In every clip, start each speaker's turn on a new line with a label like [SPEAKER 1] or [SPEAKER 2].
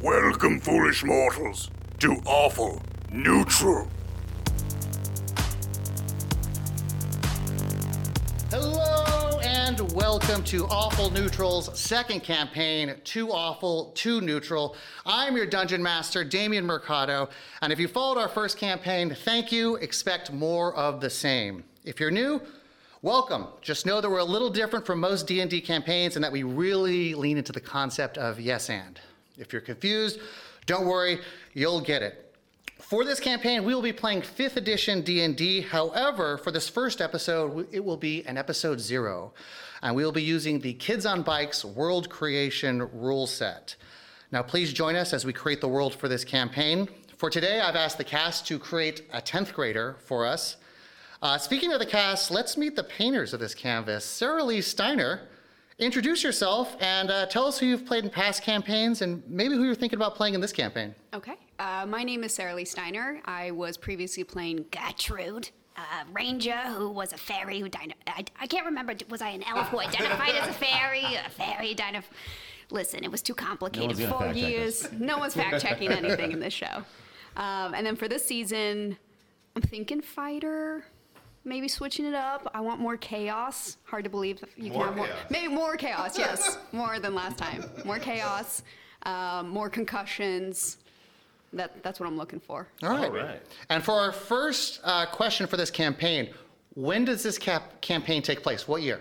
[SPEAKER 1] Welcome, foolish mortals, to Awful Neutral.
[SPEAKER 2] Hello and welcome to Awful Neutral's second campaign, Too Awful, Too Neutral. I'm your dungeon master, Damian Mercado, and if you followed our first campaign, thank you. Expect more of the same. If you're new, welcome. Just know that we're a little different from most D&D campaigns and that we really lean into the concept of yes and. If you're confused, don't worry, you'll get it. For this campaign, we will be playing 5th edition D&D. However, for this first episode, it will be an episode 0, and we will be using the Kids on Bikes World Creation rule set. Now, please join us as we create the world for this campaign. For today, I've asked the cast to create a 10th grader for us. Uh, speaking of the cast, let's meet the painters of this canvas. Sarah Lee Steiner, introduce yourself and uh, tell us who you've played in past campaigns and maybe who you're thinking about playing in this campaign.
[SPEAKER 3] Okay. Uh, my name is Sarah Lee Steiner. I was previously playing Gertrude, a ranger who was a fairy who died. I, I can't remember. Was I an elf who identified as a fairy? A fairy died of. Listen, it was too complicated.
[SPEAKER 4] gonna
[SPEAKER 3] Four
[SPEAKER 4] fact check
[SPEAKER 3] years. No one's fact checking anything in this show. Um, and then for this season, I'm thinking fighter. Maybe switching it up. I want more chaos. Hard to believe you
[SPEAKER 5] More
[SPEAKER 3] can have more.
[SPEAKER 5] chaos.
[SPEAKER 3] Maybe more chaos. Yes, more than last time. More chaos. Um, more concussions. That, that's what I'm looking for.
[SPEAKER 2] All right.
[SPEAKER 4] All right.
[SPEAKER 2] And for our first uh, question for this campaign, when does this cap- campaign take place? What year?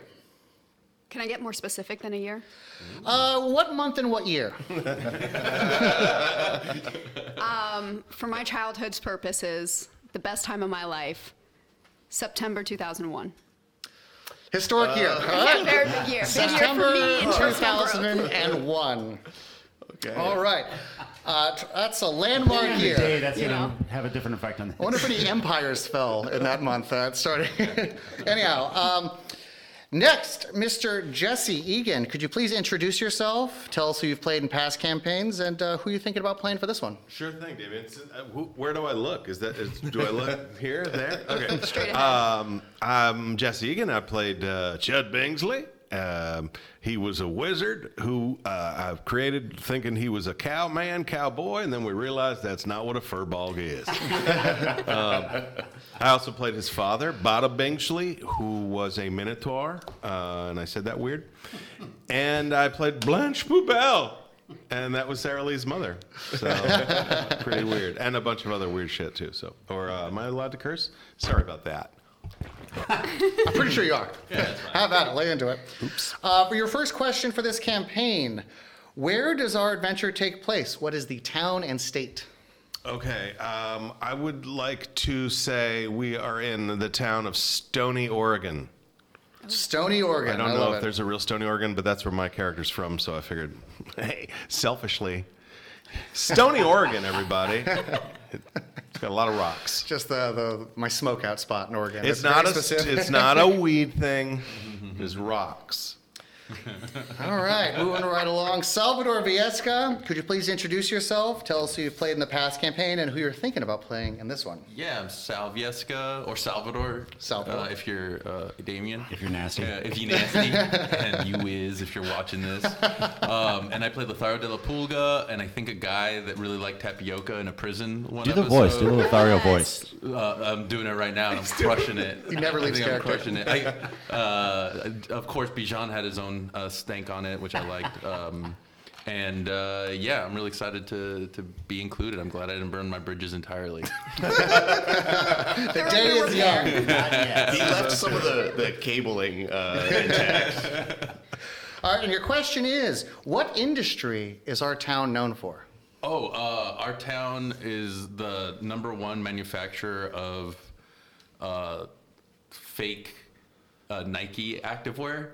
[SPEAKER 3] Can I get more specific than a year?
[SPEAKER 2] Uh, what month and what year?
[SPEAKER 3] For my childhood's purposes, the best time of my life, September 2001.
[SPEAKER 2] Historic year. All right.
[SPEAKER 3] Very big year.
[SPEAKER 2] Oh.
[SPEAKER 3] Big year for
[SPEAKER 2] September
[SPEAKER 3] me in terms of growth.
[SPEAKER 2] 2001.
[SPEAKER 5] Okay.
[SPEAKER 2] All right. Uh, tr- that's a landmark
[SPEAKER 4] Every day,
[SPEAKER 2] year.
[SPEAKER 4] that's
[SPEAKER 3] You
[SPEAKER 4] gonna
[SPEAKER 3] know?
[SPEAKER 4] have a different effect on
[SPEAKER 2] I
[SPEAKER 4] this.
[SPEAKER 2] wonder if any empires fell in that month. Uh, it started. Anyhow, um, next, Mr. Jesse Egan, could you please introduce yourself? Tell us who you've played in past campaigns and uh, who you're thinking about playing for this one.
[SPEAKER 5] Sure thing, Damien. It's- uh, wh- Where do I look? Is that is, do I look here, there? Okay.
[SPEAKER 3] Straight ahead.
[SPEAKER 5] Um, I'm Jesse Egan. I played uh, Chud Bingsley. Um, he was a wizard who uh, I've created thinking he was a cowman, cowboy, and then we realized that's not what a furball is. I also played his father, Bada Bingsley, who was a Minotaur, uh, and I said that weird. And I played Blanche Poubelle, and that was Sarah Lee's mother. So pretty weird, and a bunch of other weird shit too. So, or uh, am I allowed to curse? Sorry about that.
[SPEAKER 2] I'm pretty sure you are. Have at it. Lay into it. Uh, for your first question for this campaign, where does our adventure take place? What is the town and state?
[SPEAKER 5] Okay, um, I would like to say we are in the town of Stony, Oregon.
[SPEAKER 2] Stony, Oregon.
[SPEAKER 5] I don't
[SPEAKER 2] love
[SPEAKER 5] know if
[SPEAKER 2] it.
[SPEAKER 5] there's a real Stony Oregon, but that's where my character's from. So I figured, hey, selfishly, Stony Oregon, everybody. It's got a lot of rocks.
[SPEAKER 2] just the, the my smokeout spot in Oregon.
[SPEAKER 5] It's
[SPEAKER 2] very
[SPEAKER 5] not a
[SPEAKER 2] specific.
[SPEAKER 5] it's not a weed thing. It's rocks.
[SPEAKER 2] All right, moving right along. Salvador Viesca, could you please introduce yourself? Tell us who you've played in the past campaign and who you're thinking about playing in this one.
[SPEAKER 6] Yeah, I'm Salvieska or Salvador.
[SPEAKER 2] Salvador.
[SPEAKER 6] Uh, if you're uh, Damien.
[SPEAKER 4] If you're nasty.
[SPEAKER 6] Yeah, if you nasty. and you is if you're watching this. Um, and I played Lothario de la Pulga and I think a guy that really liked tapioca in a prison one
[SPEAKER 4] Do the voice. Do the Lothario voice.
[SPEAKER 6] uh, I'm doing it right now, and I'm crushing it.
[SPEAKER 2] He never leaves
[SPEAKER 6] I think I'm
[SPEAKER 2] character.
[SPEAKER 6] crushing it. I, uh, of course, Bijan had his own uh, stank on it, which I liked. Um, and uh, yeah, I'm really excited to to be included. I'm glad I didn't burn my bridges entirely.
[SPEAKER 2] The day is young.
[SPEAKER 7] He left some of the, the cabling uh, intact.
[SPEAKER 2] All right, and your question is, what industry is our town known for?
[SPEAKER 6] Oh, uh, our town is the number one manufacturer of uh, fake uh, Nike activewear,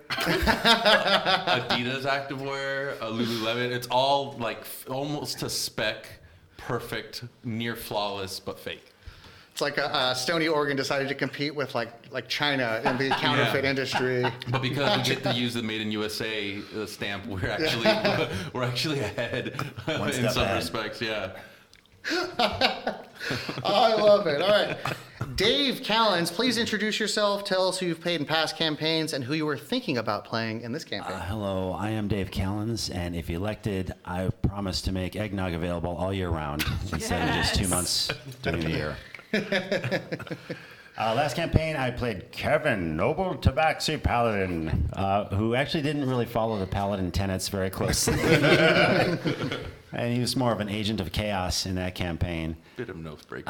[SPEAKER 6] Adidas activewear, uh, Lululemon. It's all like f- almost to spec, perfect, near flawless, but fake.
[SPEAKER 2] It's like uh uh Stony Oregon decided to compete with like like China in the counterfeit industry.
[SPEAKER 6] But because we get to use the Made in USA uh, stamp, we're actually we're actually ahead in
[SPEAKER 7] step
[SPEAKER 6] some
[SPEAKER 7] ahead.
[SPEAKER 6] respects. Yeah.
[SPEAKER 2] Oh, I love it. All right. Dave Callens, please introduce yourself. Tell us who you've played in past campaigns and who you were thinking about playing in this campaign.
[SPEAKER 4] Uh, Hello, I am Dave Callens, and if elected, I promise to make eggnog available all year round instead of just two months during the year. Uh, last campaign, I played Kevin, noble tabaxi paladin, uh, who actually didn't really follow the paladin tenets very closely. and he was more of an agent of chaos in that campaign.
[SPEAKER 6] Bit of an oath breaker.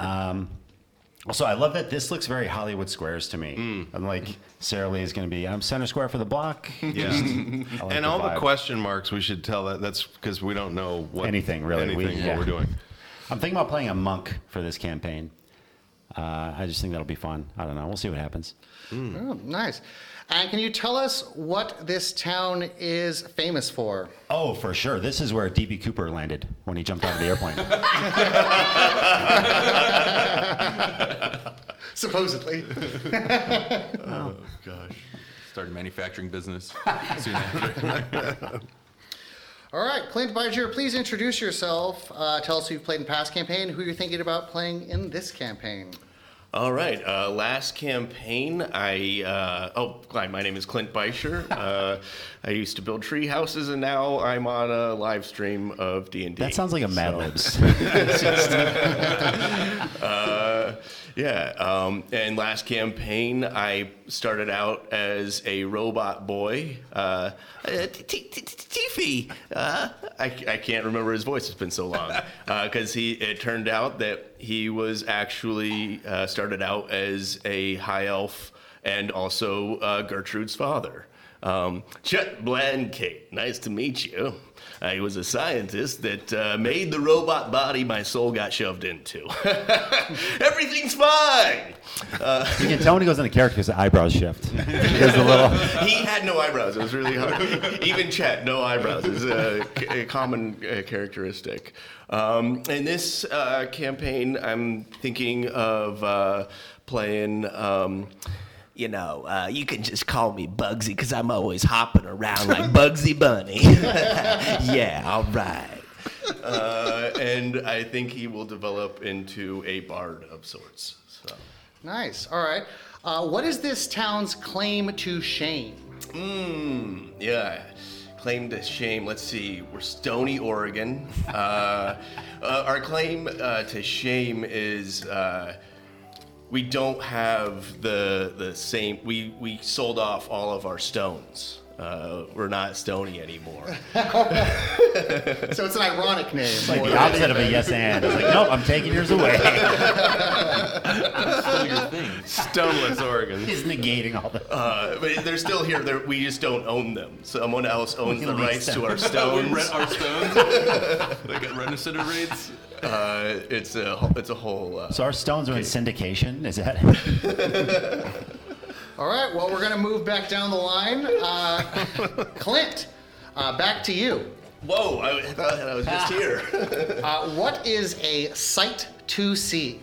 [SPEAKER 4] Also, I love that this looks very Hollywood Squares to me.
[SPEAKER 2] Hmm.
[SPEAKER 4] I'm like, Sarah Lee is going to be, I'm center square for the block.
[SPEAKER 5] Yeah.
[SPEAKER 4] I like
[SPEAKER 5] and all the
[SPEAKER 4] vibe.
[SPEAKER 5] question marks, we should tell that. That's because we don't know what
[SPEAKER 4] Anything, really. We-
[SPEAKER 5] anything,
[SPEAKER 4] yeah.
[SPEAKER 5] what we're doing.
[SPEAKER 4] I'm thinking about playing a monk for this campaign. Uh, I just think that'll be fun. I don't know. We'll see what happens.
[SPEAKER 2] Oh, nice. And can you tell us what this town is famous for?
[SPEAKER 4] Oh, for sure. This is where DB Cooper landed when he jumped out of the airplane.
[SPEAKER 2] Supposedly.
[SPEAKER 6] Started manufacturing business soon after.
[SPEAKER 2] All right, Clint Beiger, please introduce yourself. Uh, tell us who you've played in past campaign, who you're thinking about playing in this campaign.
[SPEAKER 7] All right. Uh, last campaign, I uh, oh, hi, my name is Clint Beischer. Uh, I used to build tree houses, and now I'm on a live stream of D and D.
[SPEAKER 4] That sounds like a Mad Libs.
[SPEAKER 7] Uh, Yeah. Um, and last campaign, I started out as a robot boy. Uh, uh, T- T- T- T- Tiffy. Uh, I, I can't remember his voice. It's been so long. Because he, it turned out that he was actually uh, started out as a high elf and also uh, Gertrude's father. Um, Chet Blancate, nice to meet you. I was a scientist that uh, made the robot body my soul got shoved into. Everything's fine. Uh,
[SPEAKER 4] you can tell when he goes into character because the eyebrows shift. There's a little.
[SPEAKER 7] He had no eyebrows. It was really hard. Even Chet, no eyebrows is a, a common uh, characteristic. Um, in this uh, campaign, I'm thinking of uh, playing. Um, you know, uh, you can just call me Bugsy because I'm always hopping around like Bugsy Bunny. yeah, all right. Uh, and I think he will develop into a bard of sorts. So.
[SPEAKER 2] Nice. All right. Uh, what is this town's claim to shame?
[SPEAKER 7] Mm, yeah. Claim to shame. Let's see. We're Stony, Oregon. Uh, uh, our claim uh, to shame is uh, we don't have the the same. We we sold off all of our stones. Uh, we're not Stony anymore.
[SPEAKER 2] So it's an ironic name.
[SPEAKER 4] Like the opposite of a yes and. It's like, nope, I'm taking yours away.
[SPEAKER 6] Still your thing.
[SPEAKER 5] Stoneless Oregon.
[SPEAKER 4] He's negating all the.
[SPEAKER 7] Uh, but they're still here. They're, we just don't own them. Someone else owns the
[SPEAKER 4] lease
[SPEAKER 7] rights
[SPEAKER 4] them.
[SPEAKER 7] to our
[SPEAKER 6] Oh, we
[SPEAKER 7] stones.
[SPEAKER 6] rent our stones. they got rent-a-sitter rates.
[SPEAKER 7] Uh, it's a it's a whole. Uh,
[SPEAKER 4] So our stones are in syndication. Is that?
[SPEAKER 2] All right. Well, we're going to move back down the line. Uh, Clint, uh, back to you.
[SPEAKER 7] whoa! I thought I was just here.
[SPEAKER 2] Uh, what is a sight to see?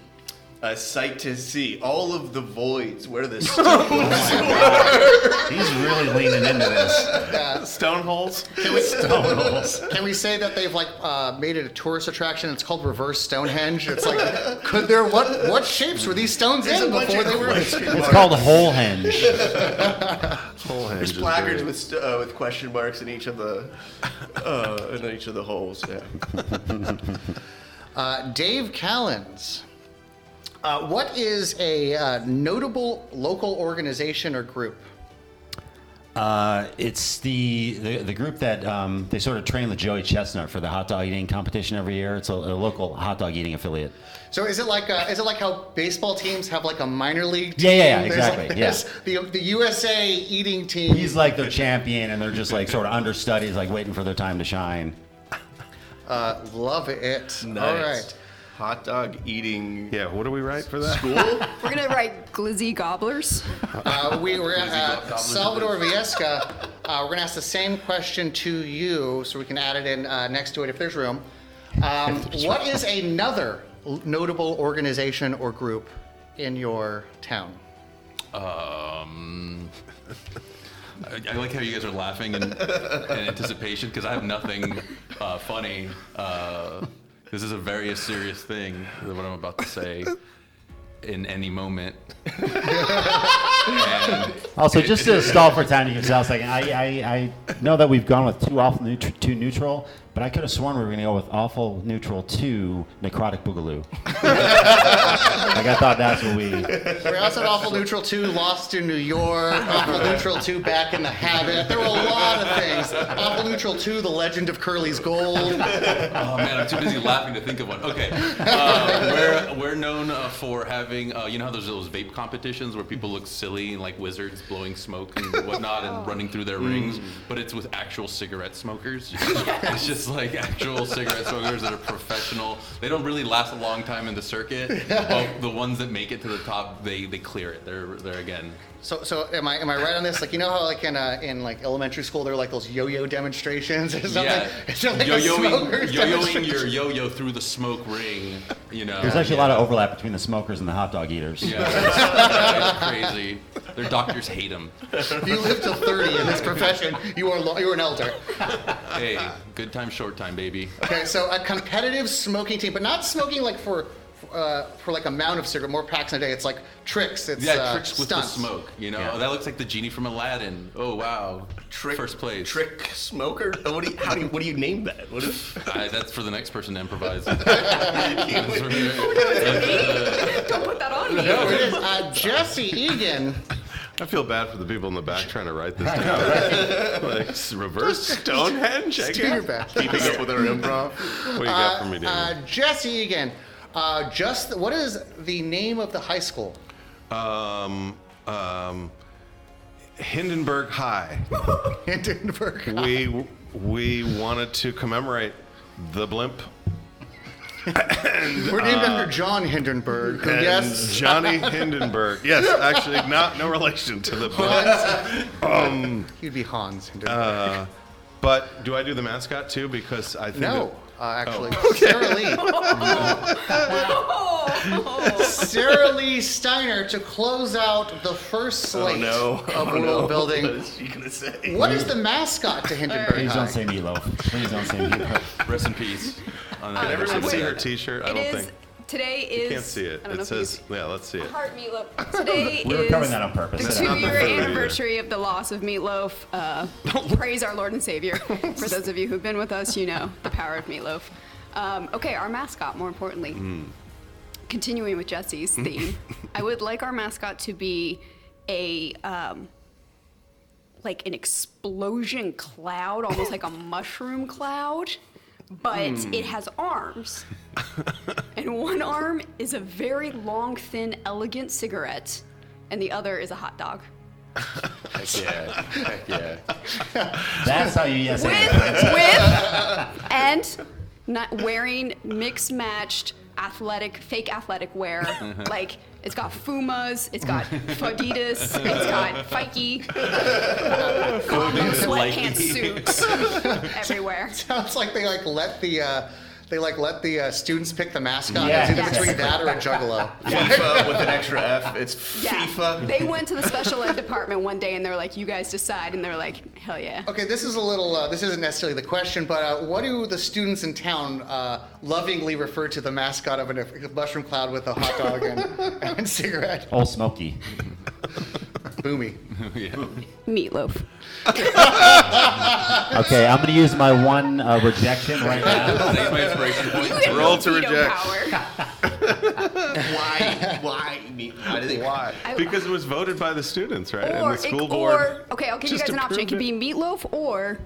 [SPEAKER 7] a sight to see. All of the voids where the stone,
[SPEAKER 4] He's really leaning into this.
[SPEAKER 7] stone holes.
[SPEAKER 4] Stone holes.
[SPEAKER 2] Can we say that they've like uh, made it a tourist attraction? It's called Reverse Stonehenge. It's like, could there what what shapes were these stones
[SPEAKER 7] There's
[SPEAKER 2] in
[SPEAKER 7] a bunch
[SPEAKER 2] before
[SPEAKER 7] of
[SPEAKER 2] they were?
[SPEAKER 7] question
[SPEAKER 4] It's
[SPEAKER 7] marks.
[SPEAKER 4] called hole henge.
[SPEAKER 7] There's placards with st- uh, with question marks in each of the uh, in each of the holes. Yeah.
[SPEAKER 2] Uh, Dave Callens. Uh, what is a uh, notable local organization or group?
[SPEAKER 4] Uh, it's the, the the group that um, they sort of train the Joey Chestnut for the hot dog eating competition every year. It's a, a local hot dog eating affiliate.
[SPEAKER 2] So is it like uh is it like how baseball teams have like a minor league team?
[SPEAKER 4] Yeah, yeah, yeah,
[SPEAKER 2] There's like
[SPEAKER 4] exactly, yeah.
[SPEAKER 2] this- The, the USA eating team.
[SPEAKER 4] He's like their champion, and they're just like sort of understudies, like waiting for their time to shine.
[SPEAKER 2] Uh, love it. All right.
[SPEAKER 7] Hot dog eating
[SPEAKER 5] Yeah, what do we write for that?
[SPEAKER 7] school.
[SPEAKER 8] We're gonna write glizzy gobblers.
[SPEAKER 2] Uh, we were at uh, Salvador Viesca. Uh, we're gonna ask the same question to you, so we can add it in uh, next to it if there's room. Um, what is another l- notable organization or group in your town?
[SPEAKER 6] Um, I, I like how you guys are laughing in, in anticipation because I have nothing uh, funny uh, This is a very serious thing, what I'm about to say, in any moment. And
[SPEAKER 4] Also, just to stall for time to give Sal a second, I, I, I know that we've gone with two awful neut- two neutral, but I could have sworn we were going to go with awful neutral two necrotic boogaloo. like I thought that's what we.
[SPEAKER 2] We also had Awful Neutral 2 Lost in New York, Awful Neutral 2 Back in the Habit. There were a lot of things. Awful Neutral 2 The Legend of Curly's Gold.
[SPEAKER 6] Oh man, I'm too busy laughing to think of one. Okay, uh, we're we're known uh, for having uh, you know how there's those vape competitions where people look silly and like wizards blowing smoke and whatnot
[SPEAKER 2] Oh.
[SPEAKER 6] and running through
[SPEAKER 2] Mm.
[SPEAKER 6] their rings, but it's with actual cigarette smokers. It's just like actual cigarette smokers that are professional. They don't really last a long time in the circuit, but the ones that make it to the top, they they clear it. They're they're again.
[SPEAKER 2] So, so am I am I right on this? Like you know how like in uh, in like elementary school there are like those yo-yo demonstrations or something. Is there, like, a
[SPEAKER 6] yo-yoing,
[SPEAKER 2] smoker's
[SPEAKER 6] yo-yoing
[SPEAKER 2] demonstration?
[SPEAKER 6] your yo-yo through the smoke ring, you know.
[SPEAKER 4] There's actually a lot of overlap between the smokers and the hot dog eaters.
[SPEAKER 6] Yeah, it's crazy. Their doctors hate them.
[SPEAKER 2] If you live till 30 in this profession, you are lo- you are an elder.
[SPEAKER 6] Hey, good time, short time, baby.
[SPEAKER 2] Okay, so a competitive smoking team, but not smoking like for uh, for like amount of cigarette, more packs in a day. It's like tricks. It's
[SPEAKER 6] Yeah,
[SPEAKER 2] uh,
[SPEAKER 6] tricks with
[SPEAKER 2] stunts.
[SPEAKER 6] the smoke. You know,
[SPEAKER 4] Yeah.
[SPEAKER 6] that looks like the genie from Aladdin. Oh wow,
[SPEAKER 7] Trick-
[SPEAKER 6] first place.
[SPEAKER 7] Trick smoker? What do you, how do you, what do you name that? What is,
[SPEAKER 6] I, that's for the next person to improvise.
[SPEAKER 8] Don't put that on me.
[SPEAKER 2] No, it is. Uh, Jesse Egan.
[SPEAKER 5] I feel bad for the people in the back trying to write this down. like s- reverse Stonehenge. I
[SPEAKER 2] do your best.
[SPEAKER 5] guess. Keeping up with our improv. What do you got for me, David?
[SPEAKER 2] Uh, Jesse Egan. Uh, just what is the name of the high school?
[SPEAKER 5] um, um, Hindenburg High.
[SPEAKER 2] Hindenburg.
[SPEAKER 5] we we wanted to commemorate the blimp
[SPEAKER 2] We're named after John Hindenburg. who,
[SPEAKER 5] and
[SPEAKER 2] yes.
[SPEAKER 5] Johnny Hindenburg. Yes, actually, not no relation to the blimp.
[SPEAKER 2] He'd be Hans Hindenburg.
[SPEAKER 5] Uh, but do I do the mascot too? Because I think
[SPEAKER 2] no,
[SPEAKER 5] that-
[SPEAKER 2] uh, actually, Sarah Lee. Sarah Lee Steiner to close out the first slate
[SPEAKER 7] Oh, no.
[SPEAKER 2] of world
[SPEAKER 7] what
[SPEAKER 2] building.
[SPEAKER 7] is she gonna say?
[SPEAKER 2] What is the mascot to Hindenburg?
[SPEAKER 4] Please
[SPEAKER 2] High?
[SPEAKER 4] don't say meatloaf. Please don't say meatloaf.
[SPEAKER 6] Rest in peace. Uh, On that
[SPEAKER 5] Can everyone
[SPEAKER 6] episode.
[SPEAKER 5] see her T-shirt? I
[SPEAKER 8] It
[SPEAKER 5] don't
[SPEAKER 8] is.
[SPEAKER 5] think.
[SPEAKER 8] Today is.
[SPEAKER 5] Can't see it.
[SPEAKER 8] I don't know
[SPEAKER 5] It
[SPEAKER 8] if you
[SPEAKER 5] says,
[SPEAKER 8] see-
[SPEAKER 5] yeah, let's see it.
[SPEAKER 8] Heart meatloaf. Today
[SPEAKER 4] We were
[SPEAKER 8] is
[SPEAKER 4] covering that on purpose.
[SPEAKER 8] The
[SPEAKER 4] That's
[SPEAKER 5] not
[SPEAKER 8] two-year
[SPEAKER 5] the food either.
[SPEAKER 8] anniversary of the loss of meatloaf. Uh, praise our Lord and Savior. For those of you who've been with us, you know the power of meatloaf. Um, okay, our mascot. More importantly,
[SPEAKER 5] Hmm.
[SPEAKER 8] continuing with Jesse's theme, I would like our mascot to be a. Um, like an explosion cloud, almost like a mushroom cloud, but
[SPEAKER 5] Hmm.
[SPEAKER 8] it has arms. and one arm is a very long, thin, elegant cigarette, and the other is a hot dog.
[SPEAKER 6] Heck yeah, heck yeah.
[SPEAKER 4] That's how you yes.
[SPEAKER 8] With,
[SPEAKER 4] and.
[SPEAKER 8] with, and not wearing mixed matched athletic, fake athletic wear. like, it's got Fumas, it's got Fajitas, it's got Fike, cotton sweatpants suits everywhere.
[SPEAKER 2] Sounds like they like let the uh, they like let the uh, students pick the mascot.
[SPEAKER 4] Yes.
[SPEAKER 2] It's either
[SPEAKER 8] Yes.
[SPEAKER 2] between that or a juggalo.
[SPEAKER 7] FIFA with an extra F. It's
[SPEAKER 8] Yeah.
[SPEAKER 7] FIFA.
[SPEAKER 8] They went to the special ed department one day and they're like, you guys decide. And they're like, hell yeah.
[SPEAKER 2] Okay, this is a little. Uh, this isn't necessarily the question, but uh, what do the students in town uh, lovingly refer to the mascot of a mushroom cloud with a hot dog and, and cigarette?
[SPEAKER 4] Old Smoky.
[SPEAKER 2] Boomy.
[SPEAKER 8] Meatloaf.
[SPEAKER 4] Okay, I'm going to use my one uh, rejection right now.
[SPEAKER 6] That's my inspiration point.
[SPEAKER 5] Roll to reject.
[SPEAKER 8] Power.
[SPEAKER 7] Why? Why? me- Why do they?
[SPEAKER 5] Why?
[SPEAKER 8] I-
[SPEAKER 5] because it was voted by the students, right? and
[SPEAKER 8] Or,
[SPEAKER 5] the school
[SPEAKER 8] it,
[SPEAKER 5] board.
[SPEAKER 8] or, okay, I'll give you
[SPEAKER 5] just
[SPEAKER 8] guys an option. It could be
[SPEAKER 5] approved
[SPEAKER 8] meatloaf or.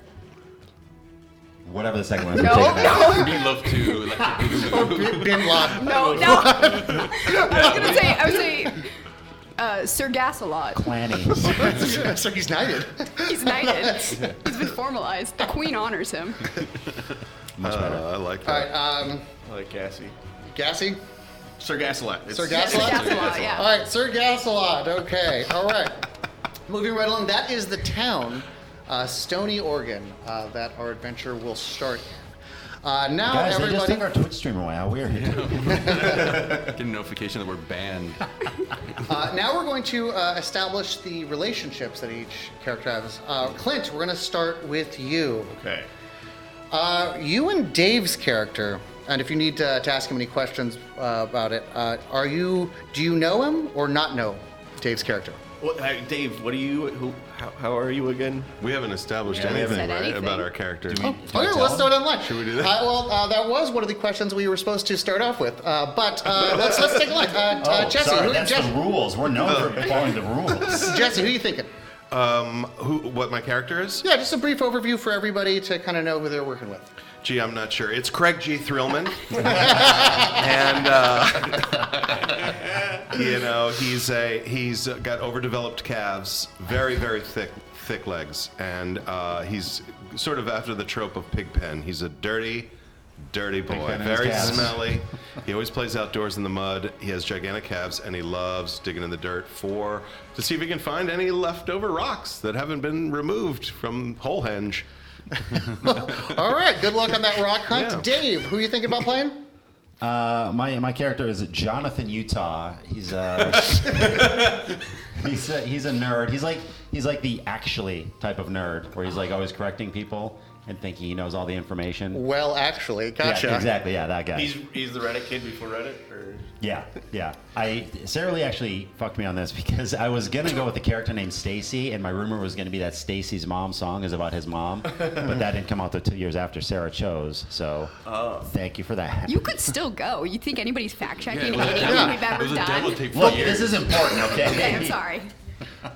[SPEAKER 4] Whatever the second one is.
[SPEAKER 8] No,
[SPEAKER 4] we'll take it.
[SPEAKER 8] no,
[SPEAKER 6] Meatloaf too. Electric Boogaloo.
[SPEAKER 2] Bin Laden.
[SPEAKER 8] no, no. I was going to say, I would say uh, Sir Gasolot.
[SPEAKER 4] Planning.
[SPEAKER 2] so he's knighted.
[SPEAKER 8] He's knighted. He's been formalized. The queen honors him.
[SPEAKER 5] Uh, I like
[SPEAKER 2] All
[SPEAKER 5] that.
[SPEAKER 2] right, um,
[SPEAKER 7] I like Gassy.
[SPEAKER 2] Gassy.
[SPEAKER 7] Sir Gasolot. It's-
[SPEAKER 2] Sir
[SPEAKER 8] Yeah, Sir
[SPEAKER 2] Gasolot.
[SPEAKER 8] Gasolot,
[SPEAKER 2] All
[SPEAKER 8] yeah.
[SPEAKER 2] right, Sir Gasolot. Okay, all right. Moving right along, that is the town, uh, Stony, Oregon, uh, that our adventure will start. in. Uh, now,
[SPEAKER 4] Guys, they just
[SPEAKER 2] everybody.
[SPEAKER 4] took our Twitch stream away. How weird.
[SPEAKER 6] Get a notification that we're banned.
[SPEAKER 2] Uh, now we're going to uh, establish the relationships that each character has. Uh, Clint, we're going to start with you.
[SPEAKER 7] Okay.
[SPEAKER 2] Uh, you and Dave's character And if you need to, to ask him any questions uh, about it, uh, are you? Do you know him or not know Dave's character?
[SPEAKER 7] What, uh, Dave, what are you? Who, how, how are you again?
[SPEAKER 5] We haven't established
[SPEAKER 8] We haven't
[SPEAKER 5] anything,
[SPEAKER 8] said
[SPEAKER 5] right,
[SPEAKER 8] anything.
[SPEAKER 5] about our character.
[SPEAKER 2] Okay, Oh, let's do it online.
[SPEAKER 5] Should we do that?
[SPEAKER 2] Uh, well, uh, that was one of the questions we were supposed to start off with, uh, but uh, let's let's take a look. Uh, uh,
[SPEAKER 4] Oh,
[SPEAKER 2] Jesse,
[SPEAKER 4] sorry,
[SPEAKER 2] who,
[SPEAKER 4] that's
[SPEAKER 2] Jesse,
[SPEAKER 4] the rules. We're known for following the rules.
[SPEAKER 2] Jesse, who are you thinking?
[SPEAKER 5] Um, who? What my character is?
[SPEAKER 2] Yeah, just a brief overview for everybody to kind of know who they're working with.
[SPEAKER 5] Gee, I'm not sure. It's Craig G. Thrillman, and uh, you know he's a he's got overdeveloped calves, very very thick thick legs, and uh, he's sort of after the trope of Pigpen. He's a dirty, dirty boy,
[SPEAKER 4] Pigpen and his
[SPEAKER 5] very
[SPEAKER 4] calves.
[SPEAKER 5] smelly. He always plays outdoors in the mud. He has gigantic calves, and he loves digging in the dirt for to see if he can find any leftover rocks that haven't been removed from Holehenge.
[SPEAKER 2] All right, good luck on that rock hunt,
[SPEAKER 5] Yeah.
[SPEAKER 2] Dave. Who are you thinking about playing?
[SPEAKER 4] Uh, my my character is Jonathan Utah. He's a he's a, he's a nerd. He's like he's like the actually type of nerd, where he's like always correcting people and thinking he knows all the information.
[SPEAKER 2] Well, actually,
[SPEAKER 4] Yeah,
[SPEAKER 2] gotcha.
[SPEAKER 4] exactly. Yeah, that guy.
[SPEAKER 7] He's he's the Reddit kid before Reddit, or
[SPEAKER 4] Yeah, yeah. I Sarah Lee actually fucked me on this because I was gonna go with a character named Stacy, and my rumor was gonna be that Stacy's mom song is about his mom, but that didn't come out till two years after Sarah chose. So,
[SPEAKER 6] Oh.
[SPEAKER 4] thank you for that.
[SPEAKER 8] You could still go. You think anybody's fact checking
[SPEAKER 6] Yeah, it was a
[SPEAKER 8] anything
[SPEAKER 6] demo-
[SPEAKER 8] we've
[SPEAKER 6] it
[SPEAKER 8] ever
[SPEAKER 6] was a
[SPEAKER 8] done?
[SPEAKER 6] demo tape for
[SPEAKER 4] Look,
[SPEAKER 6] years.
[SPEAKER 4] this is important, okay?
[SPEAKER 8] Okay, I'm sorry.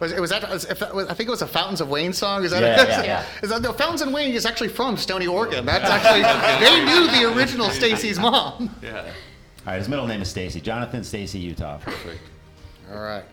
[SPEAKER 2] Was, it was that, was- if that was- I think it was a Fountains of Wayne song. Is that
[SPEAKER 4] Yeah, yeah, yeah.
[SPEAKER 2] Is that, no, Fountains of Wayne is actually from Stony, Oregon. That's actually they knew the original Stacy's mom.
[SPEAKER 6] Yeah.
[SPEAKER 4] All right, his middle name is Stacy. Jonathan Stacy Utah.
[SPEAKER 6] Perfect.
[SPEAKER 2] All right.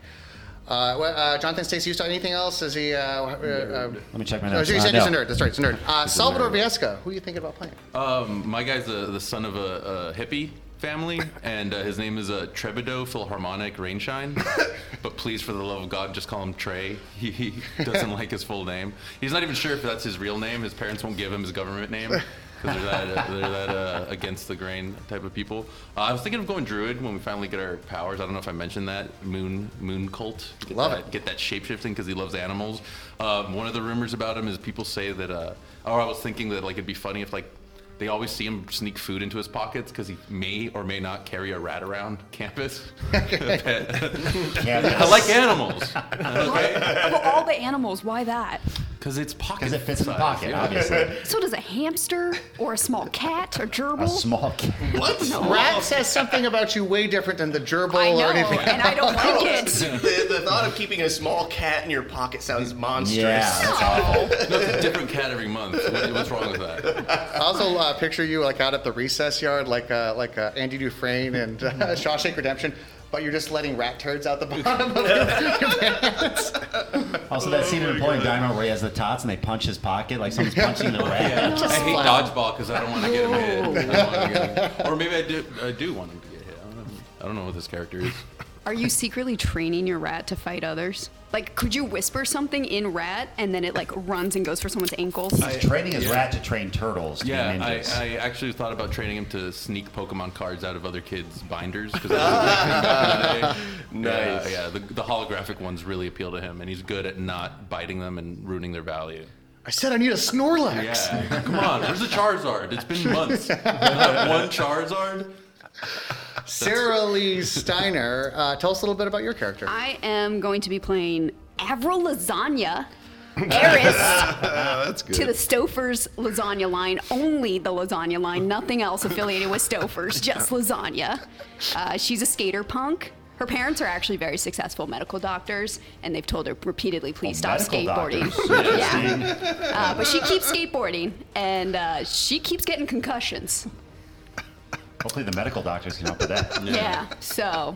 [SPEAKER 2] Uh, well, uh, Jonathan Stacy, you saw anything else? Is he? Uh, uh, uh,
[SPEAKER 4] Let me check my
[SPEAKER 2] no, you
[SPEAKER 4] notes.
[SPEAKER 2] said
[SPEAKER 4] Uh,
[SPEAKER 2] he's a
[SPEAKER 4] no.
[SPEAKER 2] nerd. That's right, he's a nerd. Oh, Uh, Salvador Viesca, who are you thinking about playing?
[SPEAKER 6] Um, my guy's the, the son of a, a hippie family, and uh, his name is uh, Trebido Philharmonic Rainshine. but please, for the love of God, just call him Trey. He, he doesn't like his full name. He's not even sure if that's his real name. His parents won't give him his government name. 'cause They're that, uh, they're that uh, against the grain type of people. Uh, I was thinking of going druid when we finally get our powers. I don't know if I mentioned that moon moon cult. Uh, Get
[SPEAKER 2] Love
[SPEAKER 6] that,
[SPEAKER 2] it.
[SPEAKER 6] Get that shapeshifting because he loves animals. Um, one of the rumors about him is people say that, uh, or I was thinking that like it'd be funny if like they always see him sneak food into his pockets because he may or may not carry a rat around campus.
[SPEAKER 4] Yeah,
[SPEAKER 6] I like animals, okay?
[SPEAKER 8] Of all the animals, why that?
[SPEAKER 6] Because it's pocket.
[SPEAKER 4] Because it fits in the
[SPEAKER 6] size,
[SPEAKER 4] pocket,
[SPEAKER 6] yeah.
[SPEAKER 4] obviously.
[SPEAKER 8] So does a hamster or a small cat or gerbil?
[SPEAKER 4] A small kid.
[SPEAKER 7] what?
[SPEAKER 2] Rat says something about you way different than the gerbil
[SPEAKER 8] I know,
[SPEAKER 2] or anything.
[SPEAKER 8] and I don't like it.
[SPEAKER 7] the, the thought of keeping a small cat in your pocket sounds monstrous.
[SPEAKER 4] Yeah, that's awful.
[SPEAKER 6] No, it's a different cat every month. What- what's wrong with that?
[SPEAKER 2] I also uh, picture you like out at the recess yard, like uh, like uh, Andy Dufresne and uh, Shawshank Redemption, but you're just letting rat turds out the bottom of your, your pants.
[SPEAKER 4] Also, that scene in Napoleon Dynamite where he has the tots and they punch his pocket like someone's punching the rat.
[SPEAKER 6] I hate dodgeball because I don't want to get him hit. I don't wanna get him- Or maybe I do. I do want him to get hit. I don't know. I don't know what this character is.
[SPEAKER 8] Are you secretly training your rat to fight others? Like, could you whisper something in rat and then it like runs and goes for someone's ankles?
[SPEAKER 4] He's training his rat to train turtles to
[SPEAKER 6] Yeah,
[SPEAKER 4] be
[SPEAKER 6] I,
[SPEAKER 4] ninjas.
[SPEAKER 6] I actually thought about training him to sneak Pokemon cards out of other kids' binders. Cause
[SPEAKER 7] Nice.
[SPEAKER 6] Yeah, yeah the, the holographic ones really appeal to him, and he's good at not biting them and ruining their value.
[SPEAKER 2] I said I need a Snorlax.
[SPEAKER 6] Yeah, come on, where's the Charizard? It's been months. Not one Charizard.
[SPEAKER 2] Sarah Lee Steiner, uh, tell us a little bit about your character.
[SPEAKER 8] I am going to be playing Avril Lasagna, heiress
[SPEAKER 5] Uh, That's good.
[SPEAKER 8] to the Stouffer's lasagna line, only the lasagna line, nothing else affiliated with Stouffer's, just lasagna. Uh, she's a skater punk. Her parents are actually very successful medical doctors, and they've told her repeatedly, please
[SPEAKER 4] Well,
[SPEAKER 8] stop
[SPEAKER 4] Oh, medical
[SPEAKER 8] skateboarding.
[SPEAKER 4] doctors.
[SPEAKER 8] yeah. Uh, but she keeps skateboarding, and uh, she keeps getting concussions.
[SPEAKER 4] Hopefully, the medical doctors can help with that.
[SPEAKER 8] Yeah. So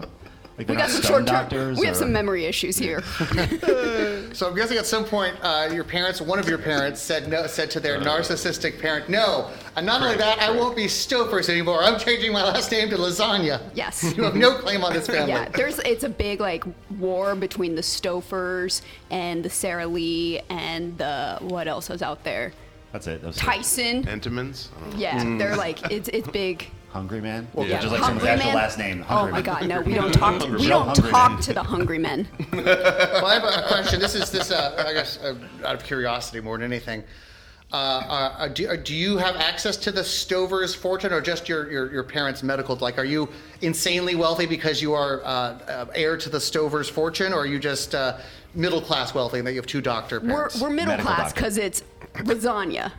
[SPEAKER 4] Like,
[SPEAKER 8] we
[SPEAKER 4] they're
[SPEAKER 8] got
[SPEAKER 4] not
[SPEAKER 8] some
[SPEAKER 4] stone
[SPEAKER 8] short term.
[SPEAKER 4] doctors
[SPEAKER 8] We have
[SPEAKER 4] or-
[SPEAKER 8] some memory issues here.
[SPEAKER 2] So I'm guessing at some point, uh, your parents, one of your parents, said no, said to their narcissistic parent, "No, and not only that, I won't be Stouffer's anymore. I'm changing my last name to Lasagna."
[SPEAKER 8] Yes.
[SPEAKER 2] you have no claim on this family.
[SPEAKER 8] Yeah, there's it's a big like war between the Stofers and the Sarah Lee and the what else is out there?
[SPEAKER 4] That's it. Those
[SPEAKER 8] Tyson.
[SPEAKER 5] Entomans? I don't know.
[SPEAKER 8] Yeah,
[SPEAKER 2] Hmm.
[SPEAKER 8] they're like it's it's big.
[SPEAKER 4] Hungry man.
[SPEAKER 6] Yeah.
[SPEAKER 4] Just like someone's
[SPEAKER 8] Hungry
[SPEAKER 4] actual
[SPEAKER 8] Man.
[SPEAKER 4] last name.
[SPEAKER 8] Oh
[SPEAKER 4] Hungry
[SPEAKER 8] my
[SPEAKER 4] man.
[SPEAKER 8] God, no, we don't talk. To, we
[SPEAKER 4] No
[SPEAKER 8] don't
[SPEAKER 4] Hungry
[SPEAKER 8] talk
[SPEAKER 4] Man.
[SPEAKER 8] to the hungry men.
[SPEAKER 2] Well, I have a question. This is this, uh, I guess, uh, out of curiosity more than anything. Uh, uh, uh, do, uh, do you have access to the Stover's fortune, or just your, your, your parents' medical? Like, are you insanely wealthy because you are uh, uh, heir to the Stover's fortune, or are you just uh, middle class wealthy and that you have two doctor
[SPEAKER 8] We're,
[SPEAKER 2] parents?
[SPEAKER 8] we're middle
[SPEAKER 4] Medical
[SPEAKER 8] class
[SPEAKER 4] doctor.
[SPEAKER 8] because it's lasagna.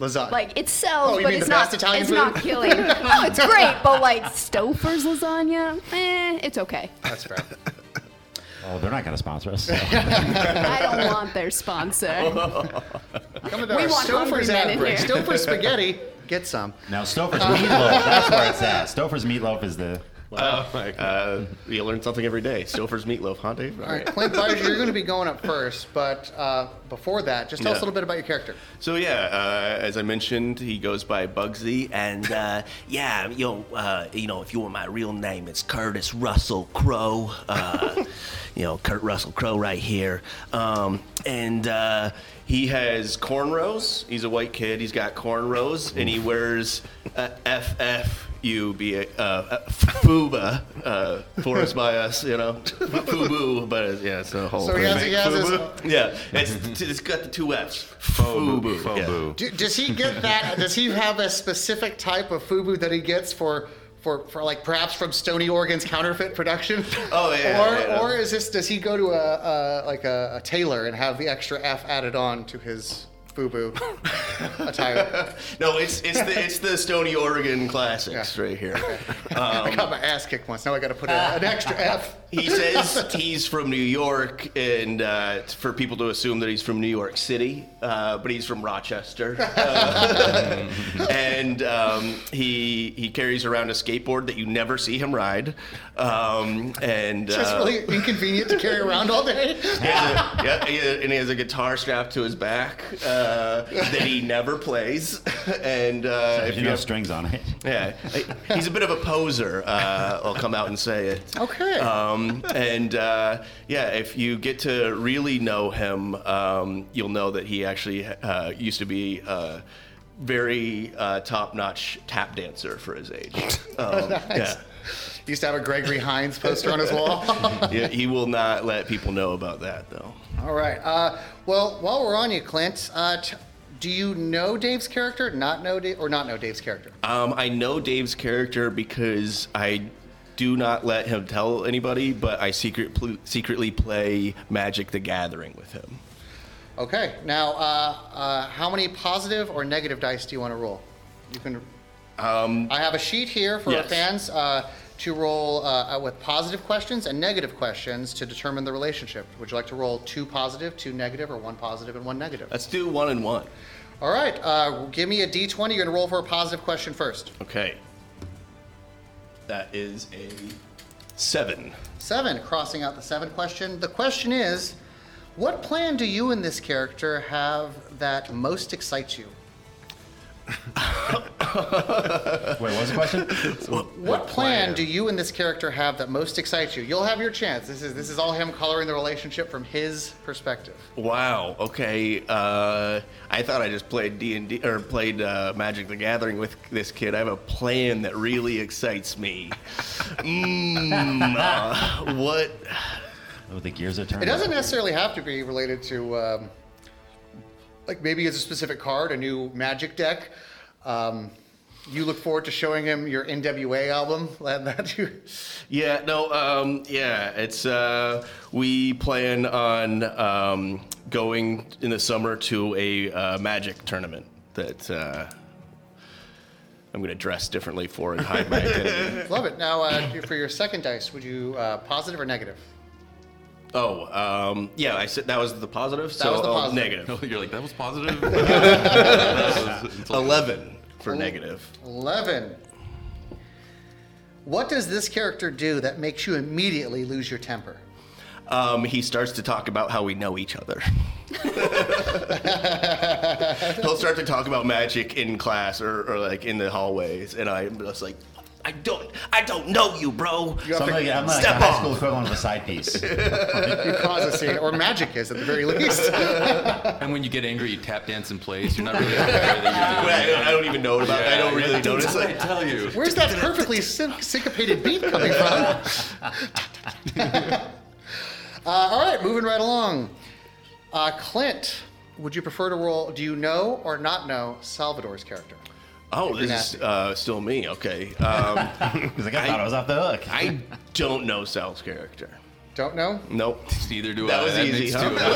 [SPEAKER 2] Lasagna.
[SPEAKER 8] Like it sells,
[SPEAKER 2] Oh, you
[SPEAKER 8] but
[SPEAKER 2] mean
[SPEAKER 8] it's
[SPEAKER 2] the
[SPEAKER 8] not.
[SPEAKER 2] best Italian
[SPEAKER 8] it's
[SPEAKER 2] food?
[SPEAKER 8] not killing. no, it's great, but like Stouffer's lasagna, eh, it's okay.
[SPEAKER 2] That's fair.
[SPEAKER 4] Oh, they're not going to sponsor us. so.
[SPEAKER 8] I don't want their
[SPEAKER 4] Oh,
[SPEAKER 8] sponsor.
[SPEAKER 2] Coming to
[SPEAKER 8] We
[SPEAKER 2] our
[SPEAKER 8] want hungry
[SPEAKER 2] Stover's
[SPEAKER 8] men
[SPEAKER 2] ad
[SPEAKER 8] in
[SPEAKER 2] break.
[SPEAKER 8] here.
[SPEAKER 2] Stover's spaghetti. Get some.
[SPEAKER 4] now, Stouffer's
[SPEAKER 8] Oh.
[SPEAKER 4] meatloaf. That's where it's at. Stouffer's meatloaf is the.
[SPEAKER 5] Oh my God.
[SPEAKER 7] Uh, you learn something every day. Stouffer's meatloaf, huh, Dave?
[SPEAKER 2] All right, Clint Byers, you're going to be going up first, but uh, before that, just tell us
[SPEAKER 7] Yeah.
[SPEAKER 2] a little bit about your character.
[SPEAKER 7] So yeah, uh, as I mentioned, he goes by Bugsy,
[SPEAKER 9] And uh, yeah, you know, uh, you know, if you want my real name, it's Curtis Russell Crowe. Uh, you know, Kurt Russell Crowe right here. Um, and uh,
[SPEAKER 7] He has cornrows. He's a white kid. He's got cornrows, and he wears uh, FFUB, uh, uh, FUBA, uh, for us by us, you know, FUBU, but it's, yeah, it's a whole
[SPEAKER 2] So he
[SPEAKER 7] thing.
[SPEAKER 2] has, he has his.
[SPEAKER 7] yeah, it's, it's got the two F's.
[SPEAKER 5] Fobu.
[SPEAKER 7] yeah.
[SPEAKER 5] Fobu.
[SPEAKER 2] Do, does he get that? Does he have a specific type of fubu that he gets for, for, for like perhaps from Stony Oregon's counterfeit production?
[SPEAKER 7] Oh, yeah,
[SPEAKER 2] Or,
[SPEAKER 7] yeah, yeah.
[SPEAKER 2] or is this? Does he go to a, a like a, a tailor and have the extra F added on to his fubu attire?
[SPEAKER 7] No, it's it's the it's the Stony Oregon classics right here.
[SPEAKER 2] I got my ass kicked once. Now I got to put a, an extra F.
[SPEAKER 7] He says he's from New York, and uh, it's for people to assume that he's from New York City, uh, but he's from Rochester. Uh, and um, he he carries around a skateboard that you never see him ride. Um, and
[SPEAKER 2] It's
[SPEAKER 7] uh,
[SPEAKER 2] really inconvenient to carry around all day.
[SPEAKER 7] he has a- yeah, he- and he has a guitar strapped to his back uh, that he never plays. And uh,
[SPEAKER 4] There's
[SPEAKER 7] if you
[SPEAKER 4] no
[SPEAKER 7] have-
[SPEAKER 4] strings on it.
[SPEAKER 7] yeah, he's a bit of a poser. Uh, I'll come out and say it.
[SPEAKER 2] Okay.
[SPEAKER 7] Um, and uh, yeah, if you get to really know him, um, you'll know that he actually uh, used to be a very uh, top-notch tap dancer for his age. Um, Yeah.
[SPEAKER 2] He used to have a Gregory Hines poster on his wall.
[SPEAKER 7] yeah, he will not let people know about that though.
[SPEAKER 2] All right. Uh, well, while we're on you, Clint, uh, t- do you know Dave's character? Not know Dave, or not know Dave's character?
[SPEAKER 7] Um, I know Dave's character because I do not let him tell anybody, but I secret pl- secretly play Magic: The Gathering with him.
[SPEAKER 2] Okay. Now, uh, uh, how many positive or negative dice do you want to roll? You can. Um, I have a sheet here for our
[SPEAKER 7] yes.
[SPEAKER 2] fans uh, to roll uh, uh, with positive questions and negative questions to determine the relationship. Would you like to roll two positive, two negative, or one positive and one negative?
[SPEAKER 7] Let's do one and one.
[SPEAKER 2] All right. Uh, give me a d20. You're gonna roll for a positive question first.
[SPEAKER 7] Okay. That is a seven.
[SPEAKER 2] Seven, crossing out the seven question. The question is what plan do you and this character have that most excites you?
[SPEAKER 4] Wait, what was the question?
[SPEAKER 2] What plan do you and this character have that most excites you? You'll have your chance. This is this is all him coloring the relationship from his perspective.
[SPEAKER 7] Wow. Okay. Uh, I thought I just played D and D or played uh, Magic: The Gathering with this kid. I have a plan that really excites me. Mm, uh, what?
[SPEAKER 4] Oh, the gears are turning.
[SPEAKER 2] It doesn't necessarily have to be related to um, like maybe it's a specific card, a new magic deck. Um, you look forward to showing him your NWA album. That you
[SPEAKER 7] Yeah. No. Um, yeah. It's uh, we plan on um, going in the summer to a uh, Magic tournament that. Uh, I'm gonna dress differently for and hide my identity.
[SPEAKER 2] love it. Now, uh, for your second dice, would you uh, positive or negative?
[SPEAKER 7] Oh, um, yeah, I said that was the positive. so
[SPEAKER 2] was the
[SPEAKER 7] oh,
[SPEAKER 2] positive.
[SPEAKER 7] negative.
[SPEAKER 6] You're like, that was positive. That was insulting.
[SPEAKER 7] Eleven for negative.
[SPEAKER 2] 11. What does this character do that makes you immediately lose your temper?
[SPEAKER 7] Um, he starts to talk about how we know each other. He'll start to talk about magic in class or, or like in the hallways, and I'm just like,
[SPEAKER 9] I don't, I don't know you, bro.
[SPEAKER 4] So I'm like, I'm like
[SPEAKER 9] Step
[SPEAKER 4] a high
[SPEAKER 9] on.
[SPEAKER 4] school equivalent of a side piece.
[SPEAKER 2] You cause a scene, or magic is at the very least.
[SPEAKER 6] And when you get angry, you tap dance in place. You're not really aware that you're
[SPEAKER 7] I
[SPEAKER 6] doing
[SPEAKER 7] don't, I don't even know about. that. I don't really notice.
[SPEAKER 6] I
[SPEAKER 7] Like,
[SPEAKER 6] tell you.
[SPEAKER 2] Where's that perfectly syn- syncopated beat coming from? uh, all right, moving right along. Uh, Clint, Would you prefer to roll? Do you know or not know Salvador's character?
[SPEAKER 7] Oh, this is uh, still me. Okay. Um,
[SPEAKER 4] He's like, I, thought I was off the hook.
[SPEAKER 7] I don't know Sal's character.
[SPEAKER 2] Don't know.
[SPEAKER 7] Nope.
[SPEAKER 6] Neither do
[SPEAKER 7] That
[SPEAKER 6] I.
[SPEAKER 7] was easy,
[SPEAKER 6] makes
[SPEAKER 7] huh?
[SPEAKER 6] two of
[SPEAKER 7] That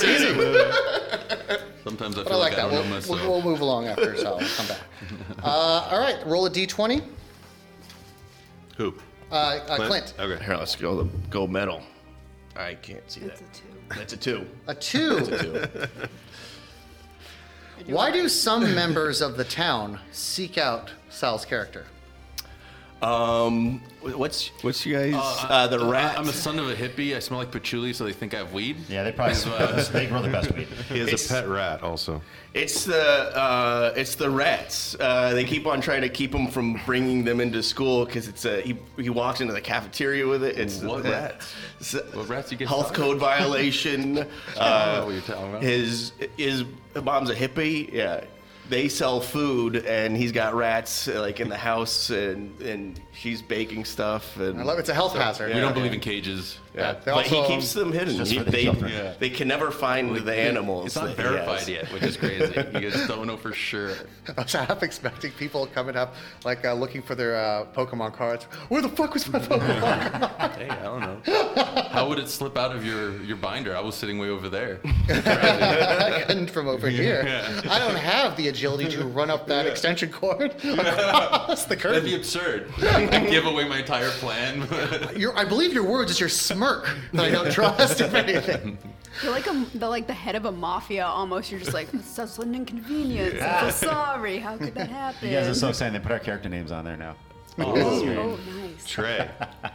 [SPEAKER 6] us.
[SPEAKER 2] That's easy.
[SPEAKER 6] Sometimes I feel
[SPEAKER 2] But I like that.
[SPEAKER 6] I don't know
[SPEAKER 2] We'll,
[SPEAKER 6] myself.
[SPEAKER 2] we'll, we'll move along after, so I'll come back. Uh, all right, roll a d20.
[SPEAKER 5] Who?
[SPEAKER 2] Uh, uh, Clint.
[SPEAKER 5] Okay.
[SPEAKER 7] Here, let's go the gold medal. I can't see that. That's a two.
[SPEAKER 2] a two.
[SPEAKER 7] two.
[SPEAKER 2] Why do some members of the town seek out Sal's character?
[SPEAKER 7] Um, what's what's you guys? Uh, the rat.
[SPEAKER 6] I'm a son of a hippie. I smell like patchouli, so they think I have weed.
[SPEAKER 4] Yeah, they probably they grow the best weed.
[SPEAKER 5] He is
[SPEAKER 7] It's-
[SPEAKER 5] a pet rat, also.
[SPEAKER 7] It's the uh, it's the rats. Uh, they keep on trying to keep him from bringing them into school because it's a he, he walks into the cafeteria with it. It's
[SPEAKER 6] What
[SPEAKER 7] uh,
[SPEAKER 6] rats?
[SPEAKER 7] it's a
[SPEAKER 6] What rats you get
[SPEAKER 7] health
[SPEAKER 6] stuck?
[SPEAKER 7] code violation. Uh,
[SPEAKER 6] I don't know what you're talking about.
[SPEAKER 7] his his mom's a hippie. Yeah, they sell food and he's got rats uh, like in the house and and she's baking stuff and
[SPEAKER 2] I love it's a health hazard.
[SPEAKER 6] We don't believe in cages.
[SPEAKER 7] Yeah,
[SPEAKER 2] They
[SPEAKER 7] but
[SPEAKER 2] also- um,
[SPEAKER 7] he keeps them hidden.
[SPEAKER 4] just
[SPEAKER 7] He-
[SPEAKER 4] for the
[SPEAKER 7] they,
[SPEAKER 4] children.
[SPEAKER 6] Yeah.
[SPEAKER 7] they can never find the animals.
[SPEAKER 6] It's not
[SPEAKER 7] that he has.
[SPEAKER 6] verified yet, which is crazy. you guys don't know for sure.
[SPEAKER 2] I was half expecting people coming up, like uh, looking for their uh, Pokemon cards. Where the fuck was my Pokemon? card?
[SPEAKER 6] Hey, I don't know. How would it slip out of your, your binder? I was sitting way over there.
[SPEAKER 2] and from over here, I don't have the agility to run up that extension cord across the
[SPEAKER 6] That'd be
[SPEAKER 2] curtain.
[SPEAKER 6] absurd. I'd give away my entire plan.
[SPEAKER 2] Your, I believe your words is your smirk that I don't trust. If anything,
[SPEAKER 8] You're like a, the like the head of a mafia almost. You're just like "That's such an inconvenience. I'm so sorry. How could that happen?
[SPEAKER 4] You guys are so excited. They put our character names on there now.
[SPEAKER 8] oh, nice.
[SPEAKER 5] Trey.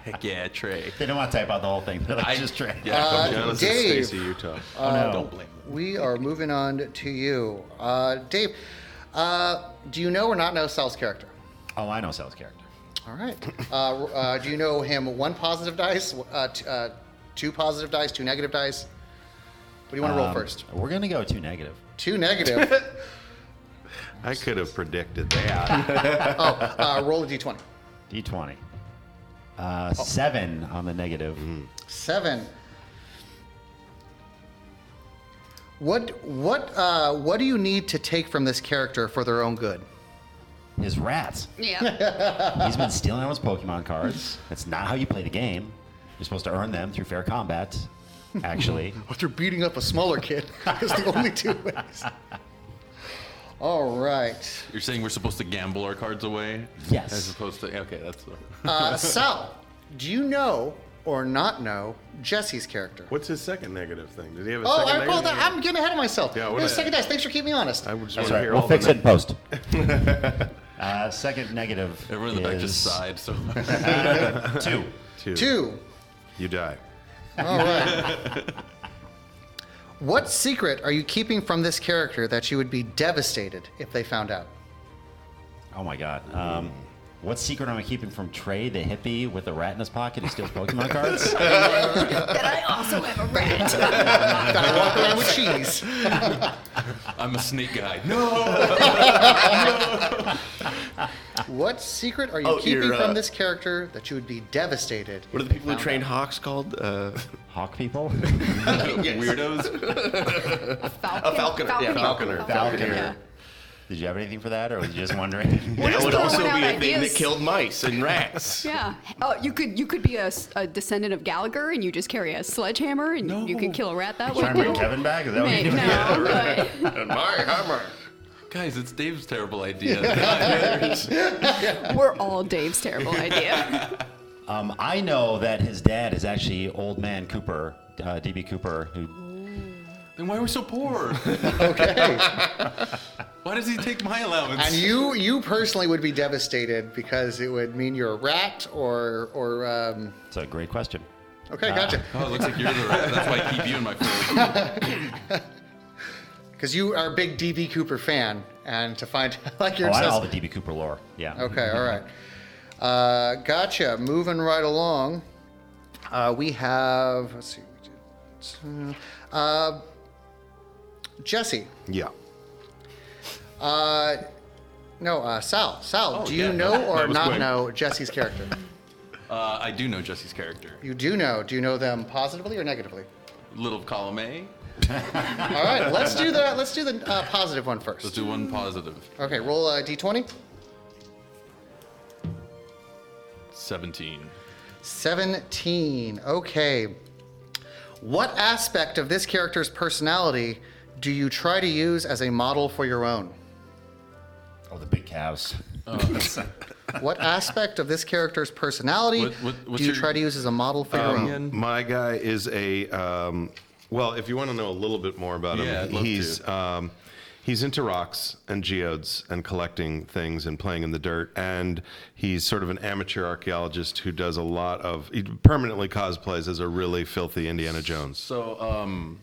[SPEAKER 6] Heck yeah, Trey.
[SPEAKER 4] They don't want to type out the whole thing. They're like,
[SPEAKER 6] I-
[SPEAKER 4] just Trey.
[SPEAKER 6] Yeah,
[SPEAKER 2] Uh,
[SPEAKER 6] don't-
[SPEAKER 5] Giannis
[SPEAKER 2] Dave.
[SPEAKER 5] and Stacy, Utah.
[SPEAKER 4] Oh, no.
[SPEAKER 6] don't blame them.
[SPEAKER 2] we are moving on to you, uh, Dave. Uh, do you know or not know Sal's character?
[SPEAKER 4] Oh, I know Sal's character.
[SPEAKER 2] All right. Uh, uh, do you know him one positive dice, uh, t- uh, two positive dice, two negative dice? What do you want to roll
[SPEAKER 4] Um,
[SPEAKER 2] first?
[SPEAKER 4] We're gonna go two negative.
[SPEAKER 2] Two negative.
[SPEAKER 5] I could have predicted that.
[SPEAKER 2] uh, roll a d20.
[SPEAKER 4] D twenty. Uh,
[SPEAKER 5] Oh.
[SPEAKER 4] Seven on the negative.
[SPEAKER 5] Mm-hmm.
[SPEAKER 2] Seven. What what uh, what do you need to take from this character for their own good?
[SPEAKER 4] His rats.
[SPEAKER 3] Yeah.
[SPEAKER 4] He's been stealing everyone's Pokemon cards. That's not how you play the game. You're supposed to earn them through fair combat. Actually,
[SPEAKER 2] Or through beating up a smaller kid. That's the only two ways. All right.
[SPEAKER 6] You're saying we're supposed to gamble our cards away?
[SPEAKER 4] Yes.
[SPEAKER 6] As opposed to okay, that's the-
[SPEAKER 2] Uh, Sal, do you know or not know Jesse's character?
[SPEAKER 5] What's his second negative thing? Did he have a
[SPEAKER 2] Oh,
[SPEAKER 5] second
[SPEAKER 2] I
[SPEAKER 5] negative?
[SPEAKER 2] rolled that. I'm getting ahead of myself.
[SPEAKER 5] Yeah,
[SPEAKER 2] Yeah,
[SPEAKER 5] what
[SPEAKER 2] Here's
[SPEAKER 5] is
[SPEAKER 2] second dice. Thanks for keeping me honest.
[SPEAKER 5] I would just
[SPEAKER 4] that's
[SPEAKER 5] want to
[SPEAKER 4] right.
[SPEAKER 5] hear
[SPEAKER 4] We'll
[SPEAKER 5] all
[SPEAKER 4] fix
[SPEAKER 5] the
[SPEAKER 4] it in post. uh, second negative.
[SPEAKER 6] everyone in the back just
[SPEAKER 4] is
[SPEAKER 6] sighed. So
[SPEAKER 4] Two.
[SPEAKER 5] Two.
[SPEAKER 2] Two.
[SPEAKER 5] You die.
[SPEAKER 2] All right. what secret are you keeping from this character that you would be devastated if they found out?
[SPEAKER 4] Oh my god.
[SPEAKER 5] Mm.
[SPEAKER 4] Um, what secret am I keeping from Trey, the hippie with a rat in his pocket who steals Pokemon cards?
[SPEAKER 8] That I also have a rat.
[SPEAKER 2] That I walk around with cheese.
[SPEAKER 6] I'm a snake guy. No.
[SPEAKER 2] What secret are you
[SPEAKER 7] Oh,
[SPEAKER 2] keeping
[SPEAKER 7] you're, uh,
[SPEAKER 2] from this character that you would be devastated?
[SPEAKER 7] What are
[SPEAKER 2] if
[SPEAKER 7] the
[SPEAKER 2] they
[SPEAKER 7] people who
[SPEAKER 2] found
[SPEAKER 7] train
[SPEAKER 2] out?
[SPEAKER 7] hawks called? Uh,
[SPEAKER 4] Hawk people?
[SPEAKER 6] Weirdos.
[SPEAKER 8] Falcon.
[SPEAKER 7] A falconer, yeah, falconer,
[SPEAKER 4] falconer.
[SPEAKER 8] yeah.
[SPEAKER 4] Did you have anything for that, or was you just wondering?
[SPEAKER 7] that would
[SPEAKER 8] throwing
[SPEAKER 7] also be
[SPEAKER 8] out
[SPEAKER 7] a thing that
[SPEAKER 8] ideas.
[SPEAKER 7] killed mice and rats.
[SPEAKER 8] Yeah. Oh, you could you could be a, s- a descendant of Gallagher and you just carry a sledgehammer and you could kill a rat that way.
[SPEAKER 4] Trying to bring Kevin back? Is that what
[SPEAKER 8] Mate,
[SPEAKER 4] you're doing?
[SPEAKER 8] no, but-
[SPEAKER 7] and my hammer.
[SPEAKER 6] Guys, it's Dave's terrible idea.
[SPEAKER 8] We're all Dave's terrible idea.
[SPEAKER 4] Um, I know that his dad is actually old man Cooper, uh, DB Cooper, who
[SPEAKER 6] then why are we so poor?
[SPEAKER 2] Okay.
[SPEAKER 6] Why does he take my allowance?
[SPEAKER 2] and you, you personally would be devastated because it would mean you're a rat or, or um,
[SPEAKER 4] it's a great question.
[SPEAKER 2] okay, gotcha.
[SPEAKER 6] Oh, it looks like you're the rat. That's why I keep you in my fold.
[SPEAKER 2] Because you are a big DB Cooper fan, and to find like you're
[SPEAKER 4] Oh, I know
[SPEAKER 2] obsessed-
[SPEAKER 4] all the DB Cooper lore. Yeah.
[SPEAKER 2] Okay, all right. Uh, gotcha. Moving right along. Uh, we have. Let's see. we did- Uh, Jesse.
[SPEAKER 5] Yeah.
[SPEAKER 2] Uh, no, uh, Sal. Sal,
[SPEAKER 6] Oh,
[SPEAKER 2] do
[SPEAKER 6] yeah,
[SPEAKER 2] you
[SPEAKER 6] that-
[SPEAKER 2] know or
[SPEAKER 5] was
[SPEAKER 2] not
[SPEAKER 5] quick.
[SPEAKER 2] know Jesse's character?
[SPEAKER 6] Uh, I do know Jesse's character.
[SPEAKER 2] you do know. Do you know them positively or negatively?
[SPEAKER 6] little column A.
[SPEAKER 2] All right, let's do the let's do the uh, positive one
[SPEAKER 6] Let's
[SPEAKER 2] first.
[SPEAKER 6] do one positive.
[SPEAKER 2] Okay, roll uh, a d20.
[SPEAKER 6] 17.
[SPEAKER 2] 17. Okay. What aspect of this character's personality do you try to use as a model for your own?
[SPEAKER 4] Oh, the big calves.
[SPEAKER 2] What aspect of this character's personality
[SPEAKER 6] What- what- what's
[SPEAKER 2] do you
[SPEAKER 6] your- Um,
[SPEAKER 2] try to use as a model for your own?
[SPEAKER 5] My guy is a. Um, well, if you want to know a little bit more about him,
[SPEAKER 6] Yeah, I'd love
[SPEAKER 5] he's
[SPEAKER 6] to.
[SPEAKER 5] Um, he's into rocks and geodes and collecting things and playing in the dirt. And he's sort of an amateur archaeologist who does a lot of he permanently cosplays as a really filthy Indiana Jones.
[SPEAKER 6] So um,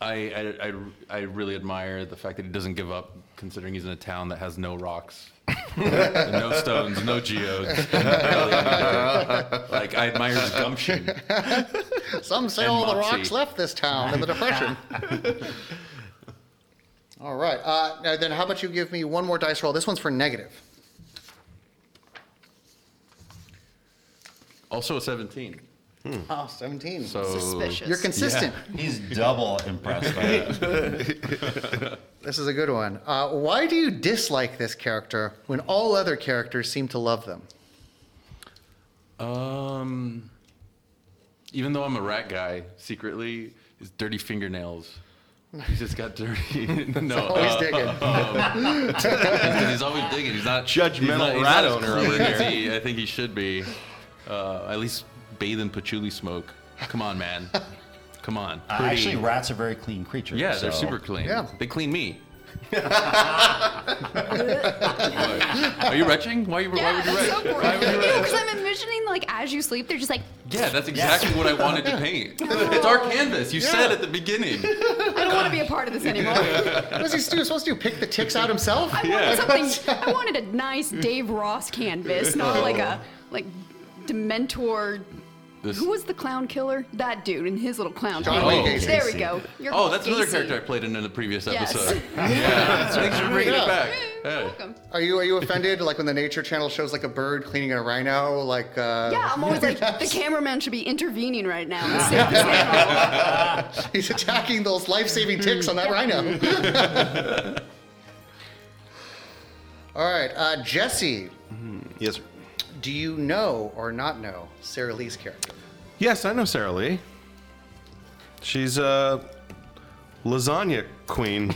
[SPEAKER 6] I, I, I, I really admire the fact that he doesn't give up considering he's in a town that has no rocks. no stones, no geodes. like I admire his gumption.
[SPEAKER 2] Some say
[SPEAKER 6] and
[SPEAKER 2] all the
[SPEAKER 6] Moxie.
[SPEAKER 2] rocks left this town in the Depression. all right. Uh, now then, how about you give me one more dice roll? This one's for negative.
[SPEAKER 6] Also a 17.
[SPEAKER 2] Oh, 17.
[SPEAKER 6] Hmm. So
[SPEAKER 8] Suspicious.
[SPEAKER 2] You're consistent.
[SPEAKER 4] He's double impressed by that.
[SPEAKER 2] This is a good one. Uh, why do you dislike this character when all other characters seem to love them?
[SPEAKER 6] Um, even though I'm a rat guy, secretly, his dirty fingernails. He's just got dirty. no,
[SPEAKER 2] Always
[SPEAKER 6] uh,
[SPEAKER 2] digging.
[SPEAKER 6] he's always digging. He's not
[SPEAKER 5] Judgmental
[SPEAKER 6] he's not- he's
[SPEAKER 5] rat
[SPEAKER 6] not as
[SPEAKER 5] owner
[SPEAKER 6] clean
[SPEAKER 5] over
[SPEAKER 6] as he- I think he should be. Uh, at least bathe in patchouli smoke. Come on, man. Come on.
[SPEAKER 4] Actually, rats are very clean creatures.
[SPEAKER 6] yeah, they're
[SPEAKER 4] so-
[SPEAKER 6] super clean.
[SPEAKER 2] Yeah.
[SPEAKER 6] They clean me. Are you retching? Why, you, why
[SPEAKER 3] Yeah,
[SPEAKER 6] would you
[SPEAKER 3] that's
[SPEAKER 6] retch?
[SPEAKER 3] so
[SPEAKER 6] Why would you
[SPEAKER 3] boring.
[SPEAKER 6] retch?
[SPEAKER 3] Because I'm envisioning like as you sleep, they're just like,
[SPEAKER 6] Yeah, that's exactly what I wanted to paint. It's our canvas. You said at the beginning.
[SPEAKER 8] I don't want to be a part of this anymore.
[SPEAKER 2] What is he stu- supposed to do? Pick the ticks out himself?
[SPEAKER 8] I wanted something. I wanted a nice Dave Ross canvas,
[SPEAKER 6] Oh.
[SPEAKER 8] not like a like Dementor.
[SPEAKER 6] This-
[SPEAKER 8] Who was the clown killer? That dude in his little clown.
[SPEAKER 2] John
[SPEAKER 8] thing.
[SPEAKER 6] Wayne Gacy.
[SPEAKER 8] There we go. You're
[SPEAKER 6] oh, that's another
[SPEAKER 8] Gacy.
[SPEAKER 6] character I played in, in the previous
[SPEAKER 8] Yes.
[SPEAKER 6] episode. yeah, thanks for bringing
[SPEAKER 2] Yeah.
[SPEAKER 6] it back.
[SPEAKER 8] You're
[SPEAKER 6] Hey.
[SPEAKER 8] welcome.
[SPEAKER 2] Are you are you offended? Like when the Nature Channel shows like a bird cleaning a rhino? Like uh,
[SPEAKER 8] Yeah, I'm always like the cameraman should be intervening right now. and save this animal.
[SPEAKER 2] he's attacking those life-saving ticks on that rhino. All right, uh, Jesse.
[SPEAKER 5] Yes. Sir.
[SPEAKER 2] Do you know or not know Sarah Lee's character?
[SPEAKER 5] Yes, I know Sarah Lee. She's a lasagna queen.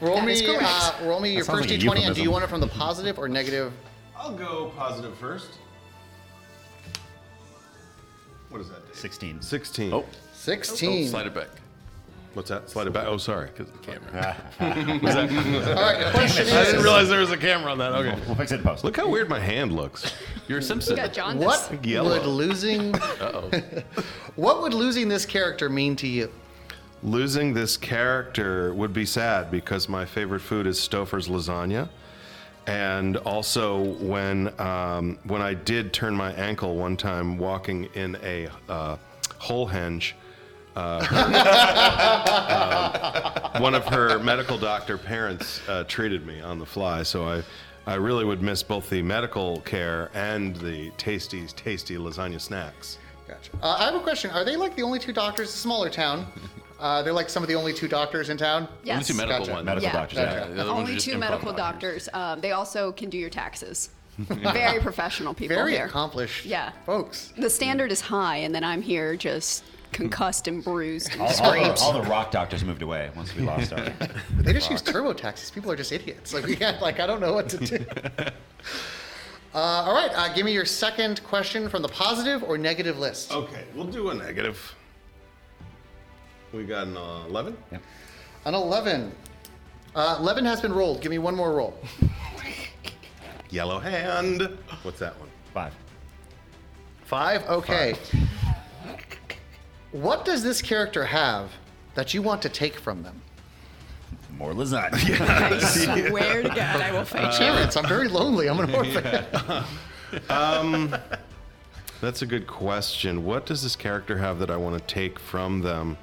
[SPEAKER 2] Roll
[SPEAKER 8] That is
[SPEAKER 2] me,
[SPEAKER 8] correct.
[SPEAKER 2] uh, roll me your
[SPEAKER 4] sounds
[SPEAKER 2] first d20, and do
[SPEAKER 4] like a
[SPEAKER 2] you
[SPEAKER 4] euphemism.
[SPEAKER 2] want it from the positive or negative?
[SPEAKER 5] I'll go positive first. What is that, Dave?
[SPEAKER 4] 16.
[SPEAKER 5] 16.
[SPEAKER 7] Oh.
[SPEAKER 2] Sixteen.
[SPEAKER 6] Slide it back.
[SPEAKER 5] What's that? Slide it back. Oh, sorry, because the camera.
[SPEAKER 2] All right. The question
[SPEAKER 5] I didn't
[SPEAKER 2] is,
[SPEAKER 5] realize there was a camera on that. Okay.
[SPEAKER 4] We'll fix it in post.
[SPEAKER 5] Look how weird my hand looks.
[SPEAKER 6] You're a Simpson.
[SPEAKER 8] Got John.
[SPEAKER 2] what
[SPEAKER 5] Yellow.
[SPEAKER 2] would losing, what would losing this character mean to you?
[SPEAKER 5] Losing this character would be sad because my favorite food is Stouffer's lasagna. And also, when um, when I did turn my ankle one time walking in a uh, hole hinge, uh, her- um, one of her medical doctor parents uh, treated me on the fly. So I, I really would miss both the medical care and the tasty, tasty lasagna snacks.
[SPEAKER 2] Gotcha. Uh, I have a question. Are they like the only two doctors? It's a smaller town. Uh, they're like some of the only two doctors in town.
[SPEAKER 8] Yes.
[SPEAKER 6] Only two medical
[SPEAKER 2] Gotcha.
[SPEAKER 6] ones.
[SPEAKER 4] Medical
[SPEAKER 8] Yeah.
[SPEAKER 4] doctors. yeah.
[SPEAKER 6] Yeah, the other ones are
[SPEAKER 8] Only
[SPEAKER 6] just
[SPEAKER 8] two
[SPEAKER 6] improv
[SPEAKER 8] medical doctors. Um, they also can do your taxes. Very professional people
[SPEAKER 2] Very
[SPEAKER 8] here.
[SPEAKER 2] accomplished.
[SPEAKER 8] Yeah.
[SPEAKER 2] Folks.
[SPEAKER 8] The standard is high, and then I'm here just concussed and bruised.
[SPEAKER 4] All, all the, all the rock doctors moved away once we lost our.
[SPEAKER 2] They just use TurboTax. These people are just idiots. Like we got, like I don't know what to do. Uh, all right. Uh, give me your second question from the positive or negative list.
[SPEAKER 5] Okay, we'll do a negative. We got an uh, 11?
[SPEAKER 4] Yep.
[SPEAKER 2] An eleven. Uh, eleven has been rolled. Give me one more roll.
[SPEAKER 5] Yellow hand. What's that one?
[SPEAKER 4] Five.
[SPEAKER 2] Five. Okay. What does this character have that you want to take from them?
[SPEAKER 4] More lasagna.
[SPEAKER 8] I swear to God, I will
[SPEAKER 2] Uh,
[SPEAKER 8] fight you.
[SPEAKER 2] Terrence, I'm very lonely. I'm an orphan.
[SPEAKER 5] That's a good question. What does this character have that I want to take from them?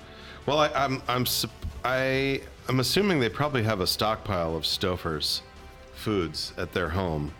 [SPEAKER 5] Well, I, I'm I'm sup- I I'm assuming they probably have a stockpile of Stouffer's foods at their home,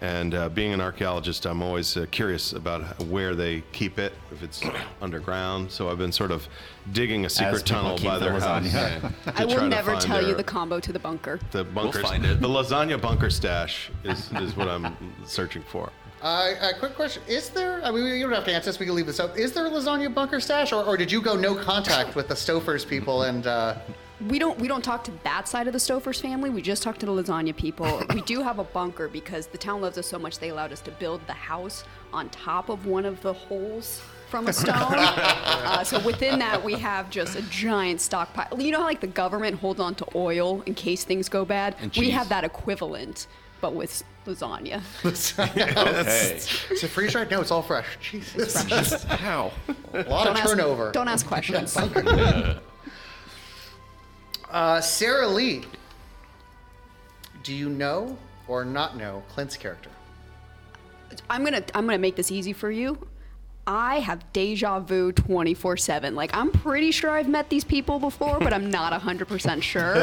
[SPEAKER 5] And uh, being an archaeologist, I'm always uh, curious about where they keep it, if it's underground. So I've been sort of digging a secret
[SPEAKER 4] people
[SPEAKER 5] tunnel
[SPEAKER 4] keep
[SPEAKER 5] by their
[SPEAKER 4] the
[SPEAKER 5] house.
[SPEAKER 4] lasagna.
[SPEAKER 5] yeah,
[SPEAKER 8] I
[SPEAKER 5] to try
[SPEAKER 8] will
[SPEAKER 5] to
[SPEAKER 8] never
[SPEAKER 5] find
[SPEAKER 8] tell you
[SPEAKER 5] their-
[SPEAKER 8] the combo to the bunker.
[SPEAKER 5] the bunker.
[SPEAKER 6] find it.
[SPEAKER 5] The lasagna bunker stash is, is what I'm searching for.
[SPEAKER 2] Uh, a quick question: Is there? I mean, you don't have to answer this. We can leave this up. Is there a lasagna bunker stash, or, or did you go no contact with the Stofers people? And uh,
[SPEAKER 8] We don't we don't talk to that side of the Stofers family. We just talk to the lasagna people. we do have a bunker because the town loves us so much they allowed us to build the house on top of one of the holes from a stone. uh, so within that we have just a giant stockpile. You know how like the government holds on to oil in case things go bad.
[SPEAKER 6] And
[SPEAKER 8] we
[SPEAKER 6] cheese.
[SPEAKER 8] have that equivalent, but with lasagna.
[SPEAKER 7] Okay.
[SPEAKER 2] is it freeze dried? No, it's all fresh. Jesus,
[SPEAKER 7] How?
[SPEAKER 2] a lot of
[SPEAKER 8] ask,
[SPEAKER 2] turnover.
[SPEAKER 8] Don't ask questions.
[SPEAKER 2] Uh, Sarah Lee, do you know or not know Clint's character?
[SPEAKER 8] I'm gonna I'm gonna make this easy for you. I have deja vu 24 7. Like, I'm pretty sure I've met these people before, but I'm not 100% sure.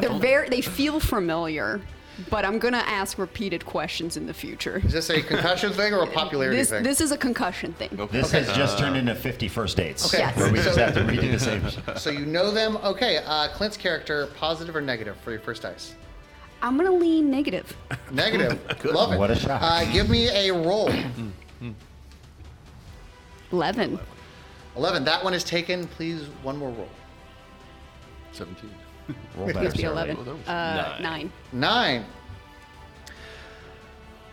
[SPEAKER 8] They're very, they feel familiar, but I'm going to ask repeated questions in the future.
[SPEAKER 2] Is this a concussion thing or a popularity
[SPEAKER 8] This,
[SPEAKER 2] thing?
[SPEAKER 8] this is a concussion thing.
[SPEAKER 4] This has just
[SPEAKER 6] Uh,
[SPEAKER 4] turned into 50 first dates.
[SPEAKER 2] Okay. Yes.
[SPEAKER 4] Where we just
[SPEAKER 2] So-
[SPEAKER 4] have to redo the same.
[SPEAKER 2] so you know them. Okay, uh, Clint's character, positive or negative for your first dice?
[SPEAKER 8] I'm going to lean negative.
[SPEAKER 2] Negative. Love it.
[SPEAKER 4] What a shock.
[SPEAKER 2] Uh, give me a roll.
[SPEAKER 8] 11.
[SPEAKER 2] 11. That one is taken. Please, one more roll.
[SPEAKER 6] 17.
[SPEAKER 4] Roll better,
[SPEAKER 8] Please be
[SPEAKER 4] Sarah.
[SPEAKER 8] 11. Uh, 9.
[SPEAKER 2] Nine.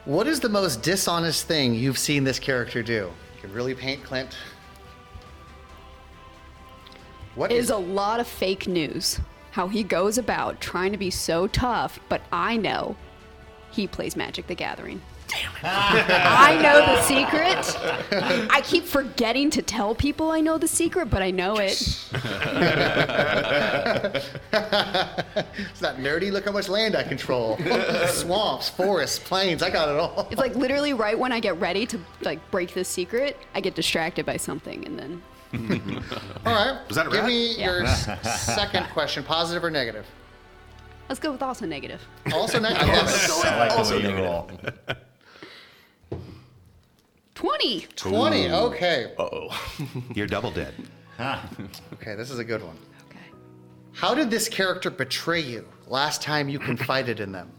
[SPEAKER 2] What is the most dishonest thing you've seen this character do? You can really paint Clint. What
[SPEAKER 8] is a lot of fake news. How he goes about trying to be so tough, but I know he plays Magic the Gathering. Damn it. I know the secret. I keep forgetting to tell people I know the secret, but I know it.
[SPEAKER 2] It's not nerdy. Look how much land I control. Swamps, forests, plains. I got it all.
[SPEAKER 8] It's like literally right when I get ready to like break this secret, I get distracted by something and then
[SPEAKER 2] All right.
[SPEAKER 5] Was that a
[SPEAKER 2] Give
[SPEAKER 5] rat?
[SPEAKER 2] me your s- second question, positive or negative?
[SPEAKER 8] let's go with also negative.
[SPEAKER 2] Also negative. I love it.
[SPEAKER 4] I like the way you roll.
[SPEAKER 8] 20.
[SPEAKER 2] 20. Okay.
[SPEAKER 5] Oh. You're double dead.
[SPEAKER 2] Okay, this is a good one.
[SPEAKER 8] Okay.
[SPEAKER 2] How did this character betray you last time you confided in them?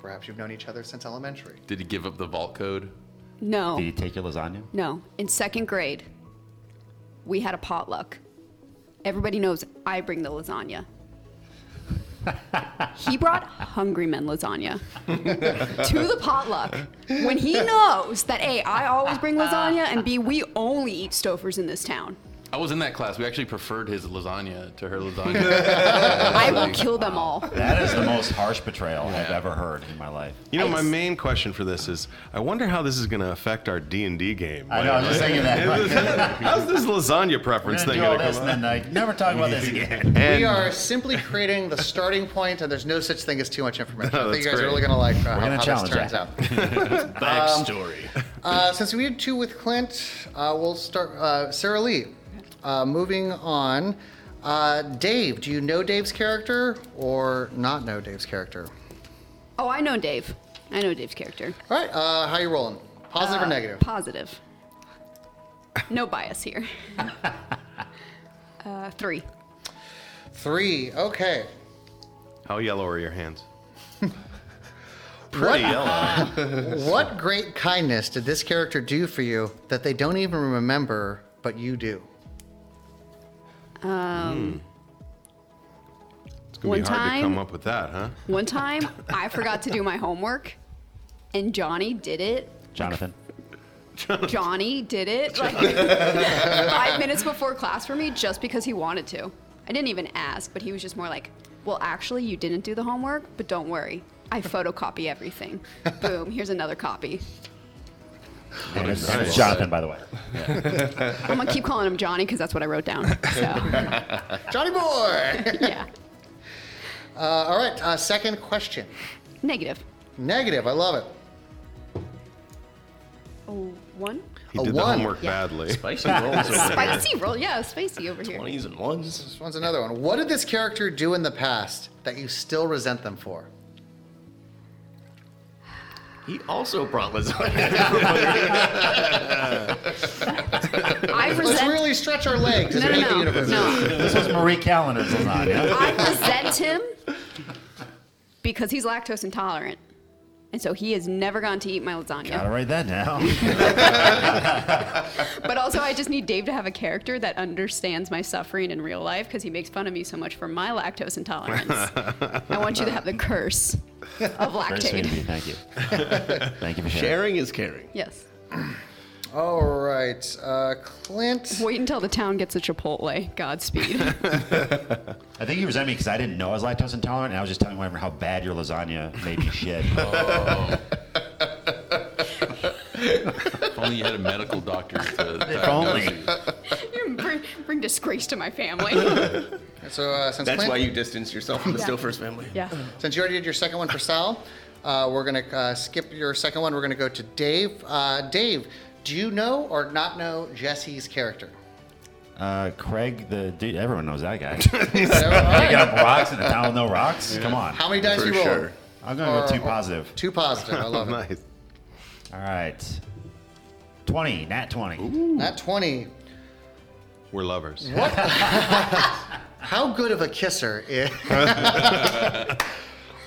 [SPEAKER 2] Perhaps you've known each other since elementary.
[SPEAKER 6] Did he give up the vault code?
[SPEAKER 8] No.
[SPEAKER 4] Did you take your lasagna?
[SPEAKER 8] No. In second grade, we had a potluck. Everybody knows I bring the lasagna. he brought Hungry Men lasagna to the potluck when he knows that A, I always bring lasagna, and B, we only eat Stofers in this town.
[SPEAKER 6] I was in that class. We actually preferred his lasagna to her lasagna.
[SPEAKER 8] I will kill them all.
[SPEAKER 4] That is the most harsh betrayal I've ever heard in my life.
[SPEAKER 5] You know,
[SPEAKER 8] I
[SPEAKER 5] my
[SPEAKER 8] s-
[SPEAKER 5] main question for this is, I wonder how this is going to affect our D and D game.
[SPEAKER 4] I know, I'm just thinking that.
[SPEAKER 5] Is this- How's this lasagna preference
[SPEAKER 4] We're
[SPEAKER 5] thing
[SPEAKER 4] gonna do all
[SPEAKER 5] going
[SPEAKER 4] this
[SPEAKER 5] to come
[SPEAKER 4] and
[SPEAKER 5] up?
[SPEAKER 4] then like never talk about this again.
[SPEAKER 2] we are simply creating the starting point, and there's no such thing as too much information. I think you
[SPEAKER 5] that's
[SPEAKER 2] guys are
[SPEAKER 5] great.
[SPEAKER 2] really going to like uh,
[SPEAKER 4] gonna
[SPEAKER 2] how, how this
[SPEAKER 4] challenge
[SPEAKER 2] turns
[SPEAKER 4] that.
[SPEAKER 2] out.
[SPEAKER 7] Backstory.
[SPEAKER 4] Um,
[SPEAKER 2] Uh, since we did two with Clint, uh, we'll start. Uh, Sarah Lee, uh, moving on. Uh, Dave, do you know Dave's character or not know Dave's character?
[SPEAKER 8] Oh, I know Dave. I know Dave's character.
[SPEAKER 2] All right, uh, how you rolling? Positive or negative?
[SPEAKER 8] Positive. No bias here. uh, three.
[SPEAKER 2] Three. Okay.
[SPEAKER 5] How yellow are your hands?
[SPEAKER 2] What,
[SPEAKER 7] yellow.
[SPEAKER 2] what great kindness did this character do for you that they don't even remember, but you do?
[SPEAKER 5] It's going
[SPEAKER 8] One
[SPEAKER 5] to be hard
[SPEAKER 8] time-
[SPEAKER 5] to come up with that, huh?
[SPEAKER 8] One time, I forgot to do my homework, and Johnny did it.
[SPEAKER 4] Jonathan.
[SPEAKER 8] Johnny did it like five minutes before class for me just because he wanted to. I didn't even ask, but he was just more like, Well, actually, you didn't do the homework, but don't worry. I photocopy everything. Boom, here's another copy.
[SPEAKER 4] And it's, and it's
[SPEAKER 6] nice.
[SPEAKER 4] Jonathan, by the way.
[SPEAKER 8] I'm gonna keep calling him Johnny because that's what I wrote down. So,
[SPEAKER 2] Johnny boy!
[SPEAKER 8] yeah.
[SPEAKER 2] Uh, all right, uh, second question.
[SPEAKER 8] Negative.
[SPEAKER 2] Negative, I love it.
[SPEAKER 8] Oh, one?
[SPEAKER 5] He
[SPEAKER 2] A
[SPEAKER 5] did the
[SPEAKER 2] one.
[SPEAKER 5] homework
[SPEAKER 8] Yeah.
[SPEAKER 5] badly.
[SPEAKER 7] Spicy rolls over here.
[SPEAKER 8] Spicy roll. Yeah, spicy over here.
[SPEAKER 7] 20s and ones.
[SPEAKER 2] This one's another one. What did this character do in the past that you still resent them for?
[SPEAKER 7] He also brought lasagna.
[SPEAKER 8] I
[SPEAKER 2] Let's
[SPEAKER 8] resent.
[SPEAKER 2] really stretch our legs and
[SPEAKER 8] no,
[SPEAKER 2] make the
[SPEAKER 8] no, no,
[SPEAKER 2] universe.
[SPEAKER 8] no.
[SPEAKER 4] This was Marie Callender's lasagna.
[SPEAKER 8] I resent him because he's lactose intolerant, and so he has never gone to eat my lasagna.
[SPEAKER 4] Gotta write that down.
[SPEAKER 8] But also, I just need Dave to have a character that understands my suffering in real life because he makes fun of me so much for my lactose intolerance. I want you to have the curse of
[SPEAKER 4] Very sweet of you.
[SPEAKER 8] lactate.
[SPEAKER 4] Thank you. Thank you for sharing.
[SPEAKER 7] Sharing is caring.
[SPEAKER 8] Yes.
[SPEAKER 2] All right, uh, Clint.
[SPEAKER 8] Wait until the town gets a Chipotle. Godspeed.
[SPEAKER 4] I think you resent me because I didn't know I was lactose intolerant, and I was just telling whatever how bad your lasagna made you shit.
[SPEAKER 6] Oh. If only you had a medical doctor to.
[SPEAKER 4] if only.
[SPEAKER 8] bring, bring disgrace to my family.
[SPEAKER 2] So uh, since
[SPEAKER 7] That's
[SPEAKER 2] Clint,
[SPEAKER 7] why you distance yourself from the
[SPEAKER 8] Yeah.
[SPEAKER 7] Still First family.
[SPEAKER 8] yeah.
[SPEAKER 2] since you already did your second one for Sal, uh, we're gonna uh, skip your second one. We're gonna go to Dave. Uh, Dave, do you know or not know Jesse's character?
[SPEAKER 4] Uh, Craig, the dude, everyone knows that guy.
[SPEAKER 2] So, all
[SPEAKER 4] Picking
[SPEAKER 2] right.
[SPEAKER 4] up rocks in a town with no rocks. Come on.
[SPEAKER 2] How many dice
[SPEAKER 7] For
[SPEAKER 2] you roll?
[SPEAKER 7] sure.
[SPEAKER 4] I'm gonna
[SPEAKER 2] Or-
[SPEAKER 4] go two
[SPEAKER 2] or-
[SPEAKER 4] positive.
[SPEAKER 2] Two positive. I love it.
[SPEAKER 5] Oh, nice.
[SPEAKER 4] All right. Twenty, nat twenty.
[SPEAKER 2] Not twenty.
[SPEAKER 5] We're lovers.
[SPEAKER 2] How good of a kisser is?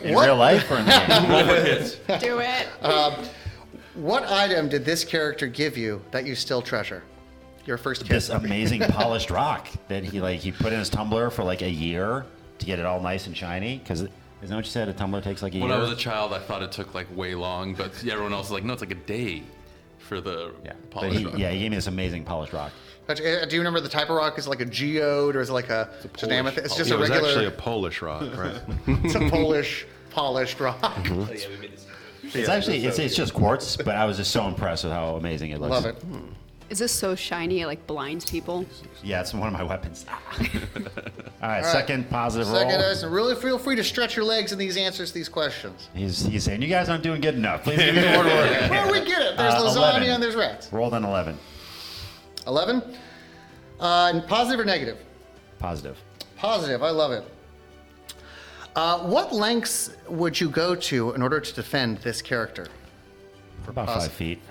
[SPEAKER 4] In real life or in the game?
[SPEAKER 6] Roll for hits.
[SPEAKER 8] Do it.
[SPEAKER 2] What item did this character give you that you still treasure? Your first kiss.
[SPEAKER 4] this amazing polished rock that he like he put in his tumbler for like a year to get it all nice and shiny. Because isn't that what you said? A tumbler takes like a
[SPEAKER 6] When
[SPEAKER 4] year.
[SPEAKER 6] I was a child, I thought it took like way long, but everyone else is like, no, it's like a day for the
[SPEAKER 4] yeah. But
[SPEAKER 6] polish.
[SPEAKER 4] he,
[SPEAKER 6] rock.
[SPEAKER 4] yeah, he gave me this amazing polished rock.
[SPEAKER 2] But, uh, Do you remember the type of rock? Is it like a geode or is it like a it's, an amethyst? It's just
[SPEAKER 5] Yeah,
[SPEAKER 2] a
[SPEAKER 5] it was
[SPEAKER 2] regular.
[SPEAKER 5] actually a Polish rock, right?
[SPEAKER 2] it's a Polish polished rock.
[SPEAKER 4] It's actually it's, it's just quartz, but I was just so impressed with how amazing it looks.
[SPEAKER 2] Love it.
[SPEAKER 8] Is this so shiny it like blinds people?
[SPEAKER 4] Yeah, it's one of my weapons. all right, second positive
[SPEAKER 2] Second,
[SPEAKER 4] roll.
[SPEAKER 2] guys, and really feel free to stretch your legs in these answers to these questions.
[SPEAKER 4] He's, he's saying you guys aren't doing good enough. Please give me more to work. with."
[SPEAKER 2] Where we get it? There's
[SPEAKER 4] Uh,
[SPEAKER 2] lasagna
[SPEAKER 4] 11.
[SPEAKER 2] and there's rats.
[SPEAKER 4] Rolled an eleven.
[SPEAKER 2] Eleven. Uh, and positive or negative?
[SPEAKER 4] Positive.
[SPEAKER 2] Positive. I love it. Uh, what lengths would you go to in order to defend this character?
[SPEAKER 4] About five feet.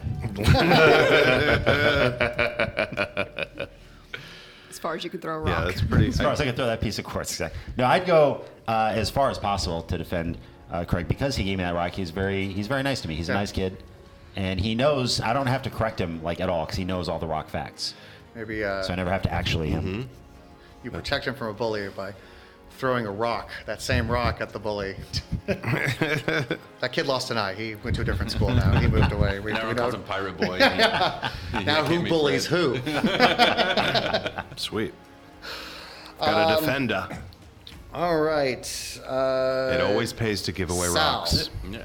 [SPEAKER 8] As far as you can throw a rock.
[SPEAKER 5] yeah, that's pretty.
[SPEAKER 4] As far as I can throw that piece of quartz. exact- No, I'd go uh, as far as possible to defend uh, Craig because he gave me that rock. He's very he's very nice to me. He's a nice kid, and he knows I don't have to correct him like at all because he knows all the rock facts.
[SPEAKER 2] Maybe uh,
[SPEAKER 4] So I never have to actually
[SPEAKER 2] Mm-hmm.
[SPEAKER 4] him.
[SPEAKER 2] you protect him from a bully by throwing a rock, that same rock, at the bully. that kid lost an eye. He went to a different school now. He moved away. We,
[SPEAKER 6] Now
[SPEAKER 2] we don't-
[SPEAKER 6] everyone calls him Pirate Boy. Now
[SPEAKER 2] now who bullies who?
[SPEAKER 5] Sweet. Got
[SPEAKER 2] Um,
[SPEAKER 5] a defender.
[SPEAKER 2] All right. Uh,
[SPEAKER 5] It always pays to give away
[SPEAKER 2] Sal.
[SPEAKER 5] rocks.
[SPEAKER 6] Yeah.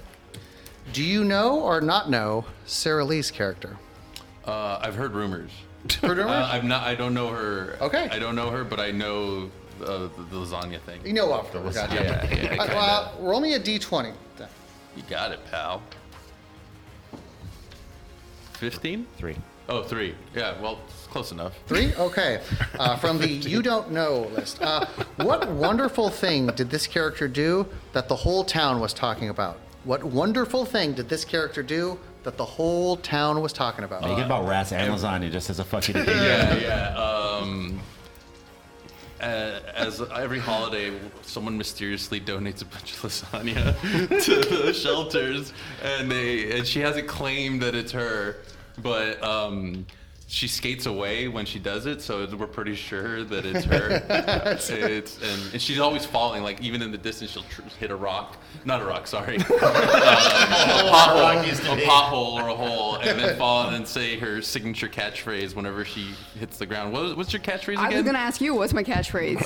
[SPEAKER 2] Do you know or not know Sarah Lee's character?
[SPEAKER 6] Uh, I've heard rumors.
[SPEAKER 2] Heard rumors?
[SPEAKER 6] Uh, I've not. I don't know her.
[SPEAKER 2] Okay.
[SPEAKER 6] I don't know her, but I know uh, the, the lasagna thing.
[SPEAKER 2] you know of her. Gotcha.
[SPEAKER 6] Yeah, yeah, I
[SPEAKER 2] Uh,
[SPEAKER 6] kinda-
[SPEAKER 2] well, roll me a d20. then.
[SPEAKER 6] you got it, pal. Fifteen?
[SPEAKER 4] Three.
[SPEAKER 6] Oh, three. Yeah. Well, it's close enough.
[SPEAKER 2] Three? Okay. Uh, from the you don't know list. Uh, what wonderful thing did this character do that the whole town was talking about? What wonderful thing did this character do that the whole town was talking about?
[SPEAKER 4] Thinking about rats and lasagna just as a fuck you to think.
[SPEAKER 6] Yeah, yeah. Um, uh, as every holiday, someone mysteriously donates a bunch of lasagna to the shelters, and they and she hasn't claimed that it's her, but um, she skates away when she does it, so we're pretty sure that it's her. it's and, and she's always falling, like even in the distance, she'll tr- hit a rock, not a rock, sorry, Um, a pothole, a pothole or a hole, and then fall and then say her signature catchphrase whenever she hits the ground. What, what's your catchphrase
[SPEAKER 8] I
[SPEAKER 6] again?
[SPEAKER 8] was gonna ask you, what's my catchphrase?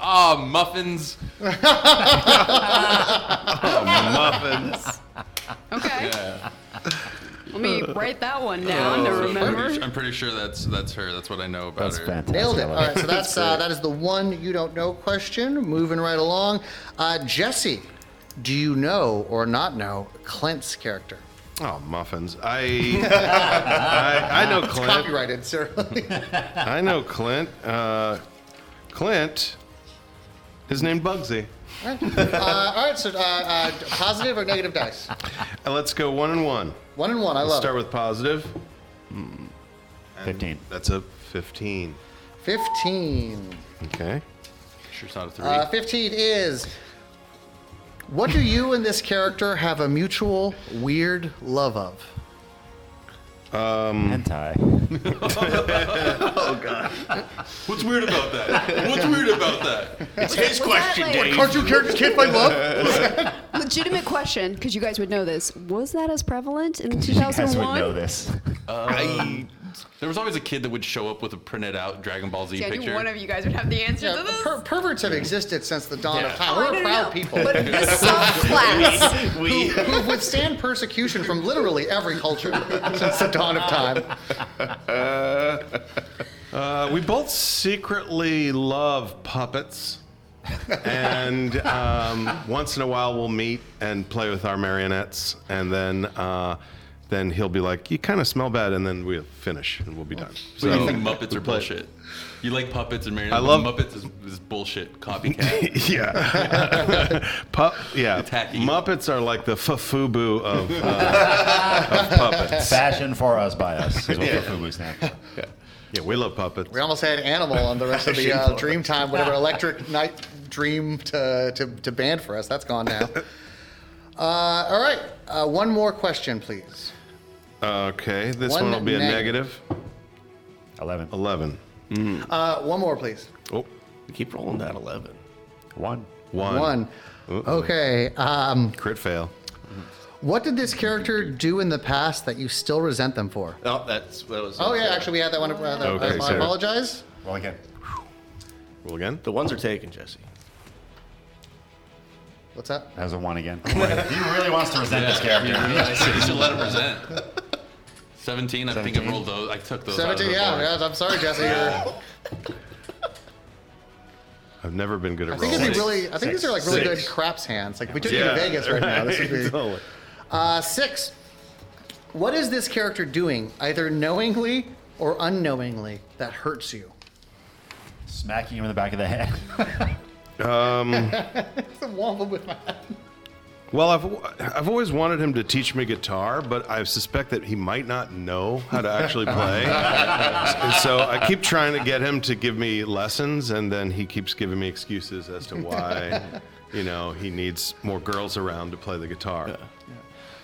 [SPEAKER 6] Ah, muffins.
[SPEAKER 5] Muffins.
[SPEAKER 8] okay.
[SPEAKER 6] Yeah. Oh,
[SPEAKER 8] Let me write that one down to
[SPEAKER 6] So I'm pretty
[SPEAKER 8] remember.
[SPEAKER 6] su- I'm pretty sure that's that's her. That's what I know about
[SPEAKER 4] That's
[SPEAKER 6] her.
[SPEAKER 4] fantastic.
[SPEAKER 2] Nailed it.
[SPEAKER 4] I
[SPEAKER 2] All
[SPEAKER 4] love
[SPEAKER 2] right, so that's uh, that is the one you don't know question. Moving right along, uh, Jesse, do you know or not know Clint's character?
[SPEAKER 5] Oh, muffins. I, I, I know Clint.
[SPEAKER 2] Copyrighted, sir.
[SPEAKER 5] I know Clint. Uh, Clint Uh, is named Bugsy.
[SPEAKER 2] Uh, all right, so uh, uh, positive or negative dice?
[SPEAKER 5] Uh, let's go one and one.
[SPEAKER 2] One and one. I
[SPEAKER 5] Let's
[SPEAKER 2] love
[SPEAKER 5] start
[SPEAKER 2] it.
[SPEAKER 5] with positive. Hmm. And
[SPEAKER 4] 15.
[SPEAKER 5] That's a 15.
[SPEAKER 2] 15.
[SPEAKER 5] Okay.
[SPEAKER 6] Sure, it's not a three.
[SPEAKER 2] Uh, 15 is. What do you and this character have a mutual weird love of? Mm-hmm.
[SPEAKER 4] Hentai.
[SPEAKER 6] What's weird about that? What's weird about that?
[SPEAKER 7] It's
[SPEAKER 8] Was that
[SPEAKER 7] his question,
[SPEAKER 8] like-
[SPEAKER 7] Dave.
[SPEAKER 2] Cartoon characters can't find love?
[SPEAKER 8] Legitimate question, because you guys would know this. Was that as prevalent in
[SPEAKER 4] You guys would
[SPEAKER 8] 2001?
[SPEAKER 4] know this.
[SPEAKER 7] I-
[SPEAKER 6] There was always a kid that would show up with a printed out Dragon Ball Z
[SPEAKER 8] Yeah, I knew
[SPEAKER 6] picture.
[SPEAKER 8] one of you guys would have the answer
[SPEAKER 2] Yeah,
[SPEAKER 8] to this.
[SPEAKER 2] per- perverts have existed since the dawn of time.
[SPEAKER 8] Oh,
[SPEAKER 2] We're
[SPEAKER 8] no, no,
[SPEAKER 2] proud
[SPEAKER 8] no.
[SPEAKER 2] people.
[SPEAKER 8] But this subclass.
[SPEAKER 7] we
[SPEAKER 2] who withstand persecution from literally every culture since the dawn of time.
[SPEAKER 5] Uh, we both secretly love puppets. and um, once in a while we'll meet and play with our marionettes and then uh, then he'll be like you kind of smell bad and then we'll finish and we'll be done
[SPEAKER 6] So you
[SPEAKER 5] So-
[SPEAKER 6] think Muppets are bullshit? You like puppets and marionettes.
[SPEAKER 5] I love-
[SPEAKER 6] but Muppets. Is, is bullshit copycat.
[SPEAKER 5] yeah Pup, yeah
[SPEAKER 6] Tacky.
[SPEAKER 5] muppets are like the fafubu of, uh, of puppets
[SPEAKER 4] Fashion for us by us is what Fubu stands for.
[SPEAKER 5] yeah we love puppets
[SPEAKER 2] We almost had Animal on the rest of the uh, Dream Time, whatever electric night dream to, to, to band for us. That's gone now. Uh, all right, uh, one more question, please.
[SPEAKER 5] okay this
[SPEAKER 2] One
[SPEAKER 5] one will be a
[SPEAKER 2] negative.
[SPEAKER 4] 11.
[SPEAKER 5] negative 11
[SPEAKER 2] Uh, one more, please.
[SPEAKER 5] oh
[SPEAKER 7] we keep rolling that 11.
[SPEAKER 4] 1.
[SPEAKER 5] one
[SPEAKER 2] One. Okay. Um,
[SPEAKER 5] crit fail
[SPEAKER 2] what did this character do in the past that you still resent them for?
[SPEAKER 7] Oh, that's that was.
[SPEAKER 2] Oh yeah, actually we had that one. Uh, that-
[SPEAKER 5] Okay,
[SPEAKER 2] I
[SPEAKER 5] so-
[SPEAKER 2] apologize.
[SPEAKER 4] Roll again.
[SPEAKER 5] roll again
[SPEAKER 7] The ones are taken, Jesse.
[SPEAKER 2] What's that?
[SPEAKER 4] That was a 1 again. he really wants to resent this character.
[SPEAKER 6] you should let him present. Seventeen. I think I rolled those. I took those. out of
[SPEAKER 2] Seventeen.
[SPEAKER 6] the
[SPEAKER 2] Yeah,
[SPEAKER 6] board.
[SPEAKER 2] yeah. I'm sorry, Jesse. You're,
[SPEAKER 5] i've never been good at
[SPEAKER 2] I think these
[SPEAKER 5] rolling
[SPEAKER 2] are really. I think these are like really
[SPEAKER 7] Six.
[SPEAKER 2] good craps hands. Like we took you to Vegas right now. This would be,
[SPEAKER 5] totally.
[SPEAKER 2] uh, six. What is this character doing, either knowingly or unknowingly, that hurts you?
[SPEAKER 4] Smacking him in the back of the head.
[SPEAKER 2] The wobble with my.
[SPEAKER 5] Well, I've I've always wanted him to teach me guitar, but I suspect that he might not know how to actually play. And so I keep trying to get him to give me lessons, and then he keeps giving me excuses as to why, you know, he needs more girls around to play the guitar.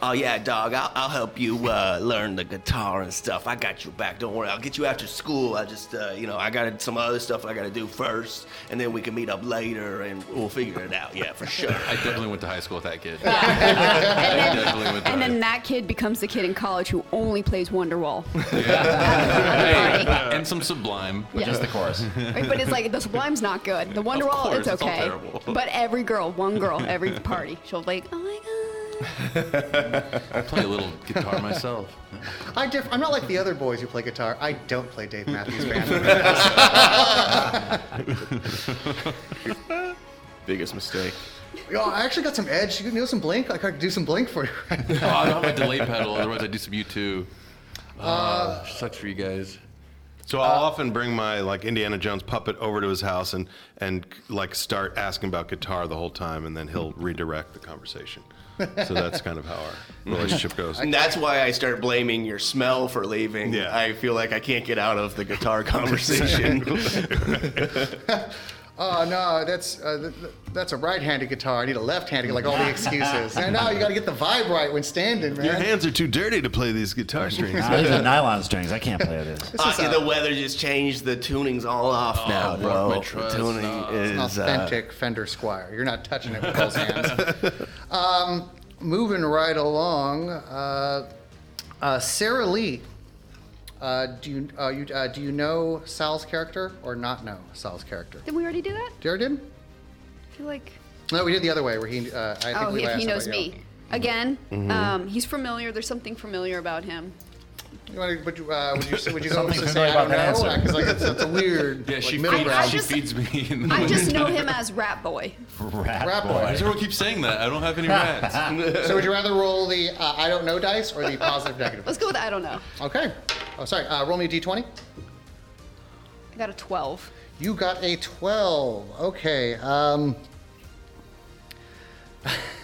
[SPEAKER 9] Oh yeah, dog. I'll, I'll help you uh, learn the guitar and stuff. I got your back. Don't worry. I'll get you after school. I just, uh, you know, I got some other stuff I got to do first, and then we can meet up later and we'll figure it out. Yeah, for sure.
[SPEAKER 6] I definitely went to high school with that kid.
[SPEAKER 8] and,
[SPEAKER 6] Definitely
[SPEAKER 8] then,
[SPEAKER 6] with that.
[SPEAKER 8] and then that kid becomes the kid in college who only plays Wonderwall.
[SPEAKER 6] Hey, and some Sublime.
[SPEAKER 8] Yeah.
[SPEAKER 4] Just the chorus.
[SPEAKER 8] Right, but it's like the Sublime's not good. The Wonderwall,
[SPEAKER 6] course,
[SPEAKER 8] it's
[SPEAKER 6] it's all
[SPEAKER 8] okay.
[SPEAKER 6] terrible.
[SPEAKER 8] but every girl, one girl, every party, she'll be like, oh my god.
[SPEAKER 6] I play a little guitar myself.
[SPEAKER 2] I diff- I'm not like the other boys who play guitar. I don't play Dave Matthews Band.
[SPEAKER 7] Biggest mistake.
[SPEAKER 2] Yo, I actually got some edge. You know some blink? I could do some blink for you. Right
[SPEAKER 6] Oh, I don't have my delay pedal. Otherwise, I do some U2. Uh, sucks for you guys.
[SPEAKER 5] So I'll often bring my like Indiana Jones puppet over to his house and and like start asking about guitar the whole time, and then he'll redirect the conversation. So that's kind of how our relationship goes.
[SPEAKER 7] And that's why I start blaming your smell for leaving.
[SPEAKER 5] Yeah.
[SPEAKER 7] I feel like I can't get out of the guitar conversation.
[SPEAKER 2] Oh no, that's uh, th- th- that's a right-handed guitar. I need a left-handed. Like all the excuses. And now you got to get the vibe right when standing, man.
[SPEAKER 5] Your hands are too dirty to play these guitar strings.
[SPEAKER 4] Nah, these are nylon strings. I can't play this.
[SPEAKER 7] Uh, the weather just changed. The tuning's all off now,
[SPEAKER 6] broke my
[SPEAKER 7] bro. The
[SPEAKER 6] trust.
[SPEAKER 7] tuning
[SPEAKER 6] Uh,
[SPEAKER 7] is uh,
[SPEAKER 2] authentic Fender Squire. You're not touching it with those hands. Um, moving right along, uh, uh, Sarah Lee. Uh, do you, uh, you uh, do you know Sal's character or not know Sal's character?
[SPEAKER 8] Did we already do that?
[SPEAKER 2] Jared did.
[SPEAKER 8] I feel like.
[SPEAKER 2] No, we did the other way. Where he, uh, I think
[SPEAKER 8] Oh,
[SPEAKER 2] we
[SPEAKER 8] he,
[SPEAKER 2] last
[SPEAKER 8] he
[SPEAKER 2] about
[SPEAKER 8] knows
[SPEAKER 2] you.
[SPEAKER 8] me. Again, um, he's familiar. There's something familiar about him.
[SPEAKER 2] You wanna, would you, uh, would you, would you go
[SPEAKER 4] Something
[SPEAKER 2] to say
[SPEAKER 4] familiar
[SPEAKER 2] I don't
[SPEAKER 4] about that
[SPEAKER 2] know?
[SPEAKER 4] answer.
[SPEAKER 2] Because like that's, that's a weird.
[SPEAKER 6] Yeah,
[SPEAKER 2] like,
[SPEAKER 6] she,
[SPEAKER 2] middle
[SPEAKER 6] feeds,
[SPEAKER 2] ground.
[SPEAKER 6] she
[SPEAKER 8] just-
[SPEAKER 6] feeds me. In the
[SPEAKER 8] I just
[SPEAKER 6] winter.
[SPEAKER 8] know him as Rat Boy.
[SPEAKER 4] Rat,
[SPEAKER 2] Rat boy.
[SPEAKER 4] boy.
[SPEAKER 6] Everyone keeps saying that. I don't have any rats.
[SPEAKER 2] So would you rather roll the uh, I don't know dice or the positive negative?
[SPEAKER 8] Let's go with I don't know.
[SPEAKER 2] Okay. Oh, sorry. Uh, roll me a d20.
[SPEAKER 8] I got a 12.
[SPEAKER 2] You got a 12. Okay. Um,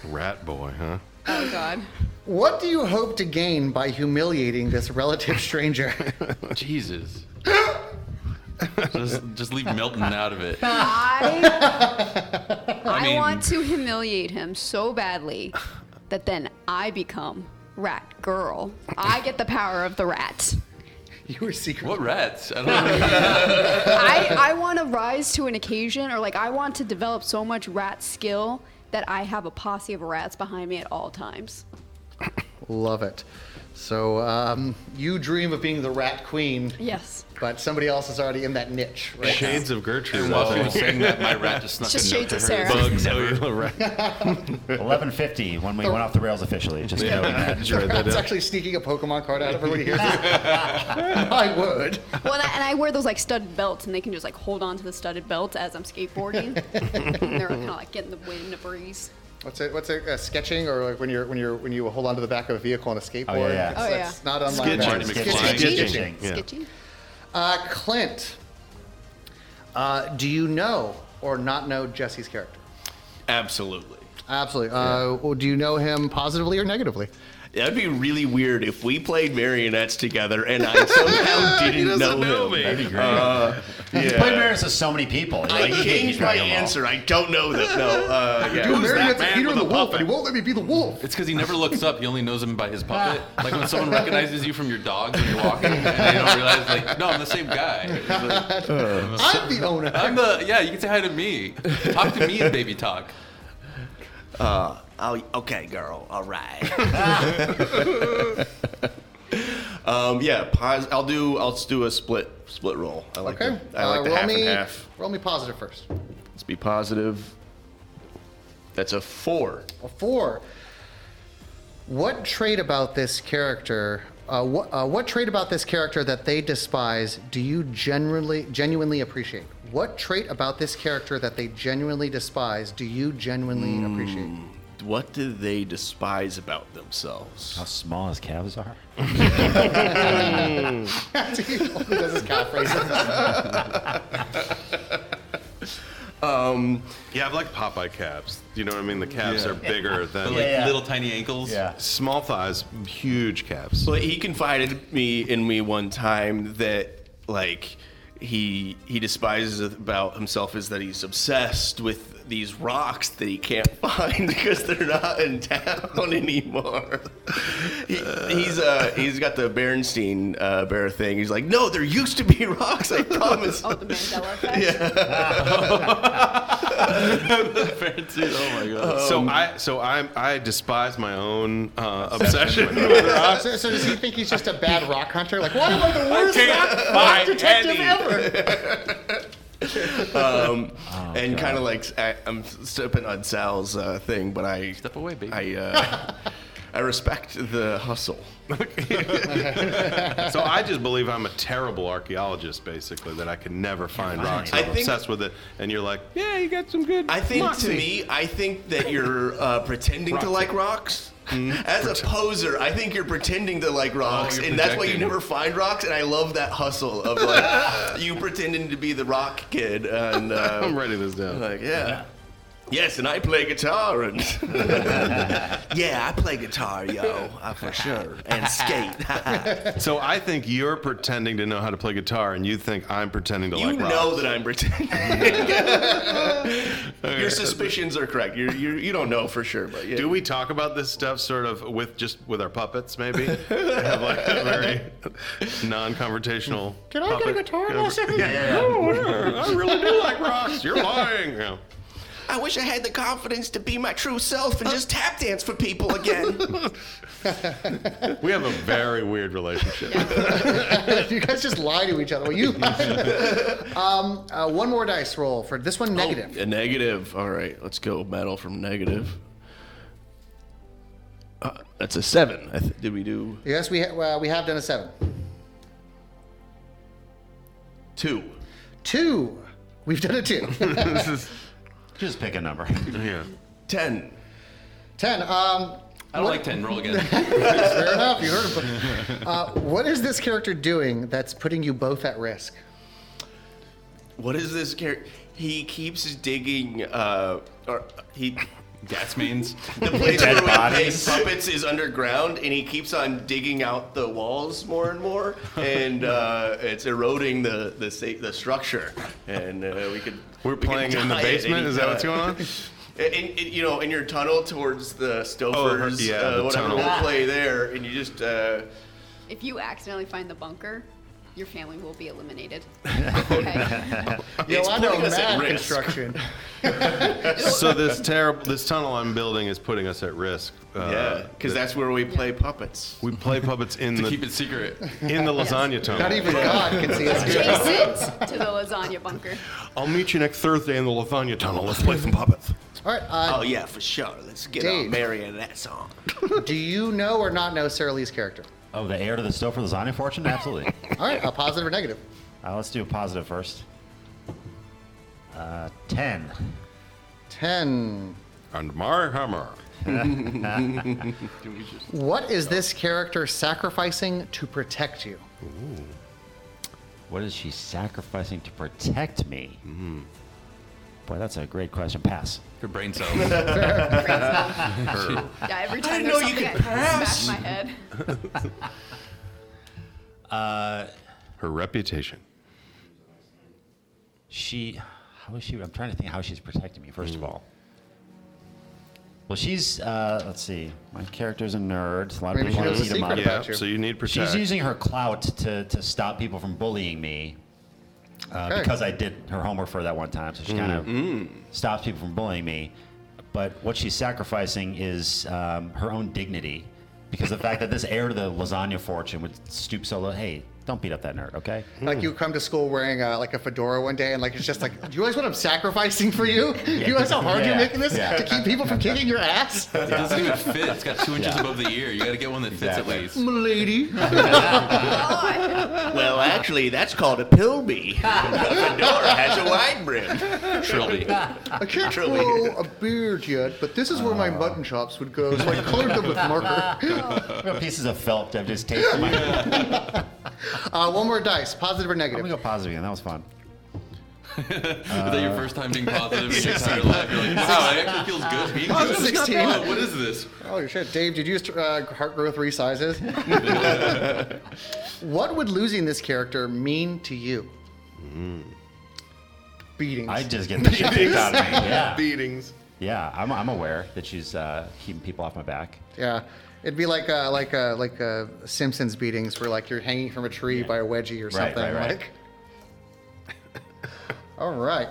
[SPEAKER 5] Rat boy, huh?
[SPEAKER 8] Oh God.
[SPEAKER 2] What do you hope to gain by humiliating this relative stranger?
[SPEAKER 6] Jesus. just, just leave Milton out of it.
[SPEAKER 8] I I
[SPEAKER 6] mean-
[SPEAKER 8] want to humiliate him so badly that then I become rat girl. I get the power of the rat.
[SPEAKER 2] you were secret.
[SPEAKER 6] What rats? I don't know.
[SPEAKER 8] I, I want to rise to an occasion or like I want to develop so much rat skill that I have a posse of rats behind me at all times.
[SPEAKER 2] Love it. So um, you dream of being the rat queen,
[SPEAKER 8] Yes.
[SPEAKER 2] but somebody else is already in that niche, right?
[SPEAKER 5] Shades of Gertrude.
[SPEAKER 6] And while she was saying that, my rat just snuck
[SPEAKER 8] Just
[SPEAKER 6] a note
[SPEAKER 8] shades
[SPEAKER 6] to
[SPEAKER 8] of
[SPEAKER 6] her.
[SPEAKER 8] Sarah.
[SPEAKER 6] Bugs.
[SPEAKER 5] That's
[SPEAKER 4] 1150 when we went off the rails officially. Just noting that.
[SPEAKER 2] Rat's actually sneaking a Pokemon card out of everybody here. I would.
[SPEAKER 8] Well, and I, and I wear those like studded belts, and they can just like hold on to the studded belts as I'm skateboarding. and they're kind of like getting the wind, a breeze.
[SPEAKER 2] What's it? What's it? Uh, sketching or like when you're when you're when you hold onto the back of a vehicle on a skateboard?
[SPEAKER 4] yeah.
[SPEAKER 2] It's,
[SPEAKER 8] Oh, yeah.
[SPEAKER 2] it's not unlike
[SPEAKER 5] Sketching.
[SPEAKER 2] that.
[SPEAKER 6] Sketching.
[SPEAKER 2] Sketching.
[SPEAKER 4] Sketching.
[SPEAKER 5] Yeah.
[SPEAKER 8] Sketchy.
[SPEAKER 2] Uh, Clint, uh, do you know or not know Jesse's character?
[SPEAKER 7] Absolutely.
[SPEAKER 2] Absolutely. Uh, well, do you know him positively or negatively?
[SPEAKER 7] That'd be really weird if we played marionettes together and I somehow didn't know, him.
[SPEAKER 5] me.
[SPEAKER 7] Uh,
[SPEAKER 4] He's
[SPEAKER 7] yeah.
[SPEAKER 4] played Maris to so many people.
[SPEAKER 7] I
[SPEAKER 4] Like, you think he's
[SPEAKER 7] changed my
[SPEAKER 4] knowing them all.
[SPEAKER 7] answer. I don't know them. No. Uh, yeah.
[SPEAKER 2] Dude,
[SPEAKER 7] Who's that
[SPEAKER 2] Marionette's
[SPEAKER 7] man
[SPEAKER 2] Peter
[SPEAKER 7] with
[SPEAKER 2] the
[SPEAKER 7] a
[SPEAKER 2] Wolf,
[SPEAKER 7] puppet?
[SPEAKER 2] and he won't let me be the wolf.
[SPEAKER 6] It's because he never looks up. He only knows him by his puppet. Like when someone recognizes you from your dogs when you're walking, and they don't realize, like, no, I'm the same guy. It's like,
[SPEAKER 2] I'm the owner.
[SPEAKER 6] I'm the yeah. You can say hi to me. Talk to me in baby talk.
[SPEAKER 9] Oh, okay, girl. All right.
[SPEAKER 7] Um, yeah. Pos- I'll do. I'll s- do a split split roll. I like.
[SPEAKER 2] okay. Uh,
[SPEAKER 7] The, I like the
[SPEAKER 2] roll
[SPEAKER 7] half
[SPEAKER 2] me,
[SPEAKER 7] and half.
[SPEAKER 2] Roll me positive first.
[SPEAKER 7] Let's be positive. That's a four.
[SPEAKER 2] A four. What trait about this character? Uh, what, uh, what trait about this character that they despise do you generally genuinely appreciate? What trait about this character that they genuinely despise do you genuinely
[SPEAKER 7] Hmm.
[SPEAKER 2] appreciate?
[SPEAKER 7] What do they despise about themselves?
[SPEAKER 4] How small his calves are.
[SPEAKER 2] That's evil. This is cow phrase.
[SPEAKER 5] Yeah, I've like Popeye calves. You know what I mean? The calves
[SPEAKER 6] Yeah.
[SPEAKER 5] are bigger
[SPEAKER 6] But
[SPEAKER 5] than
[SPEAKER 6] like
[SPEAKER 4] yeah.
[SPEAKER 6] little tiny ankles.
[SPEAKER 5] small thighs, huge calves.
[SPEAKER 7] But he confided me in me one time that like he he despises about himself is that he's obsessed with these rocks that he can't find because they're not in town anymore. He, he's uh he's got the Bernstein uh, bear thing. He's like, no, there used to be rocks. I promise.
[SPEAKER 8] Oh, the Mandela effect.
[SPEAKER 6] Dude, oh my god.
[SPEAKER 5] so I so I'm I despise my own uh, obsession with rocks.
[SPEAKER 2] Um, so, so does he think he's just a bad rock hunter? Like, why am I the worst
[SPEAKER 5] can't
[SPEAKER 2] rock,
[SPEAKER 5] find
[SPEAKER 2] rock detective
[SPEAKER 5] any.
[SPEAKER 2] ever?
[SPEAKER 7] and kind of like I, I'm stepping on Sal's uh, thing, but I
[SPEAKER 6] Step away, baby.
[SPEAKER 7] I uh, I respect the hustle.
[SPEAKER 5] So I just believe I'm a terrible archaeologist, basically, that I can never find rocks.
[SPEAKER 7] I
[SPEAKER 5] I'm
[SPEAKER 7] think-
[SPEAKER 5] obsessed with it, and you're like, yeah, you got some good.
[SPEAKER 7] I think
[SPEAKER 5] moxie."
[SPEAKER 7] to me, I think that you're uh, pretending to
[SPEAKER 5] Roxy. Hmm?
[SPEAKER 7] like rocks. As a poser, I think you're pretending to
[SPEAKER 5] Oh,
[SPEAKER 7] like rocks,
[SPEAKER 6] you're
[SPEAKER 7] and that's why you
[SPEAKER 6] projecting.
[SPEAKER 7] never find rocks. And I love that hustle of like you pretending to be the rock kid. And uh,
[SPEAKER 5] I'm writing this down.
[SPEAKER 7] Like yeah. Yes, and I play guitar and
[SPEAKER 9] yeah, I play guitar, yo, uh, for sure, and skate.
[SPEAKER 5] So I think you're pretending to know how to play guitar, and you think I'm pretending to
[SPEAKER 7] you
[SPEAKER 5] like rocks.
[SPEAKER 7] know that I'm pretending. Your suspicions are correct. You're, you're, you don't know for sure, but yeah.
[SPEAKER 5] Do we talk about this stuff sort of with just with our puppets, maybe? Have like a very non-confrontational. Can I get a guitar lesson? Yeah, No, I really do like rocks. You're lying. Yeah.
[SPEAKER 9] I wish I had the confidence to be my true self and just tap dance for people again.
[SPEAKER 5] We have a very weird relationship.
[SPEAKER 2] you guys just lie to each other. Well, you. lie. um, uh, one more dice roll for this one negative.
[SPEAKER 7] A Oh, negative. All right, let's go metal from negative. Uh, that's a seven. I th- did we do
[SPEAKER 2] Yes, we ha- uh, we have done a seven.
[SPEAKER 7] two?
[SPEAKER 2] Two. We've done a two.
[SPEAKER 4] Just pick a number.
[SPEAKER 5] yeah.
[SPEAKER 7] Ten.
[SPEAKER 2] Ten. Um,
[SPEAKER 6] I don't like ten. Roll again.
[SPEAKER 2] fair enough. You heard him. Uh, what is this character doing that's putting you both at risk?
[SPEAKER 7] What is this character? He keeps digging. Uh, or he
[SPEAKER 6] Gas mains.
[SPEAKER 7] The place
[SPEAKER 4] Dead
[SPEAKER 7] where we play
[SPEAKER 4] bodies.
[SPEAKER 7] puppets is underground, and he keeps on digging out the walls more and more, and uh, it's eroding the the, sa- the structure. And uh, we could
[SPEAKER 5] We're
[SPEAKER 7] we could
[SPEAKER 5] playing in the
[SPEAKER 7] die at
[SPEAKER 5] basement?
[SPEAKER 7] any
[SPEAKER 5] Is that what's
[SPEAKER 7] time.
[SPEAKER 5] going on?
[SPEAKER 7] In, in, you know, in your tunnel towards the
[SPEAKER 5] Oh,
[SPEAKER 7] Stofers,
[SPEAKER 5] yeah,
[SPEAKER 7] uh,
[SPEAKER 5] the
[SPEAKER 7] whatever.
[SPEAKER 5] tunnel.
[SPEAKER 7] We'll play there, and you just uh,
[SPEAKER 8] If you accidentally find the bunker, your family will be eliminated. Okay.
[SPEAKER 2] Yo,
[SPEAKER 7] It's
[SPEAKER 2] I know
[SPEAKER 7] putting us at
[SPEAKER 2] mad
[SPEAKER 7] risk.
[SPEAKER 2] construction.
[SPEAKER 5] so this terrible, this tunnel I'm building is putting us at risk. Uh,
[SPEAKER 7] yeah, because that's where we play puppets.
[SPEAKER 5] we play puppets in
[SPEAKER 6] to
[SPEAKER 5] the
[SPEAKER 6] keep it secret.
[SPEAKER 5] in the lasagna tunnel.
[SPEAKER 2] Not even God can see us. do it.
[SPEAKER 8] Adjacent to the lasagna bunker.
[SPEAKER 5] I'll meet you next Thursday in the lasagna tunnel. Let's play some puppets.
[SPEAKER 2] All right, uh,
[SPEAKER 9] Oh yeah, for sure. Let's get
[SPEAKER 2] Dave.
[SPEAKER 9] on marrying that song.
[SPEAKER 2] do you know or not know Sarah Lee's character?
[SPEAKER 4] Oh, the heir to the Stouffer lasagna fortune? Absolutely.
[SPEAKER 2] All right, a positive or negative?
[SPEAKER 4] uh, let's do a positive first. Uh, 10.
[SPEAKER 2] 10.
[SPEAKER 5] And my hammer.
[SPEAKER 2] What is this character sacrificing to protect you?
[SPEAKER 4] What is she sacrificing to protect me?
[SPEAKER 7] Mm-hmm.
[SPEAKER 4] Boy, that's a great question. Pass.
[SPEAKER 6] Your brain cells.
[SPEAKER 8] Yeah, every time there's something I smash my head.
[SPEAKER 5] Her reputation.
[SPEAKER 4] She, how is she? I'm trying to think how she's protecting me.
[SPEAKER 2] Hmm.
[SPEAKER 4] First of all, well, she's uh, let's see. My character's a nerd. A lot of
[SPEAKER 2] Maybe
[SPEAKER 4] people
[SPEAKER 2] she
[SPEAKER 4] want to
[SPEAKER 2] knows
[SPEAKER 4] eat
[SPEAKER 2] a
[SPEAKER 4] him
[SPEAKER 2] secret
[SPEAKER 4] up.
[SPEAKER 5] Yeah.
[SPEAKER 2] about you.
[SPEAKER 5] So you need protect.
[SPEAKER 4] She's using her clout to, to stop people from bullying me uh,
[SPEAKER 2] Okay. Hmm,
[SPEAKER 4] because I did her homework for that one time. So she kind of stops people from bullying me. But what she's sacrificing is um, her own dignity because the fact that this heir to the lasagna fortune would stoop so low. Hey, don't beat up that nerd, okay?
[SPEAKER 2] Like you come to school wearing uh, like a fedora one day, and like it's just like, do you realize what I'm sacrificing for you? Do you realize how hard you're
[SPEAKER 4] Yeah.
[SPEAKER 2] making this
[SPEAKER 4] Yeah.
[SPEAKER 2] to keep people from kicking your ass,
[SPEAKER 6] it doesn't even fit. It's got two inches above the ear. You got to get one that fits
[SPEAKER 4] Exactly.
[SPEAKER 6] at least.
[SPEAKER 2] lady?
[SPEAKER 3] Oh,
[SPEAKER 7] Well, actually, that's called a pilby. the door has a wide brim.
[SPEAKER 6] Trilby.
[SPEAKER 2] I can't
[SPEAKER 7] Truly.
[SPEAKER 2] grow a beard yet, but this is where
[SPEAKER 4] Oh.
[SPEAKER 2] my mutton chops would go, so I colored them with marker.
[SPEAKER 4] I've got pieces of felt I've just taped to my. I'm
[SPEAKER 2] Uh, one more dice, positive or
[SPEAKER 4] gonna
[SPEAKER 2] negative?
[SPEAKER 4] go positive again. That was fun.
[SPEAKER 6] Is that your first time being positive in your entire life? You're like, wow, it actually feels good being good.
[SPEAKER 2] Positive 16.
[SPEAKER 6] Wow, what is this?
[SPEAKER 2] Oh shit, Dave, did you just uh, heart grow three sizes? what would losing this character mean to you? Beatings.
[SPEAKER 4] Hmm. I just get the shit kicked out of me. Yeah,
[SPEAKER 5] Beatings.
[SPEAKER 4] yeah. I'm, I'm aware that she's uh, keeping people off my back.
[SPEAKER 2] Yeah, it'd be like uh, like uh, like uh, Simpsons beatings, where like you're hanging from a tree by a wedgie or
[SPEAKER 4] Right,
[SPEAKER 2] something.
[SPEAKER 4] right, right.
[SPEAKER 2] Like, all right.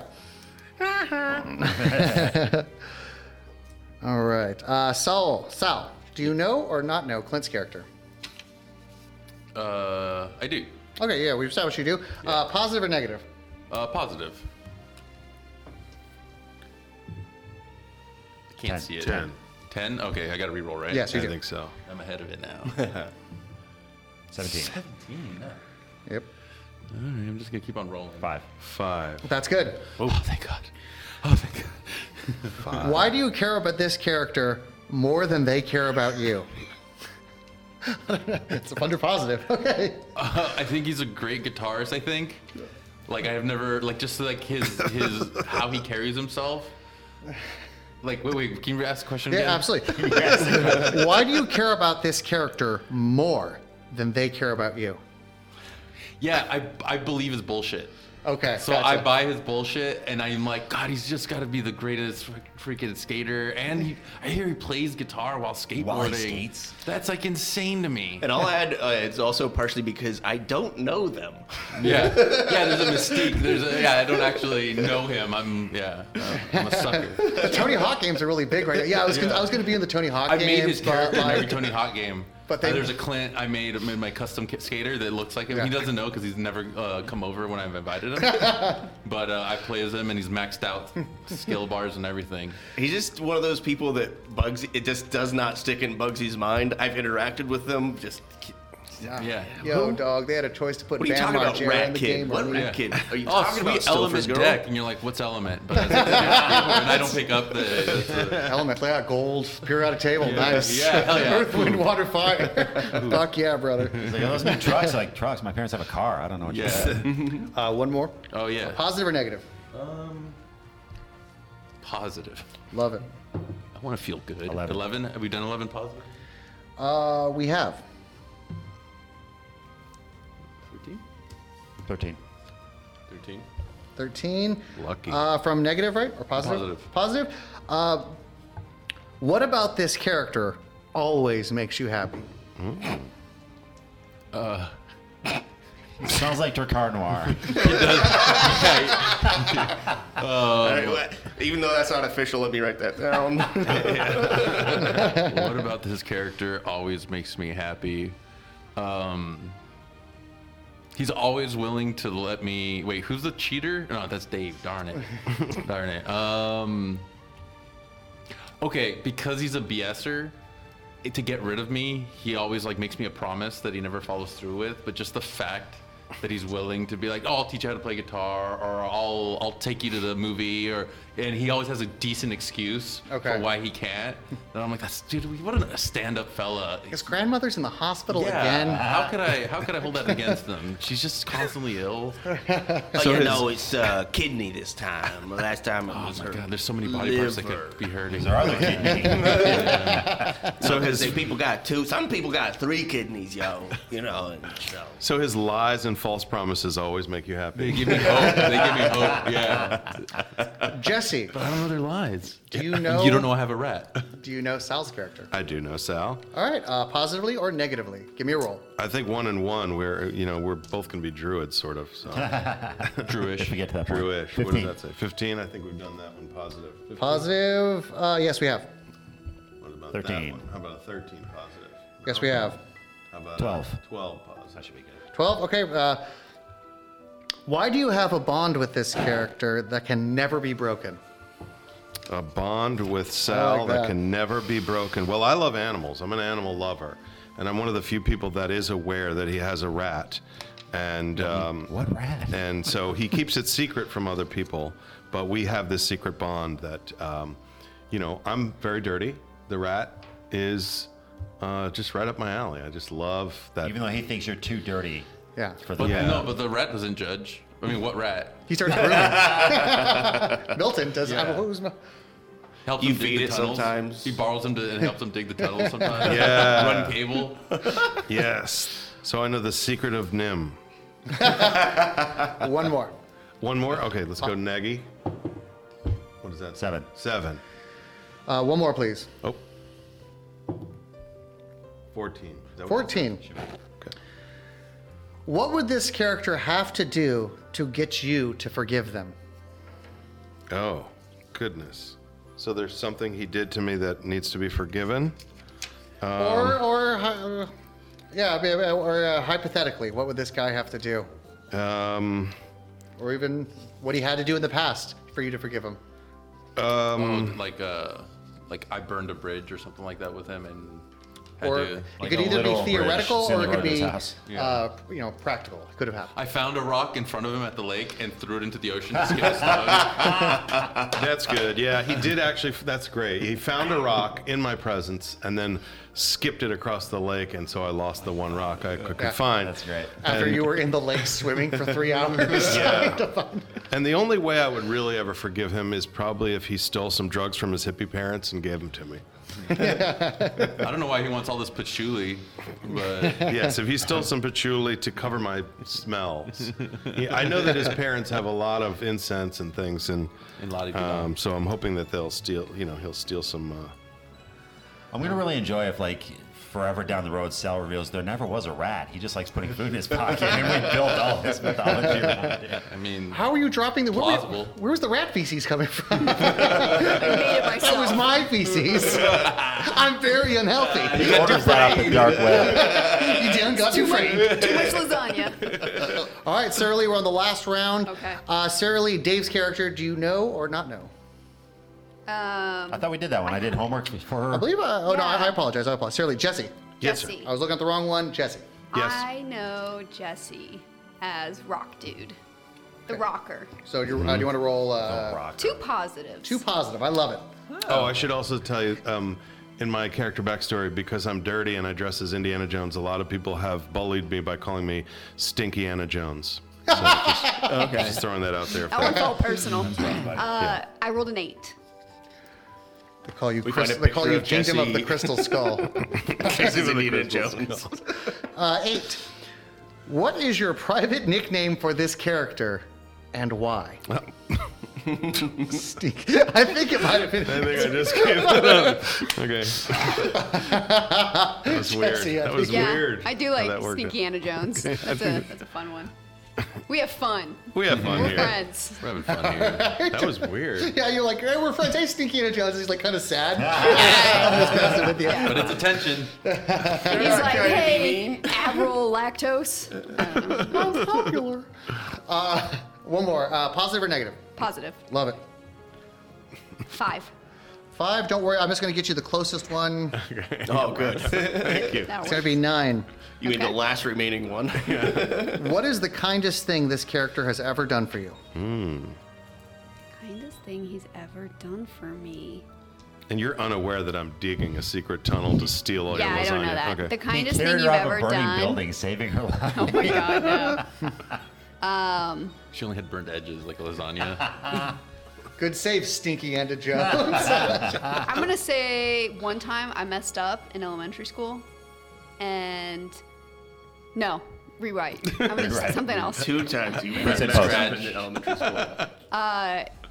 [SPEAKER 2] all right. Uh, Saul, Sal, do you know or not know Clint's character?
[SPEAKER 6] Uh, I do.
[SPEAKER 2] Okay, yeah, we've established you do. Uh, positive or negative?
[SPEAKER 6] Uh, positive. Can't
[SPEAKER 4] Ten.
[SPEAKER 6] see it.
[SPEAKER 5] Ten.
[SPEAKER 6] Ten? Okay, I got to reroll, right?
[SPEAKER 2] Yes,
[SPEAKER 5] I
[SPEAKER 2] you do.
[SPEAKER 5] think so.
[SPEAKER 6] I'm ahead of it now.
[SPEAKER 4] Seventeen.
[SPEAKER 6] Seventeen. no.
[SPEAKER 2] Yep,
[SPEAKER 6] All right, I'm just gonna keep on rolling.
[SPEAKER 4] Five.
[SPEAKER 5] Five.
[SPEAKER 2] that's good.
[SPEAKER 6] Oh, thank God. Oh, thank God.
[SPEAKER 2] Why do you care about this character more than they care about you? it's a under positive. Okay.
[SPEAKER 6] Uh, I think he's a great guitarist. I think. Like I have never like just like his his how he carries himself. Like wait wait can you ask the question
[SPEAKER 2] Yeah,
[SPEAKER 6] again?
[SPEAKER 2] absolutely. Why do you care about this character more than they care about you?
[SPEAKER 6] Yeah, I I believe his bullshit.
[SPEAKER 2] Okay.
[SPEAKER 6] So I
[SPEAKER 2] gotcha.
[SPEAKER 6] buy his bullshit, and I'm like, God, he's just got to be the greatest fr- freaking skater. And he, I hear he plays guitar while skateboarding.
[SPEAKER 4] skates?
[SPEAKER 6] That's like insane to me.
[SPEAKER 7] And I'll add, uh, it's also partially because I don't know them.
[SPEAKER 6] Yeah, yeah. There's a mystique. There's a yeah. I don't actually know him. I'm yeah. uh, I'm a sucker.
[SPEAKER 2] The Tony Hawk games are really big right now. Yeah, I was gonna, I was going to be in the Tony Hawk
[SPEAKER 6] I
[SPEAKER 2] games.
[SPEAKER 6] made his
[SPEAKER 2] but,
[SPEAKER 6] character in
[SPEAKER 2] like,
[SPEAKER 6] every Tony Hawk game.
[SPEAKER 2] But
[SPEAKER 6] But
[SPEAKER 2] they-
[SPEAKER 6] there's a Clint I made I made my custom ki- skater that looks like him. He
[SPEAKER 2] Yeah.
[SPEAKER 6] doesn't know because he's never uh, come over when I've invited him. but uh, I play as him, and he's maxed out skill bars and everything.
[SPEAKER 7] He's just one of those people that bugs. It just does not stick in Bugsy's mind. I've interacted with them. Just
[SPEAKER 2] Uh,
[SPEAKER 6] Yeah.
[SPEAKER 2] Yo, dog, they had a choice to put
[SPEAKER 7] what are you
[SPEAKER 2] Bam
[SPEAKER 7] talking about,
[SPEAKER 2] Margera in
[SPEAKER 7] rat
[SPEAKER 2] the
[SPEAKER 7] kid?
[SPEAKER 2] game.
[SPEAKER 7] What
[SPEAKER 2] or
[SPEAKER 7] rat
[SPEAKER 2] leave.
[SPEAKER 6] Yeah.
[SPEAKER 7] kid? Are you
[SPEAKER 6] Oh,
[SPEAKER 7] talking
[SPEAKER 6] sweet
[SPEAKER 7] about
[SPEAKER 6] element
[SPEAKER 7] Stouffer's girl?
[SPEAKER 6] deck, and you're like, what's element? But it's- and I don't pick up the. the-
[SPEAKER 2] Element, yeah, gold, periodic table, nice.
[SPEAKER 6] yeah, hell yeah.
[SPEAKER 2] Earth, wind, water, fire. Fuck yeah, brother.
[SPEAKER 4] It's like, oh, those new trucks, like trucks. My parents have a car. I don't know what you're
[SPEAKER 6] yeah.
[SPEAKER 2] Uh, one more.
[SPEAKER 6] Oh yeah.
[SPEAKER 2] Positive or negative?
[SPEAKER 6] Positive.
[SPEAKER 2] Love it.
[SPEAKER 6] I want to feel good.
[SPEAKER 4] 11.
[SPEAKER 6] 11? Have we done 11 positive?
[SPEAKER 2] Uh, we have.
[SPEAKER 6] 13?
[SPEAKER 4] 13.
[SPEAKER 6] 13?
[SPEAKER 2] 13.
[SPEAKER 6] Lucky.
[SPEAKER 2] Uh, from negative, right? Or positive? Positive.
[SPEAKER 6] Positive.
[SPEAKER 2] Uh, what about this character always makes you happy?
[SPEAKER 4] Sounds like Dracar Noir.
[SPEAKER 7] All
[SPEAKER 6] Um,
[SPEAKER 7] right, well, even though that's not official, let me write that down. Oh,
[SPEAKER 6] what about this character always makes me happy? Um, he's always willing to let me. Wait, who's the cheater? No, that's Dave. Darn it. Darn it. Um, okay, because he's a BSer, it- to get rid of me, he always like makes me a promise that he never follows through with. But just the fact that he's willing to be like, "Oh, I'll teach you how to play guitar," or "I'll I'll take you to the movie," or and he always has a decent excuse
[SPEAKER 2] Okay.
[SPEAKER 6] for why he can't. And I'm like, "That's dude, what a stand-up fella."
[SPEAKER 2] His grandmother's in the hospital
[SPEAKER 6] Yeah,
[SPEAKER 2] again.
[SPEAKER 6] How could I how could I hold that against them? She's just constantly ill.
[SPEAKER 9] Oh, yeah, no, it's uh, kidney this time. The last time it
[SPEAKER 6] Oh
[SPEAKER 9] was
[SPEAKER 6] my
[SPEAKER 9] her.
[SPEAKER 6] god, there's so many body parts that
[SPEAKER 9] liver.
[SPEAKER 6] could be hurting.
[SPEAKER 4] Our other kidney.
[SPEAKER 9] So his people got two. Some people got three kidneys, yo. You know, and so.
[SPEAKER 5] So his lies and false promises always make you
[SPEAKER 6] They
[SPEAKER 5] happy.
[SPEAKER 6] give me hope. They give me hope. Yeah.
[SPEAKER 2] Jesse,
[SPEAKER 6] I don't know their lies.
[SPEAKER 2] do you know?
[SPEAKER 6] You don't know I have a rat.
[SPEAKER 2] Do you know Sal's character?
[SPEAKER 5] I do know Sal.
[SPEAKER 2] All right. Uh, positively or negatively? Give me a roll.
[SPEAKER 5] I think one and one, we're you know we're both gonna be druids, sort of. So
[SPEAKER 4] if
[SPEAKER 6] Druish.
[SPEAKER 4] we get to that point.
[SPEAKER 5] druish. What
[SPEAKER 4] 15.
[SPEAKER 5] does that say? Fifteen. I think we've done that one positive. 15?
[SPEAKER 2] Positive. Uh, yes, we have.
[SPEAKER 5] What about
[SPEAKER 4] 13.
[SPEAKER 5] That one? How about a thirteen positive?
[SPEAKER 2] Yes, we have.
[SPEAKER 5] How about
[SPEAKER 4] 12.
[SPEAKER 5] A Twelve positive. That should be good.
[SPEAKER 2] 12. Okay. Uh, why do you have a bond with this character that can never be broken?
[SPEAKER 5] A bond with Sal
[SPEAKER 2] like
[SPEAKER 5] that.
[SPEAKER 2] that.
[SPEAKER 5] can never be broken. Well, I love animals. I'm an animal lover, and I'm one of the few people that is aware that he has a rat, and um,
[SPEAKER 4] What rat?
[SPEAKER 5] and so he keeps it secret from other people. But we have this secret bond that, um, you know, I'm very dirty. The rat is uh, just right up my alley. I just love that.
[SPEAKER 4] Even though he thinks you're too dirty
[SPEAKER 2] Yeah.
[SPEAKER 4] for the
[SPEAKER 6] But
[SPEAKER 5] Yeah.
[SPEAKER 6] no, but the rat doesn't judge. I mean, what rat?
[SPEAKER 2] He starts grooming. Milton does. I- who's Mil-
[SPEAKER 6] Helps
[SPEAKER 9] You
[SPEAKER 6] him dig
[SPEAKER 9] feed
[SPEAKER 6] the
[SPEAKER 9] it
[SPEAKER 6] tunnels.
[SPEAKER 9] sometimes.
[SPEAKER 6] He borrows them to, and helps him dig the tunnels sometimes.
[SPEAKER 5] Yeah.
[SPEAKER 6] Run cable.
[SPEAKER 5] yes. So I know the secret of Nim.
[SPEAKER 2] One more.
[SPEAKER 5] One more. Okay, let's go. Negi. What is that? say?
[SPEAKER 4] Seven.
[SPEAKER 5] Seven.
[SPEAKER 2] Uh, one more, please.
[SPEAKER 5] Oh. 14. Is that what-
[SPEAKER 2] 14. What would this character have to do to get you to forgive them?
[SPEAKER 5] Oh, goodness. So there's something he did to me that needs to be forgiven? Uh,
[SPEAKER 2] or, or, hy- uh, yeah, I mean, or uh, hypothetically, what would this guy have to do?
[SPEAKER 5] Um,
[SPEAKER 2] Or even what he had to do in the past for you to forgive him?
[SPEAKER 5] um,
[SPEAKER 2] Mm.
[SPEAKER 6] Oh, like uh, like I burned a bridge or something like that with him, and had
[SPEAKER 2] Or
[SPEAKER 6] to,
[SPEAKER 2] it
[SPEAKER 6] like,
[SPEAKER 2] could
[SPEAKER 4] a
[SPEAKER 2] either
[SPEAKER 4] little
[SPEAKER 2] be theoretical
[SPEAKER 4] bridge
[SPEAKER 2] or it
[SPEAKER 4] similar
[SPEAKER 2] could be,
[SPEAKER 4] to his house.
[SPEAKER 2] uh, you know, practical. It could have happened.
[SPEAKER 6] I found a rock in front of him at the lake and threw it into the ocean to scare the snow.
[SPEAKER 5] that's good. Yeah, he did actually. That's great. He found a rock in my presence and then skipped it across the lake, and so I lost the one rock I could find.
[SPEAKER 4] That's great.
[SPEAKER 2] After
[SPEAKER 5] And-
[SPEAKER 2] you were in the lake swimming for three hours.
[SPEAKER 5] And the only way I would really ever forgive him is probably if he stole some drugs from his hippie parents and gave them to me.
[SPEAKER 6] I don't know why he wants all this patchouli, but
[SPEAKER 5] yes, if he stole some patchouli to cover my smells. He- I know that his parents have a lot of incense and things, and
[SPEAKER 6] And la di di da.
[SPEAKER 5] um, so I'm hoping that they'll steal. You know, he'll steal some. Uh,
[SPEAKER 4] I'm gonna really enjoy if like forever down the road Sal reveals there never was a rat. He just likes putting food in his pocket and we built all his mythology around it.
[SPEAKER 6] I mean,
[SPEAKER 2] How are you dropping the? Where,
[SPEAKER 6] Plausible.
[SPEAKER 2] where was the rat feces coming from?
[SPEAKER 8] I made it myself.
[SPEAKER 2] That was my feces. I'm very unhealthy.
[SPEAKER 4] He orders that off the dark web.
[SPEAKER 2] You damn got too free.
[SPEAKER 8] Too much lasagna.
[SPEAKER 2] All right, Sarah Lee, we're on the last round.
[SPEAKER 8] Okay.
[SPEAKER 2] Uh, Sarah Lee, Dave's character, do you know or not know?
[SPEAKER 4] I thought we did that one. I did homework for her.
[SPEAKER 2] I believe. Uh, oh no, I,
[SPEAKER 8] Yeah.
[SPEAKER 2] I apologize. I apologize. Sarah Lee, Jesse.
[SPEAKER 5] Yes, sir.
[SPEAKER 8] Jesse.
[SPEAKER 2] I was looking at the wrong one. Jesse.
[SPEAKER 5] Yes.
[SPEAKER 8] I know Jesse as Rock Dude, the rocker.
[SPEAKER 2] So do you,
[SPEAKER 7] Mm-hmm.
[SPEAKER 2] uh, do you want to roll uh,
[SPEAKER 4] Rock.
[SPEAKER 8] Two positives.
[SPEAKER 2] two positive? I love it.
[SPEAKER 5] oh, I should also tell you. Um, in my character backstory, because I'm dirty and I dress as Indiana Jones, a lot of people have bullied me by calling me Stinky Anna Jones. So just, just throwing that out there.
[SPEAKER 8] That one felt personal.
[SPEAKER 4] Yeah.
[SPEAKER 8] Uh, I rolled an eight.
[SPEAKER 2] They call you,
[SPEAKER 7] We
[SPEAKER 2] Chris,
[SPEAKER 7] find a
[SPEAKER 2] they call
[SPEAKER 7] picture
[SPEAKER 2] you
[SPEAKER 7] of
[SPEAKER 2] Kingdom of
[SPEAKER 7] Jesse.
[SPEAKER 2] the Crystal Skull.
[SPEAKER 7] Cases Anita Jones.
[SPEAKER 2] Uh, eight. What is your private nickname for this character, and why?
[SPEAKER 7] Oh.
[SPEAKER 2] Stink. I think it might have
[SPEAKER 5] I
[SPEAKER 2] been.
[SPEAKER 5] think I just gave that up. Okay. that was weird.
[SPEAKER 2] Jesse, I
[SPEAKER 5] that was
[SPEAKER 2] think-
[SPEAKER 8] Yeah,
[SPEAKER 5] weird.
[SPEAKER 8] I do
[SPEAKER 5] how
[SPEAKER 8] like
[SPEAKER 5] that worked out.
[SPEAKER 8] Sneaky Anna Jones. That's a, that's a fun one. We have fun.
[SPEAKER 5] We have fun
[SPEAKER 8] We're
[SPEAKER 5] here.
[SPEAKER 8] friends.
[SPEAKER 6] We're having fun here.
[SPEAKER 5] That was weird.
[SPEAKER 2] Yeah, you're like, hey, we're friends. Hey, Stinky and Jones. He's like kind of sad. I'm just messing with you.
[SPEAKER 6] But it's attention.
[SPEAKER 8] And he's like, hey, Avril Lactose.
[SPEAKER 2] I'm popular. Uh, one more. Uh, positive or negative?
[SPEAKER 8] Positive.
[SPEAKER 2] Love it.
[SPEAKER 8] Five.
[SPEAKER 2] Five. Don't worry. I'm just going to get you the closest one.
[SPEAKER 7] Oh, good. Thank you.
[SPEAKER 8] That'll
[SPEAKER 2] It's going to
[SPEAKER 8] work.
[SPEAKER 2] be nine.
[SPEAKER 7] You mean the
[SPEAKER 8] Okay.
[SPEAKER 7] last remaining one?
[SPEAKER 2] What is the kindest thing this character has ever done for you?
[SPEAKER 3] Kindest thing he's ever done for me.
[SPEAKER 5] And you're unaware that I'm digging a secret tunnel to steal all
[SPEAKER 8] Yeah,
[SPEAKER 5] your lasagna.
[SPEAKER 8] I don't know that.
[SPEAKER 5] Okay.
[SPEAKER 8] The kindest
[SPEAKER 4] Carried
[SPEAKER 8] thing
[SPEAKER 4] her
[SPEAKER 8] you've
[SPEAKER 4] off a
[SPEAKER 8] ever
[SPEAKER 4] burning
[SPEAKER 8] done.
[SPEAKER 4] building, saving her life.
[SPEAKER 8] Oh my god, no.
[SPEAKER 6] She only had burnt edges like
[SPEAKER 2] Oh,
[SPEAKER 6] lasagna.
[SPEAKER 2] Good save, Stinky and Jones.
[SPEAKER 8] I'm gonna say one time I messed up in elementary school, and no, rewrite. I'm gonna say something else.
[SPEAKER 7] Two times you read
[SPEAKER 4] said
[SPEAKER 7] that
[SPEAKER 4] both.
[SPEAKER 7] happened in elementary school.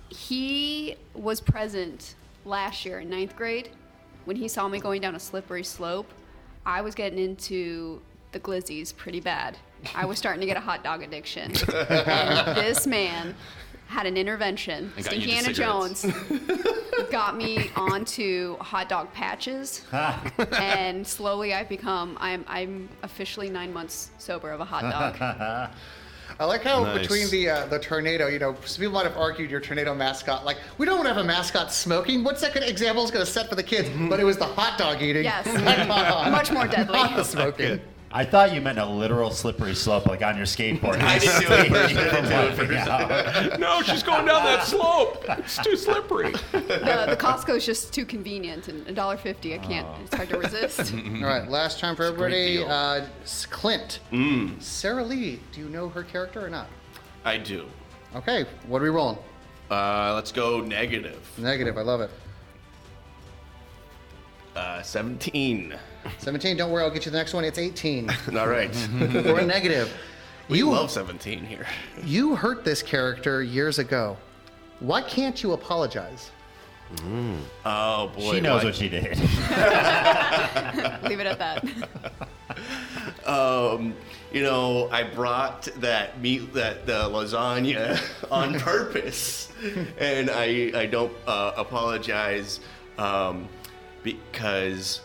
[SPEAKER 8] He was present last year in ninth grade when he saw me going down a slippery slope. I was getting into the glizzies pretty bad. I was starting to get a hot dog addiction, and this man had an intervention.
[SPEAKER 6] And got you to
[SPEAKER 8] Stinky Anna
[SPEAKER 6] cigarettes.
[SPEAKER 8] Jones got me onto hot dog patches. and slowly I've become I'm I'm officially nine months sober of a hot dog.
[SPEAKER 2] I like how
[SPEAKER 5] Nice.
[SPEAKER 2] between the uh, the tornado, you know, people might have argued your tornado mascot. Like, we don't want to have a mascot smoking. What's that gonna, example is going to set for the kids? But it was the hot dog eating.
[SPEAKER 8] Yes. Mm-hmm.
[SPEAKER 2] Not
[SPEAKER 8] Much more deadly.
[SPEAKER 2] the smoking.
[SPEAKER 4] I thought you meant a literal slippery slope, like on your skateboard.
[SPEAKER 7] I didn't do it first. I didn't
[SPEAKER 4] From
[SPEAKER 7] do it
[SPEAKER 4] laughing out.
[SPEAKER 5] no, she's going down that slope. It's too slippery.
[SPEAKER 8] uh, the, the Costco is just too convenient and a dollar fifty I can't it's hard to resist.
[SPEAKER 2] All right, last time for everybody.
[SPEAKER 6] deal.
[SPEAKER 2] Uh, s- Clint. Sarah Lee, do you know her character or not?
[SPEAKER 7] I do.
[SPEAKER 2] Okay, what are we rolling?
[SPEAKER 7] Uh, let's go negative.
[SPEAKER 2] Negative, I love it.
[SPEAKER 7] Uh, 17.
[SPEAKER 2] 17, don't worry, I'll get you the next one. It's 18.
[SPEAKER 7] All right.
[SPEAKER 2] We're negative.
[SPEAKER 7] we
[SPEAKER 2] you
[SPEAKER 7] love 17 here.
[SPEAKER 2] you hurt this character years ago. Why can't you apologize?
[SPEAKER 7] Oh, boy.
[SPEAKER 4] She knows
[SPEAKER 7] why-
[SPEAKER 4] what she did.
[SPEAKER 8] Leave it at that.
[SPEAKER 7] um, you know, I brought that meat, that the lasagna, on purpose, and I I don't uh, apologize um, because.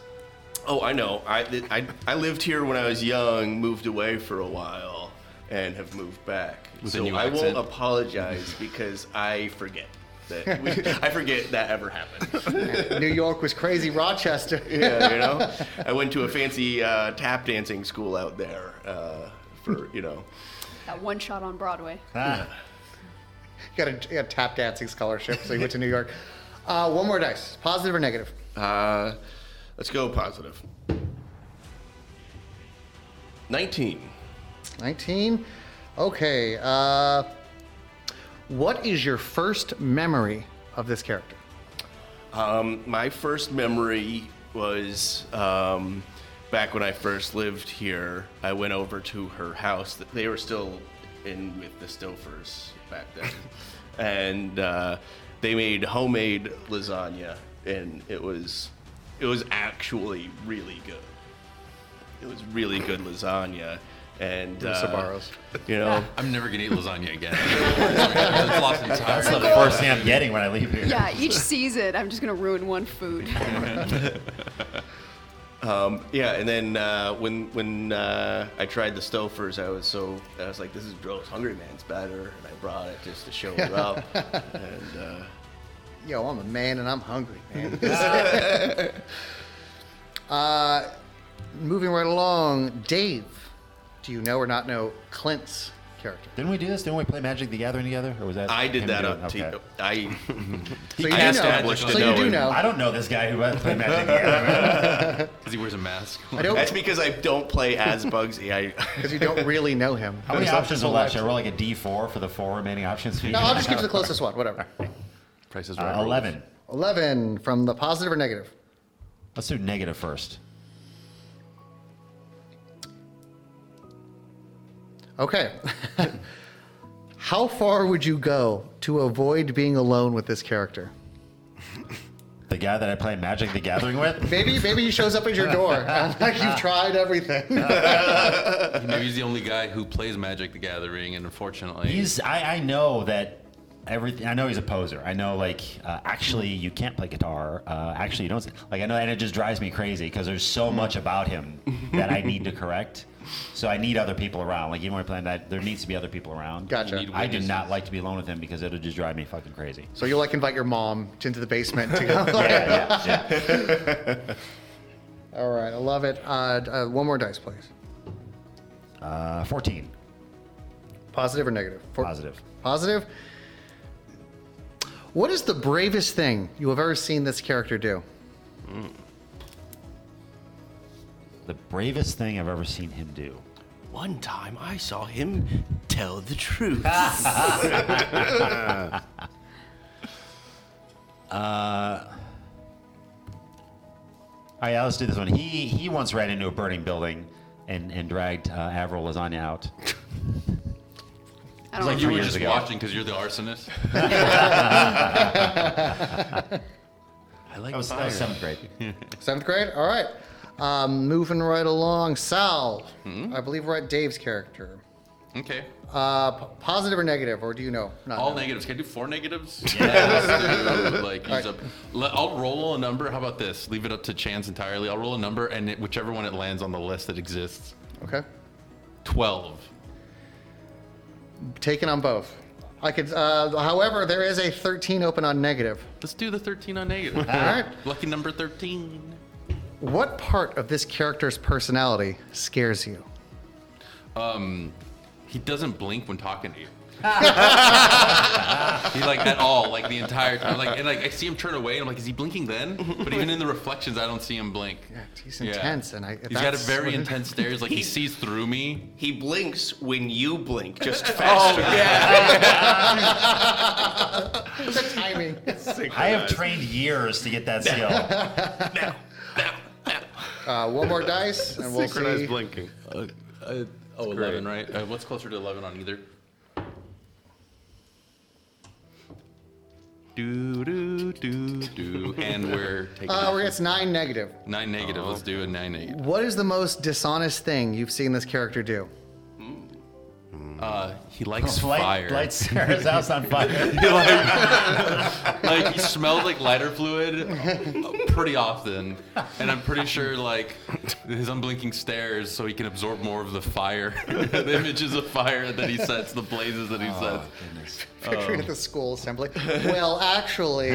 [SPEAKER 7] Oh, I know. I, I, I lived here when I was young, moved away for a while, and have moved back.
[SPEAKER 6] With a
[SPEAKER 7] so
[SPEAKER 6] new
[SPEAKER 7] I
[SPEAKER 6] accent.
[SPEAKER 7] won't apologize because I forget that we, I forget that ever happened.
[SPEAKER 2] New York was crazy, Rochester.
[SPEAKER 7] Yeah, you know, I went to a fancy uh, tap dancing school out there uh, for you know.
[SPEAKER 8] That one shot on Broadway.
[SPEAKER 2] got, a, got a tap dancing scholarship, so you went to New York. Uh, one more dice, positive or negative?
[SPEAKER 7] Uh, let's go positive. Nineteen.
[SPEAKER 2] 19. Okay. Uh, what is your first memory of this character?
[SPEAKER 7] Um, my first memory was um, back when I first lived here. I went over to her house. They were still in with the Stofers back then, and uh, they made homemade lasagna, and it was it was actually really good. It was really good lasagna, and uh,
[SPEAKER 2] Sabaros.
[SPEAKER 7] You know,
[SPEAKER 6] I'm never gonna eat lasagna again. It's lost
[SPEAKER 4] That's
[SPEAKER 6] entirely.
[SPEAKER 4] the first thing I'm getting when I leave here.
[SPEAKER 8] Yeah, Uh, each season I'm just gonna ruin one food.
[SPEAKER 7] Yeah, and then uh, when when uh, I tried the Stofers, I was so I was like, "This is gross. Hungry Man's better," and I brought it just to show her up. And uh,
[SPEAKER 2] Yo, I'm a man and I'm hungry, man. uh, moving right along, Dave. Do you know or not know Clint's character?
[SPEAKER 4] Didn't we do this? Didn't we play Magic the Gathering together? Or was that
[SPEAKER 7] I did
[SPEAKER 4] him
[SPEAKER 7] that
[SPEAKER 4] doing-
[SPEAKER 7] up
[SPEAKER 4] okay.
[SPEAKER 7] to I.
[SPEAKER 2] So you do
[SPEAKER 7] I
[SPEAKER 2] know-
[SPEAKER 7] established
[SPEAKER 2] So
[SPEAKER 7] to
[SPEAKER 2] you
[SPEAKER 7] know
[SPEAKER 2] do
[SPEAKER 7] him.
[SPEAKER 2] know.
[SPEAKER 4] I don't know this guy who played Magic the Gathering.
[SPEAKER 6] Because he wears a mask.
[SPEAKER 2] I don't
[SPEAKER 7] That's because I don't play as Bugsy. I
[SPEAKER 2] because you don't really know him.
[SPEAKER 4] How many options are left? Should I roll like a D4 for the four remaining options?
[SPEAKER 2] No, I'll just get to the closest one. Whatever.
[SPEAKER 6] Price is
[SPEAKER 4] Uh,
[SPEAKER 6] right.
[SPEAKER 4] 11.
[SPEAKER 2] 11 from the positive or negative.
[SPEAKER 4] Let's do negative first.
[SPEAKER 2] Okay. How far would you go to avoid being alone with this character?
[SPEAKER 4] The guy that I play Magic the Gathering with.
[SPEAKER 2] Maybe, maybe he shows up at your door. and, like you've tried everything.
[SPEAKER 6] Maybe he's the only guy who plays Magic the Gathering, and unfortunately,
[SPEAKER 4] He's. I, I know that everything. I know he's a poser. I know like uh, actually you can't play guitar. Uh, actually you don't. Like I know, and it just drives me crazy because there's so much about him that I need to correct. So I need other people around. Like even when I play that, there needs to be other people around.
[SPEAKER 2] Gotcha.
[SPEAKER 4] I do not like to be alone with him because it'll just drive me fucking crazy.
[SPEAKER 2] So you'll like invite your mom to- into the basement to go.
[SPEAKER 4] Yeah, yeah, yeah.
[SPEAKER 2] All right, I love it. Uh, d- uh, one more dice, please.
[SPEAKER 4] Uh, Fourteen.
[SPEAKER 2] Positive or negative? For-
[SPEAKER 4] Positive.
[SPEAKER 2] Positive. What is the bravest thing you have ever seen this character do?
[SPEAKER 4] The bravest thing I've ever seen him do.
[SPEAKER 9] One time I saw him tell the truth.
[SPEAKER 4] All right, yeah, let's do this one. He he once ran into a burning building and and dragged uh, Avril Lasagna out.
[SPEAKER 8] I don't
[SPEAKER 6] like
[SPEAKER 8] remember.
[SPEAKER 6] you were
[SPEAKER 4] years
[SPEAKER 6] just
[SPEAKER 4] ago.
[SPEAKER 6] watching because you're the arsonist.
[SPEAKER 9] I like
[SPEAKER 4] That was, that was seventh grade.
[SPEAKER 2] Seventh grade. All right. Um, moving right along. Sal.
[SPEAKER 6] Hmm?
[SPEAKER 2] I believe we're at Dave's character.
[SPEAKER 6] Okay.
[SPEAKER 2] Uh, p- positive or negative, or do you know? Not
[SPEAKER 6] All
[SPEAKER 2] know.
[SPEAKER 6] negatives. Can I do four negatives? Yeah. like use up. Let- I'll roll a number. How about this? Leave it up to chance entirely. I'll roll a number, and it, whichever one it lands on the list that exists,
[SPEAKER 2] Okay.
[SPEAKER 6] twelve.
[SPEAKER 2] Taken on both. I could. Uh, however, there is a 13 open on negative.
[SPEAKER 6] Let's do the thirteen on negative.
[SPEAKER 2] All right.
[SPEAKER 6] Lucky number thirteen.
[SPEAKER 2] What part of this character's personality scares you?
[SPEAKER 6] He doesn't blink when talking to you. he like at all, like the entire time. Like and like I see him turn away, and I'm like, is he blinking then? But even in the reflections, I don't see him blink.
[SPEAKER 2] He's intense, and I.
[SPEAKER 6] He's got a
[SPEAKER 2] that's
[SPEAKER 6] very
[SPEAKER 2] what-
[SPEAKER 6] intense stares. Like he sees through me.
[SPEAKER 9] He blinks when you blink, just faster.
[SPEAKER 2] The timing.
[SPEAKER 4] I have trained years to get that skill.
[SPEAKER 2] Uh, one more dice, and we'll
[SPEAKER 5] Synchronized
[SPEAKER 2] see.
[SPEAKER 5] blinking.
[SPEAKER 6] Uh, oh, 11, right? Uh, what's closer to 11 on either? Do, do, do, do. And we're taking
[SPEAKER 2] Uh, we're it's nine negative.
[SPEAKER 6] nine negative. Let's do a nine negative.
[SPEAKER 2] What is the most dishonest thing you've seen this character do?
[SPEAKER 6] Uh, he likes fire.
[SPEAKER 4] Light, light Sarah's house on fire.
[SPEAKER 6] Like, he smelled like lighter fluid uh, pretty often. And I'm pretty sure, like, his unblinking stares so he can absorb more of the fire, the images of fire that he sets, the blazes that he sets.
[SPEAKER 2] Picturing at the school assembly. Well, actually,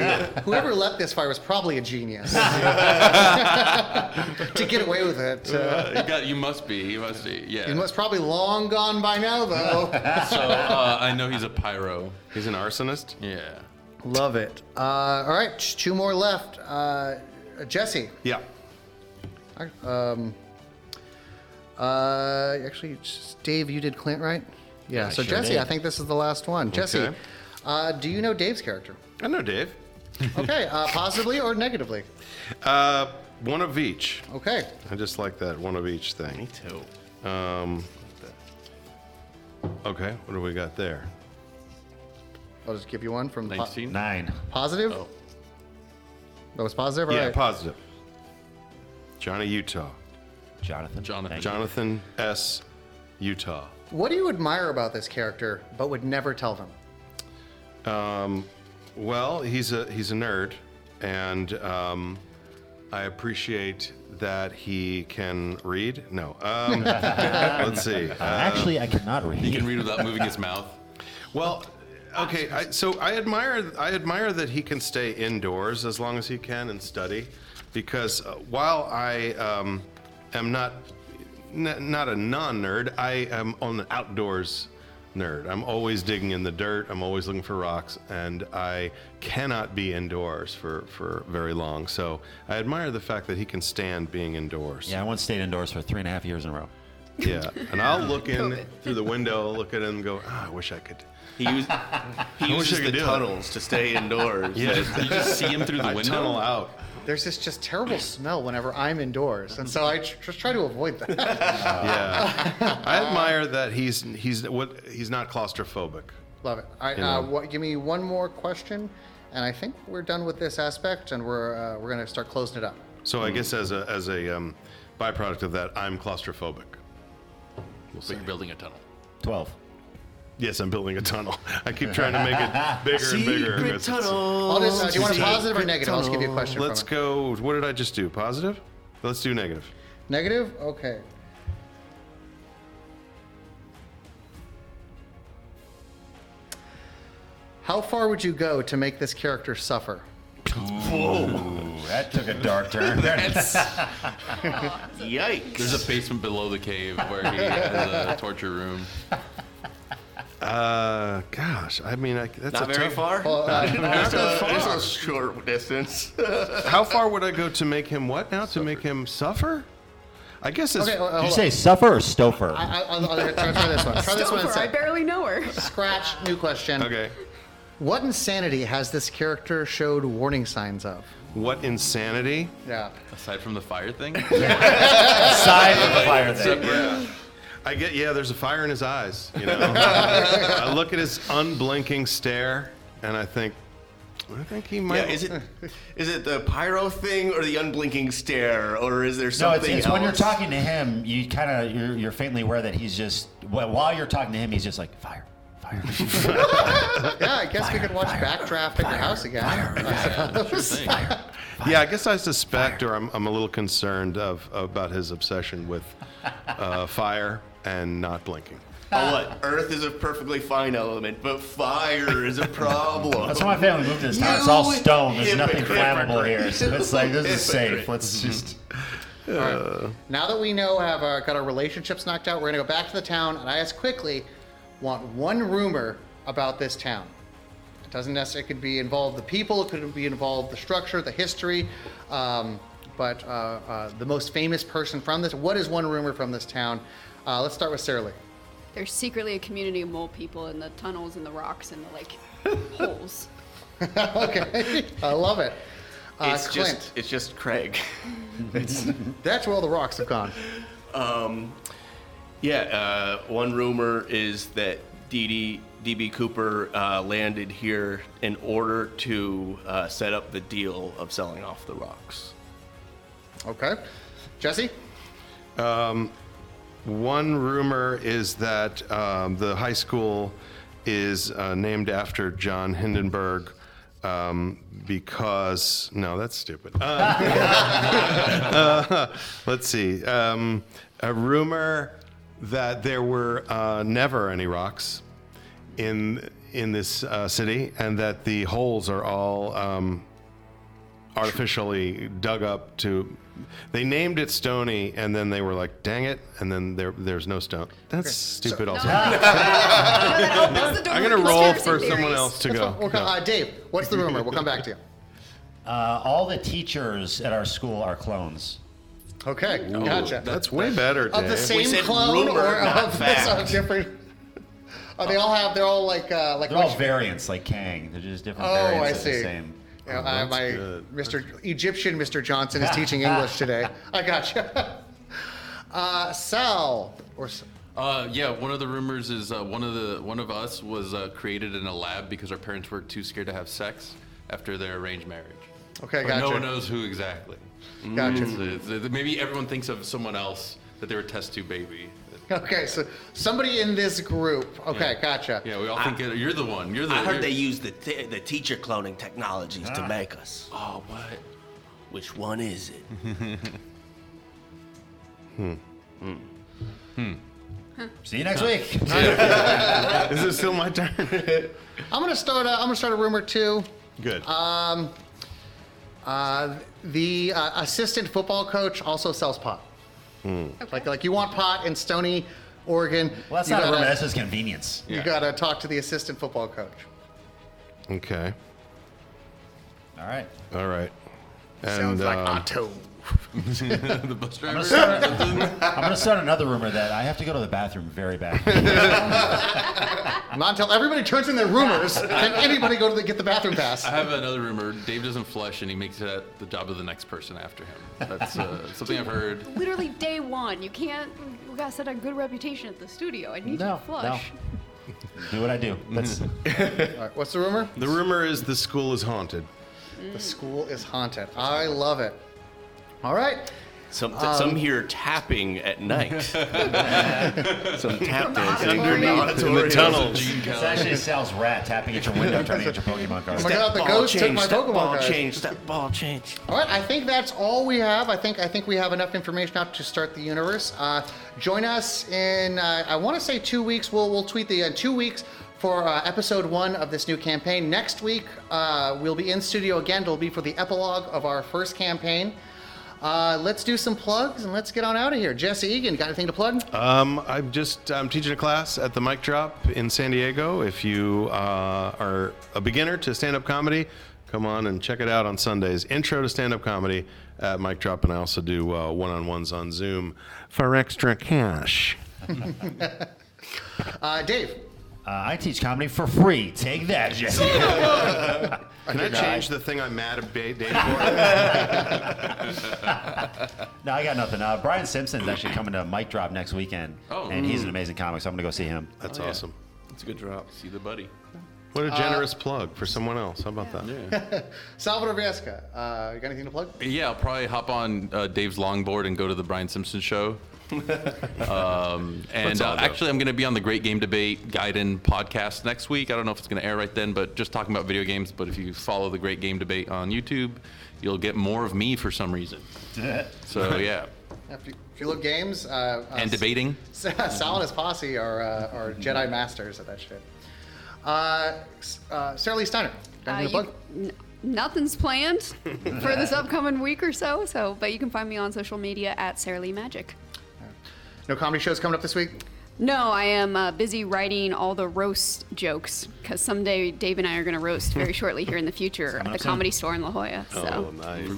[SPEAKER 2] whoever left this fire was probably a genius. to get away with it. Uh,
[SPEAKER 6] Uh, you, got, you must be. You must be. Yeah.
[SPEAKER 2] it was probably long gone by now, though.
[SPEAKER 6] So uh, I know he's a pyro.
[SPEAKER 5] He's an arsonist.
[SPEAKER 6] Yeah.
[SPEAKER 2] Love it. Uh, all right, t- two more left. Uh, Jesse.
[SPEAKER 5] Yeah.
[SPEAKER 2] All right, Um, uh, actually, just- Dave, you did Clint, right? Yeah. so
[SPEAKER 4] sure
[SPEAKER 2] Jesse,
[SPEAKER 4] did.
[SPEAKER 2] I think this is the last one. Jesse,
[SPEAKER 5] Okay.
[SPEAKER 2] uh, do you know Dave's character?
[SPEAKER 5] I know Dave.
[SPEAKER 2] Okay, uh, positively or negatively?
[SPEAKER 5] Uh, one of each.
[SPEAKER 2] Okay.
[SPEAKER 5] I just like that one of each thing. Me too. Um, okay, what do we got there?
[SPEAKER 2] I'll just give you one from po-
[SPEAKER 6] 19.
[SPEAKER 4] Nine.
[SPEAKER 2] positive. That was positive,
[SPEAKER 5] Oh. yeah,
[SPEAKER 2] right?
[SPEAKER 5] positive. Johnny Utah.
[SPEAKER 4] Jonathan.
[SPEAKER 6] Jonathan.
[SPEAKER 4] Thank you.
[SPEAKER 5] Jonathan S. Utah.
[SPEAKER 2] what do you admire about this character, but would never tell them?
[SPEAKER 5] Um, well, he's a he's a nerd, and um, I appreciate that he can read. No, um, let's see. Uh,
[SPEAKER 4] Actually, I cannot read.
[SPEAKER 6] He can read without moving his mouth.
[SPEAKER 5] well, okay. I, so I admire I admire that he can stay indoors as long as he can and study, because uh, while I um, am not n- not a non-nerd, I am an outdoors nerd. I'm always digging in the dirt. I'm always looking for rocks, and I cannot be indoors for for very long. So I admire the fact that he can stand being indoors.
[SPEAKER 4] Yeah, I once stayed indoors for three and a half years in a row.
[SPEAKER 5] Yeah, and I'll look in
[SPEAKER 8] COVID.
[SPEAKER 5] through the window, look at him, and go, ah, I wish I could.
[SPEAKER 7] He, use,
[SPEAKER 5] wish
[SPEAKER 7] he
[SPEAKER 5] I
[SPEAKER 7] uses
[SPEAKER 5] could
[SPEAKER 7] the
[SPEAKER 5] do it.
[SPEAKER 7] tunnels to stay indoors.
[SPEAKER 6] You just, you just see him through the
[SPEAKER 5] I tunnel
[SPEAKER 6] window.
[SPEAKER 5] out.
[SPEAKER 2] There's this just terrible smell whenever I'm indoors, and so I tr- just try to avoid that.
[SPEAKER 5] Yeah, I admire that he's he's what he's not claustrophobic.
[SPEAKER 2] Love it. All right, uh, what, give me one more question, and I think we're done with this aspect, and we're uh, we're gonna start closing it up.
[SPEAKER 5] So I guess as a as a um, byproduct of that, I'm claustrophobic.
[SPEAKER 6] But you're building a tunnel.
[SPEAKER 4] 12.
[SPEAKER 5] Yes, I'm building a tunnel. I keep trying to make it bigger and bigger.
[SPEAKER 7] Secret
[SPEAKER 5] It's- it's-
[SPEAKER 7] tunnel.
[SPEAKER 2] I'll just, uh, do you want a positive or negative? I'll just give you a question.
[SPEAKER 5] Let's
[SPEAKER 2] from it.
[SPEAKER 5] go. What did I just do? Positive? Let's do negative.
[SPEAKER 2] Negative. Okay. How far would you go to make this character suffer?
[SPEAKER 4] Ooh, that took a dark turn.
[SPEAKER 7] Yikes.
[SPEAKER 6] There's a basement below the cave where he has a torture room.
[SPEAKER 5] Uh, gosh, I mean, I, that's
[SPEAKER 7] Not
[SPEAKER 5] a
[SPEAKER 7] very
[SPEAKER 5] tough-
[SPEAKER 7] far.
[SPEAKER 5] Not that far.
[SPEAKER 7] Oh, uh, It's a short distance.
[SPEAKER 5] How far would I go to make him what now? To make him suffer? I guess it's.
[SPEAKER 2] Okay. uh,
[SPEAKER 4] Did you say suffer or stofer?
[SPEAKER 2] I, I, will try, try this one. Try this one
[SPEAKER 8] Stover, I
[SPEAKER 2] instead.
[SPEAKER 8] barely know her.
[SPEAKER 2] Scratch. New question.
[SPEAKER 5] okay.
[SPEAKER 2] What insanity has this character showed warning signs of?
[SPEAKER 5] What insanity?
[SPEAKER 2] Yeah.
[SPEAKER 6] Aside from the fire thing,
[SPEAKER 4] Side of the fire thing.
[SPEAKER 5] Yeah. I get. Yeah, there's a fire in his eyes. You know. I look at his unblinking stare, and I think, I think he might.
[SPEAKER 7] Yeah, is it is it the pyro thing or the unblinking stare or is there
[SPEAKER 4] No,
[SPEAKER 7] something
[SPEAKER 4] it's, it's
[SPEAKER 7] else?
[SPEAKER 4] when you're talking to him, you kind of you're, you're faintly aware that he's just wh- while you're talking to him, he's just like fire, fire.
[SPEAKER 2] Yeah. I guess we could watch Backdraft at your house again.
[SPEAKER 6] sure thing.
[SPEAKER 5] Yeah, I guess I suspect, or I'm, I'm a little concerned of about his obsession with uh, fire and not blinking.
[SPEAKER 7] Oh, what? Earth is a perfectly fine element, but fire is a problem.
[SPEAKER 4] That's why my family moved to this town. It's all
[SPEAKER 7] You
[SPEAKER 4] stone. There's nothing
[SPEAKER 7] hypocrite.
[SPEAKER 4] flammable here, so it's like this is safe.
[SPEAKER 7] Hypocrite.
[SPEAKER 4] Let's just.
[SPEAKER 2] Now that we know have our, got our relationships knocked out, we're gonna go back to the town, and I ask quickly, want one rumor about this town. It doesn't necessarily it could be involved the people, it could be involved the structure, the history, um, but uh, uh, the most famous person from this. What is one rumor from this town? Uh, let's start with Sarah Lee.
[SPEAKER 8] There's secretly a community of mole people in the tunnels and the rocks and the like holes.
[SPEAKER 2] okay, I love it. Uh,
[SPEAKER 7] It's
[SPEAKER 2] Clint,
[SPEAKER 7] just it's just Craig.
[SPEAKER 2] that's where all the rocks have gone.
[SPEAKER 7] Um, yeah, uh, one rumor is that DD DB Cooper uh, landed here in order to uh, set up the deal of selling off the rocks.
[SPEAKER 2] Okay, Jesse.
[SPEAKER 5] One rumor is that um, the high school is uh, named after John Hindenburg um, because no, that's stupid. Uh, uh, let's see. Um, a rumor that there were uh, never any rocks in in this uh, city, and that the holes are all um, artificially dug up to. They named it Stony, and then they were like, "Dang it!" And then there there's no stone. That's stupid. also, I'm gonna roll for someone else to
[SPEAKER 2] That's
[SPEAKER 5] go.
[SPEAKER 2] fine. We'll co-
[SPEAKER 5] Oh, No.
[SPEAKER 2] uh, Dave, what's the rumor? We'll come back to you.
[SPEAKER 4] Uh, all the teachers at our school are clones.
[SPEAKER 2] Okay, gotcha.
[SPEAKER 5] That's way better,
[SPEAKER 2] of the
[SPEAKER 5] Dave.
[SPEAKER 2] same
[SPEAKER 7] said
[SPEAKER 2] clone
[SPEAKER 7] rumor,
[SPEAKER 2] or
[SPEAKER 7] not
[SPEAKER 2] of this of
[SPEAKER 7] fact.
[SPEAKER 2] different? Oh, they all have. They're all like uh, like.
[SPEAKER 4] They're all
[SPEAKER 2] which-
[SPEAKER 4] variants, like Kang. They're just different
[SPEAKER 2] Oh, I
[SPEAKER 4] variants of
[SPEAKER 2] see.
[SPEAKER 4] the same. Oh,
[SPEAKER 2] you know, uh, my Mr. Egyptian Mr. Johnson is teaching English today. I gotcha. Uh, Sal or S-
[SPEAKER 6] Uh, yeah, one of the rumors is uh, one of the one of us was uh, created in a lab because our parents were too scared to have sex after their arranged marriage.
[SPEAKER 2] Okay,
[SPEAKER 7] Oh,
[SPEAKER 6] But No
[SPEAKER 2] gotcha.
[SPEAKER 6] one knows who exactly.
[SPEAKER 2] Gotcha.
[SPEAKER 7] Mm.
[SPEAKER 6] It's- it's- Maybe everyone thinks of someone else that they were test tube baby.
[SPEAKER 2] Okay, so somebody in this group. Okay, gotcha.
[SPEAKER 6] Yeah, we all think it- you're the one. You're the.
[SPEAKER 9] I heard
[SPEAKER 6] you're-
[SPEAKER 9] they use the, t- the teacher cloning technologies
[SPEAKER 7] Ah.
[SPEAKER 9] to make us.
[SPEAKER 6] Oh, what?
[SPEAKER 9] Which one is it?
[SPEAKER 4] See you next week.
[SPEAKER 5] Is it still my turn?
[SPEAKER 2] I'm gonna start. A, I'm gonna start a rumor too.
[SPEAKER 5] Good.
[SPEAKER 2] Uh, the uh, assistant football coach also sells pot. Like like you want pot in Stony, Oregon.
[SPEAKER 4] Hmm. Well, that's
[SPEAKER 2] you
[SPEAKER 4] not a
[SPEAKER 2] gotta-
[SPEAKER 4] rumor. That's just convenience.
[SPEAKER 2] You gotta talk to the assistant football coach.
[SPEAKER 5] Okay.
[SPEAKER 4] All right.
[SPEAKER 5] All right. And
[SPEAKER 2] Sounds like
[SPEAKER 5] um,
[SPEAKER 2] Otto.
[SPEAKER 6] the bus driver. or something?
[SPEAKER 4] I'm going to start another rumor that I have to go to the bathroom very bad.
[SPEAKER 2] Not until everybody turns in their rumors can anybody go to the, get the bathroom pass.
[SPEAKER 6] I have another rumor. Dave doesn't flush, and he makes that the job of the next person after him. That's uh, something I've heard.
[SPEAKER 8] Literally day one. You can't. We gotta set a good reputation at the studio. I need you
[SPEAKER 4] No,
[SPEAKER 8] to
[SPEAKER 4] no.
[SPEAKER 8] flush.
[SPEAKER 4] Do what I do. That's,
[SPEAKER 2] All right, what's the rumor?
[SPEAKER 5] The rumor is the school is haunted.
[SPEAKER 2] The school is haunted. I love it. All right.
[SPEAKER 7] Some, some hear tapping at night. some tap dancing
[SPEAKER 8] auditorium.
[SPEAKER 7] in the tunnels.
[SPEAKER 6] Gene
[SPEAKER 4] it's
[SPEAKER 6] Kelly.
[SPEAKER 4] actually Sal's rat tapping at your window trying to get your Pokemon card.
[SPEAKER 2] my God, the
[SPEAKER 7] ball
[SPEAKER 2] ghost took
[SPEAKER 7] changed,
[SPEAKER 2] my
[SPEAKER 7] that
[SPEAKER 2] Pokemon
[SPEAKER 7] ball
[SPEAKER 2] card.
[SPEAKER 7] changed, that ball changed.
[SPEAKER 2] All right, I think that's all we have. I think I think we have enough information out to start the universe. Uh, join us in uh, I want to say two weeks. We'll we'll tweet the uh, two weeks for uh, episode one of this new campaign. Next week uh, we'll be in studio again. It'll be for the epilogue of our first campaign. Uh, let's do some plugs and let's get on out of here. Jesse Egan, got anything to plug?
[SPEAKER 5] Um, I'm just I'm teaching a class at the Mic Drop in San Diego. If you uh, are a beginner to stand-up comedy, come on and check it out on Sundays. Intro to stand-up comedy at Mic Drop, and I also do uh, one-on-ones on Zoom for extra cash.
[SPEAKER 2] Uh, Dave,
[SPEAKER 4] Uh, I teach comedy for free. Take that, Jesse.
[SPEAKER 5] Can I change the thing I'm mad at Dave for?
[SPEAKER 4] No, I got nothing. Uh, Brian Simpson's actually coming to Mic Drop next weekend.
[SPEAKER 6] Oh.
[SPEAKER 4] And he's an amazing comic, so I'm going to go see him.
[SPEAKER 5] That's
[SPEAKER 6] Oh, yeah.
[SPEAKER 5] awesome.
[SPEAKER 6] It's a good drop. See the buddy.
[SPEAKER 5] What a generous plug for someone else. How about that?
[SPEAKER 2] Salvador Viesca, uh, you got anything to plug?
[SPEAKER 6] Yeah, I'll probably hop on uh, Dave's longboard and go to the Brian Simpson show. um, and
[SPEAKER 5] all
[SPEAKER 6] uh,
[SPEAKER 5] about.
[SPEAKER 6] actually, I'm going to be on the Great Game Debate Gaiden podcast next week. I don't know if it's going to air right then, but just talking about video games. But if you follow the Great Game Debate on YouTube, you'll get more of me for some reason. So yeah,
[SPEAKER 2] If you, if you look games uh, uh,
[SPEAKER 6] and debating.
[SPEAKER 2] Sal and his posse are, uh, are Jedi masters at that shit. Uh, s- uh, Sarah Lee Steiner. got
[SPEAKER 8] Uh,
[SPEAKER 2] anything to plug?
[SPEAKER 8] you- n- nothing's planned for this upcoming week or so. So, but you can find me on social media at Sarah Lee Magic.
[SPEAKER 2] No comedy shows coming up this week?
[SPEAKER 8] No, I am uh, busy writing all the roast jokes because someday Dave and I are going to roast very shortly here in the future at the
[SPEAKER 4] up soon.
[SPEAKER 8] Comedy Store in La Jolla. So,
[SPEAKER 5] Oh, nice.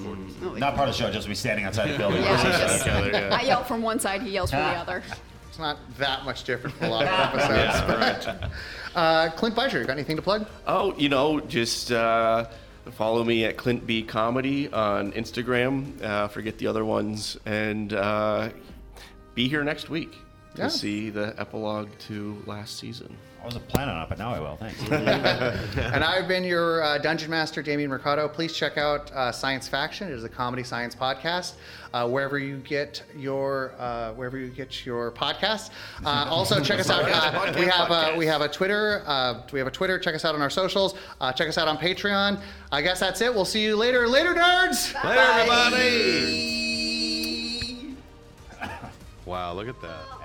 [SPEAKER 4] Not part of the show, just we standing outside the building.
[SPEAKER 8] yeah, I just- I yell from one side, he yells from the other.
[SPEAKER 2] It's not that much different from a lot of episodes. but, uh, Clint Beischer, you got anything to plug?
[SPEAKER 7] Oh, you know, just uh, follow me at Clint B Comedy on Instagram. Uh, forget the other ones, and uh, be here next week to
[SPEAKER 2] Yeah.
[SPEAKER 7] see the epilogue to last season.
[SPEAKER 4] I wasn't planning on it, but now I will. Thanks.
[SPEAKER 2] and I've been your uh, dungeon master, Damien Mercado. Please check out uh, Science Faction. It is a comedy science podcast. Uh, wherever you get your uh, wherever you get your podcasts. Uh, also, check us out. Uh, we have uh, we have a Twitter. Uh, we have a Twitter. Check us out on our socials. Uh, check us out on Patreon. I guess that's it. We'll see you later. Later, nerds.
[SPEAKER 5] Later, everybody. wow, look at that.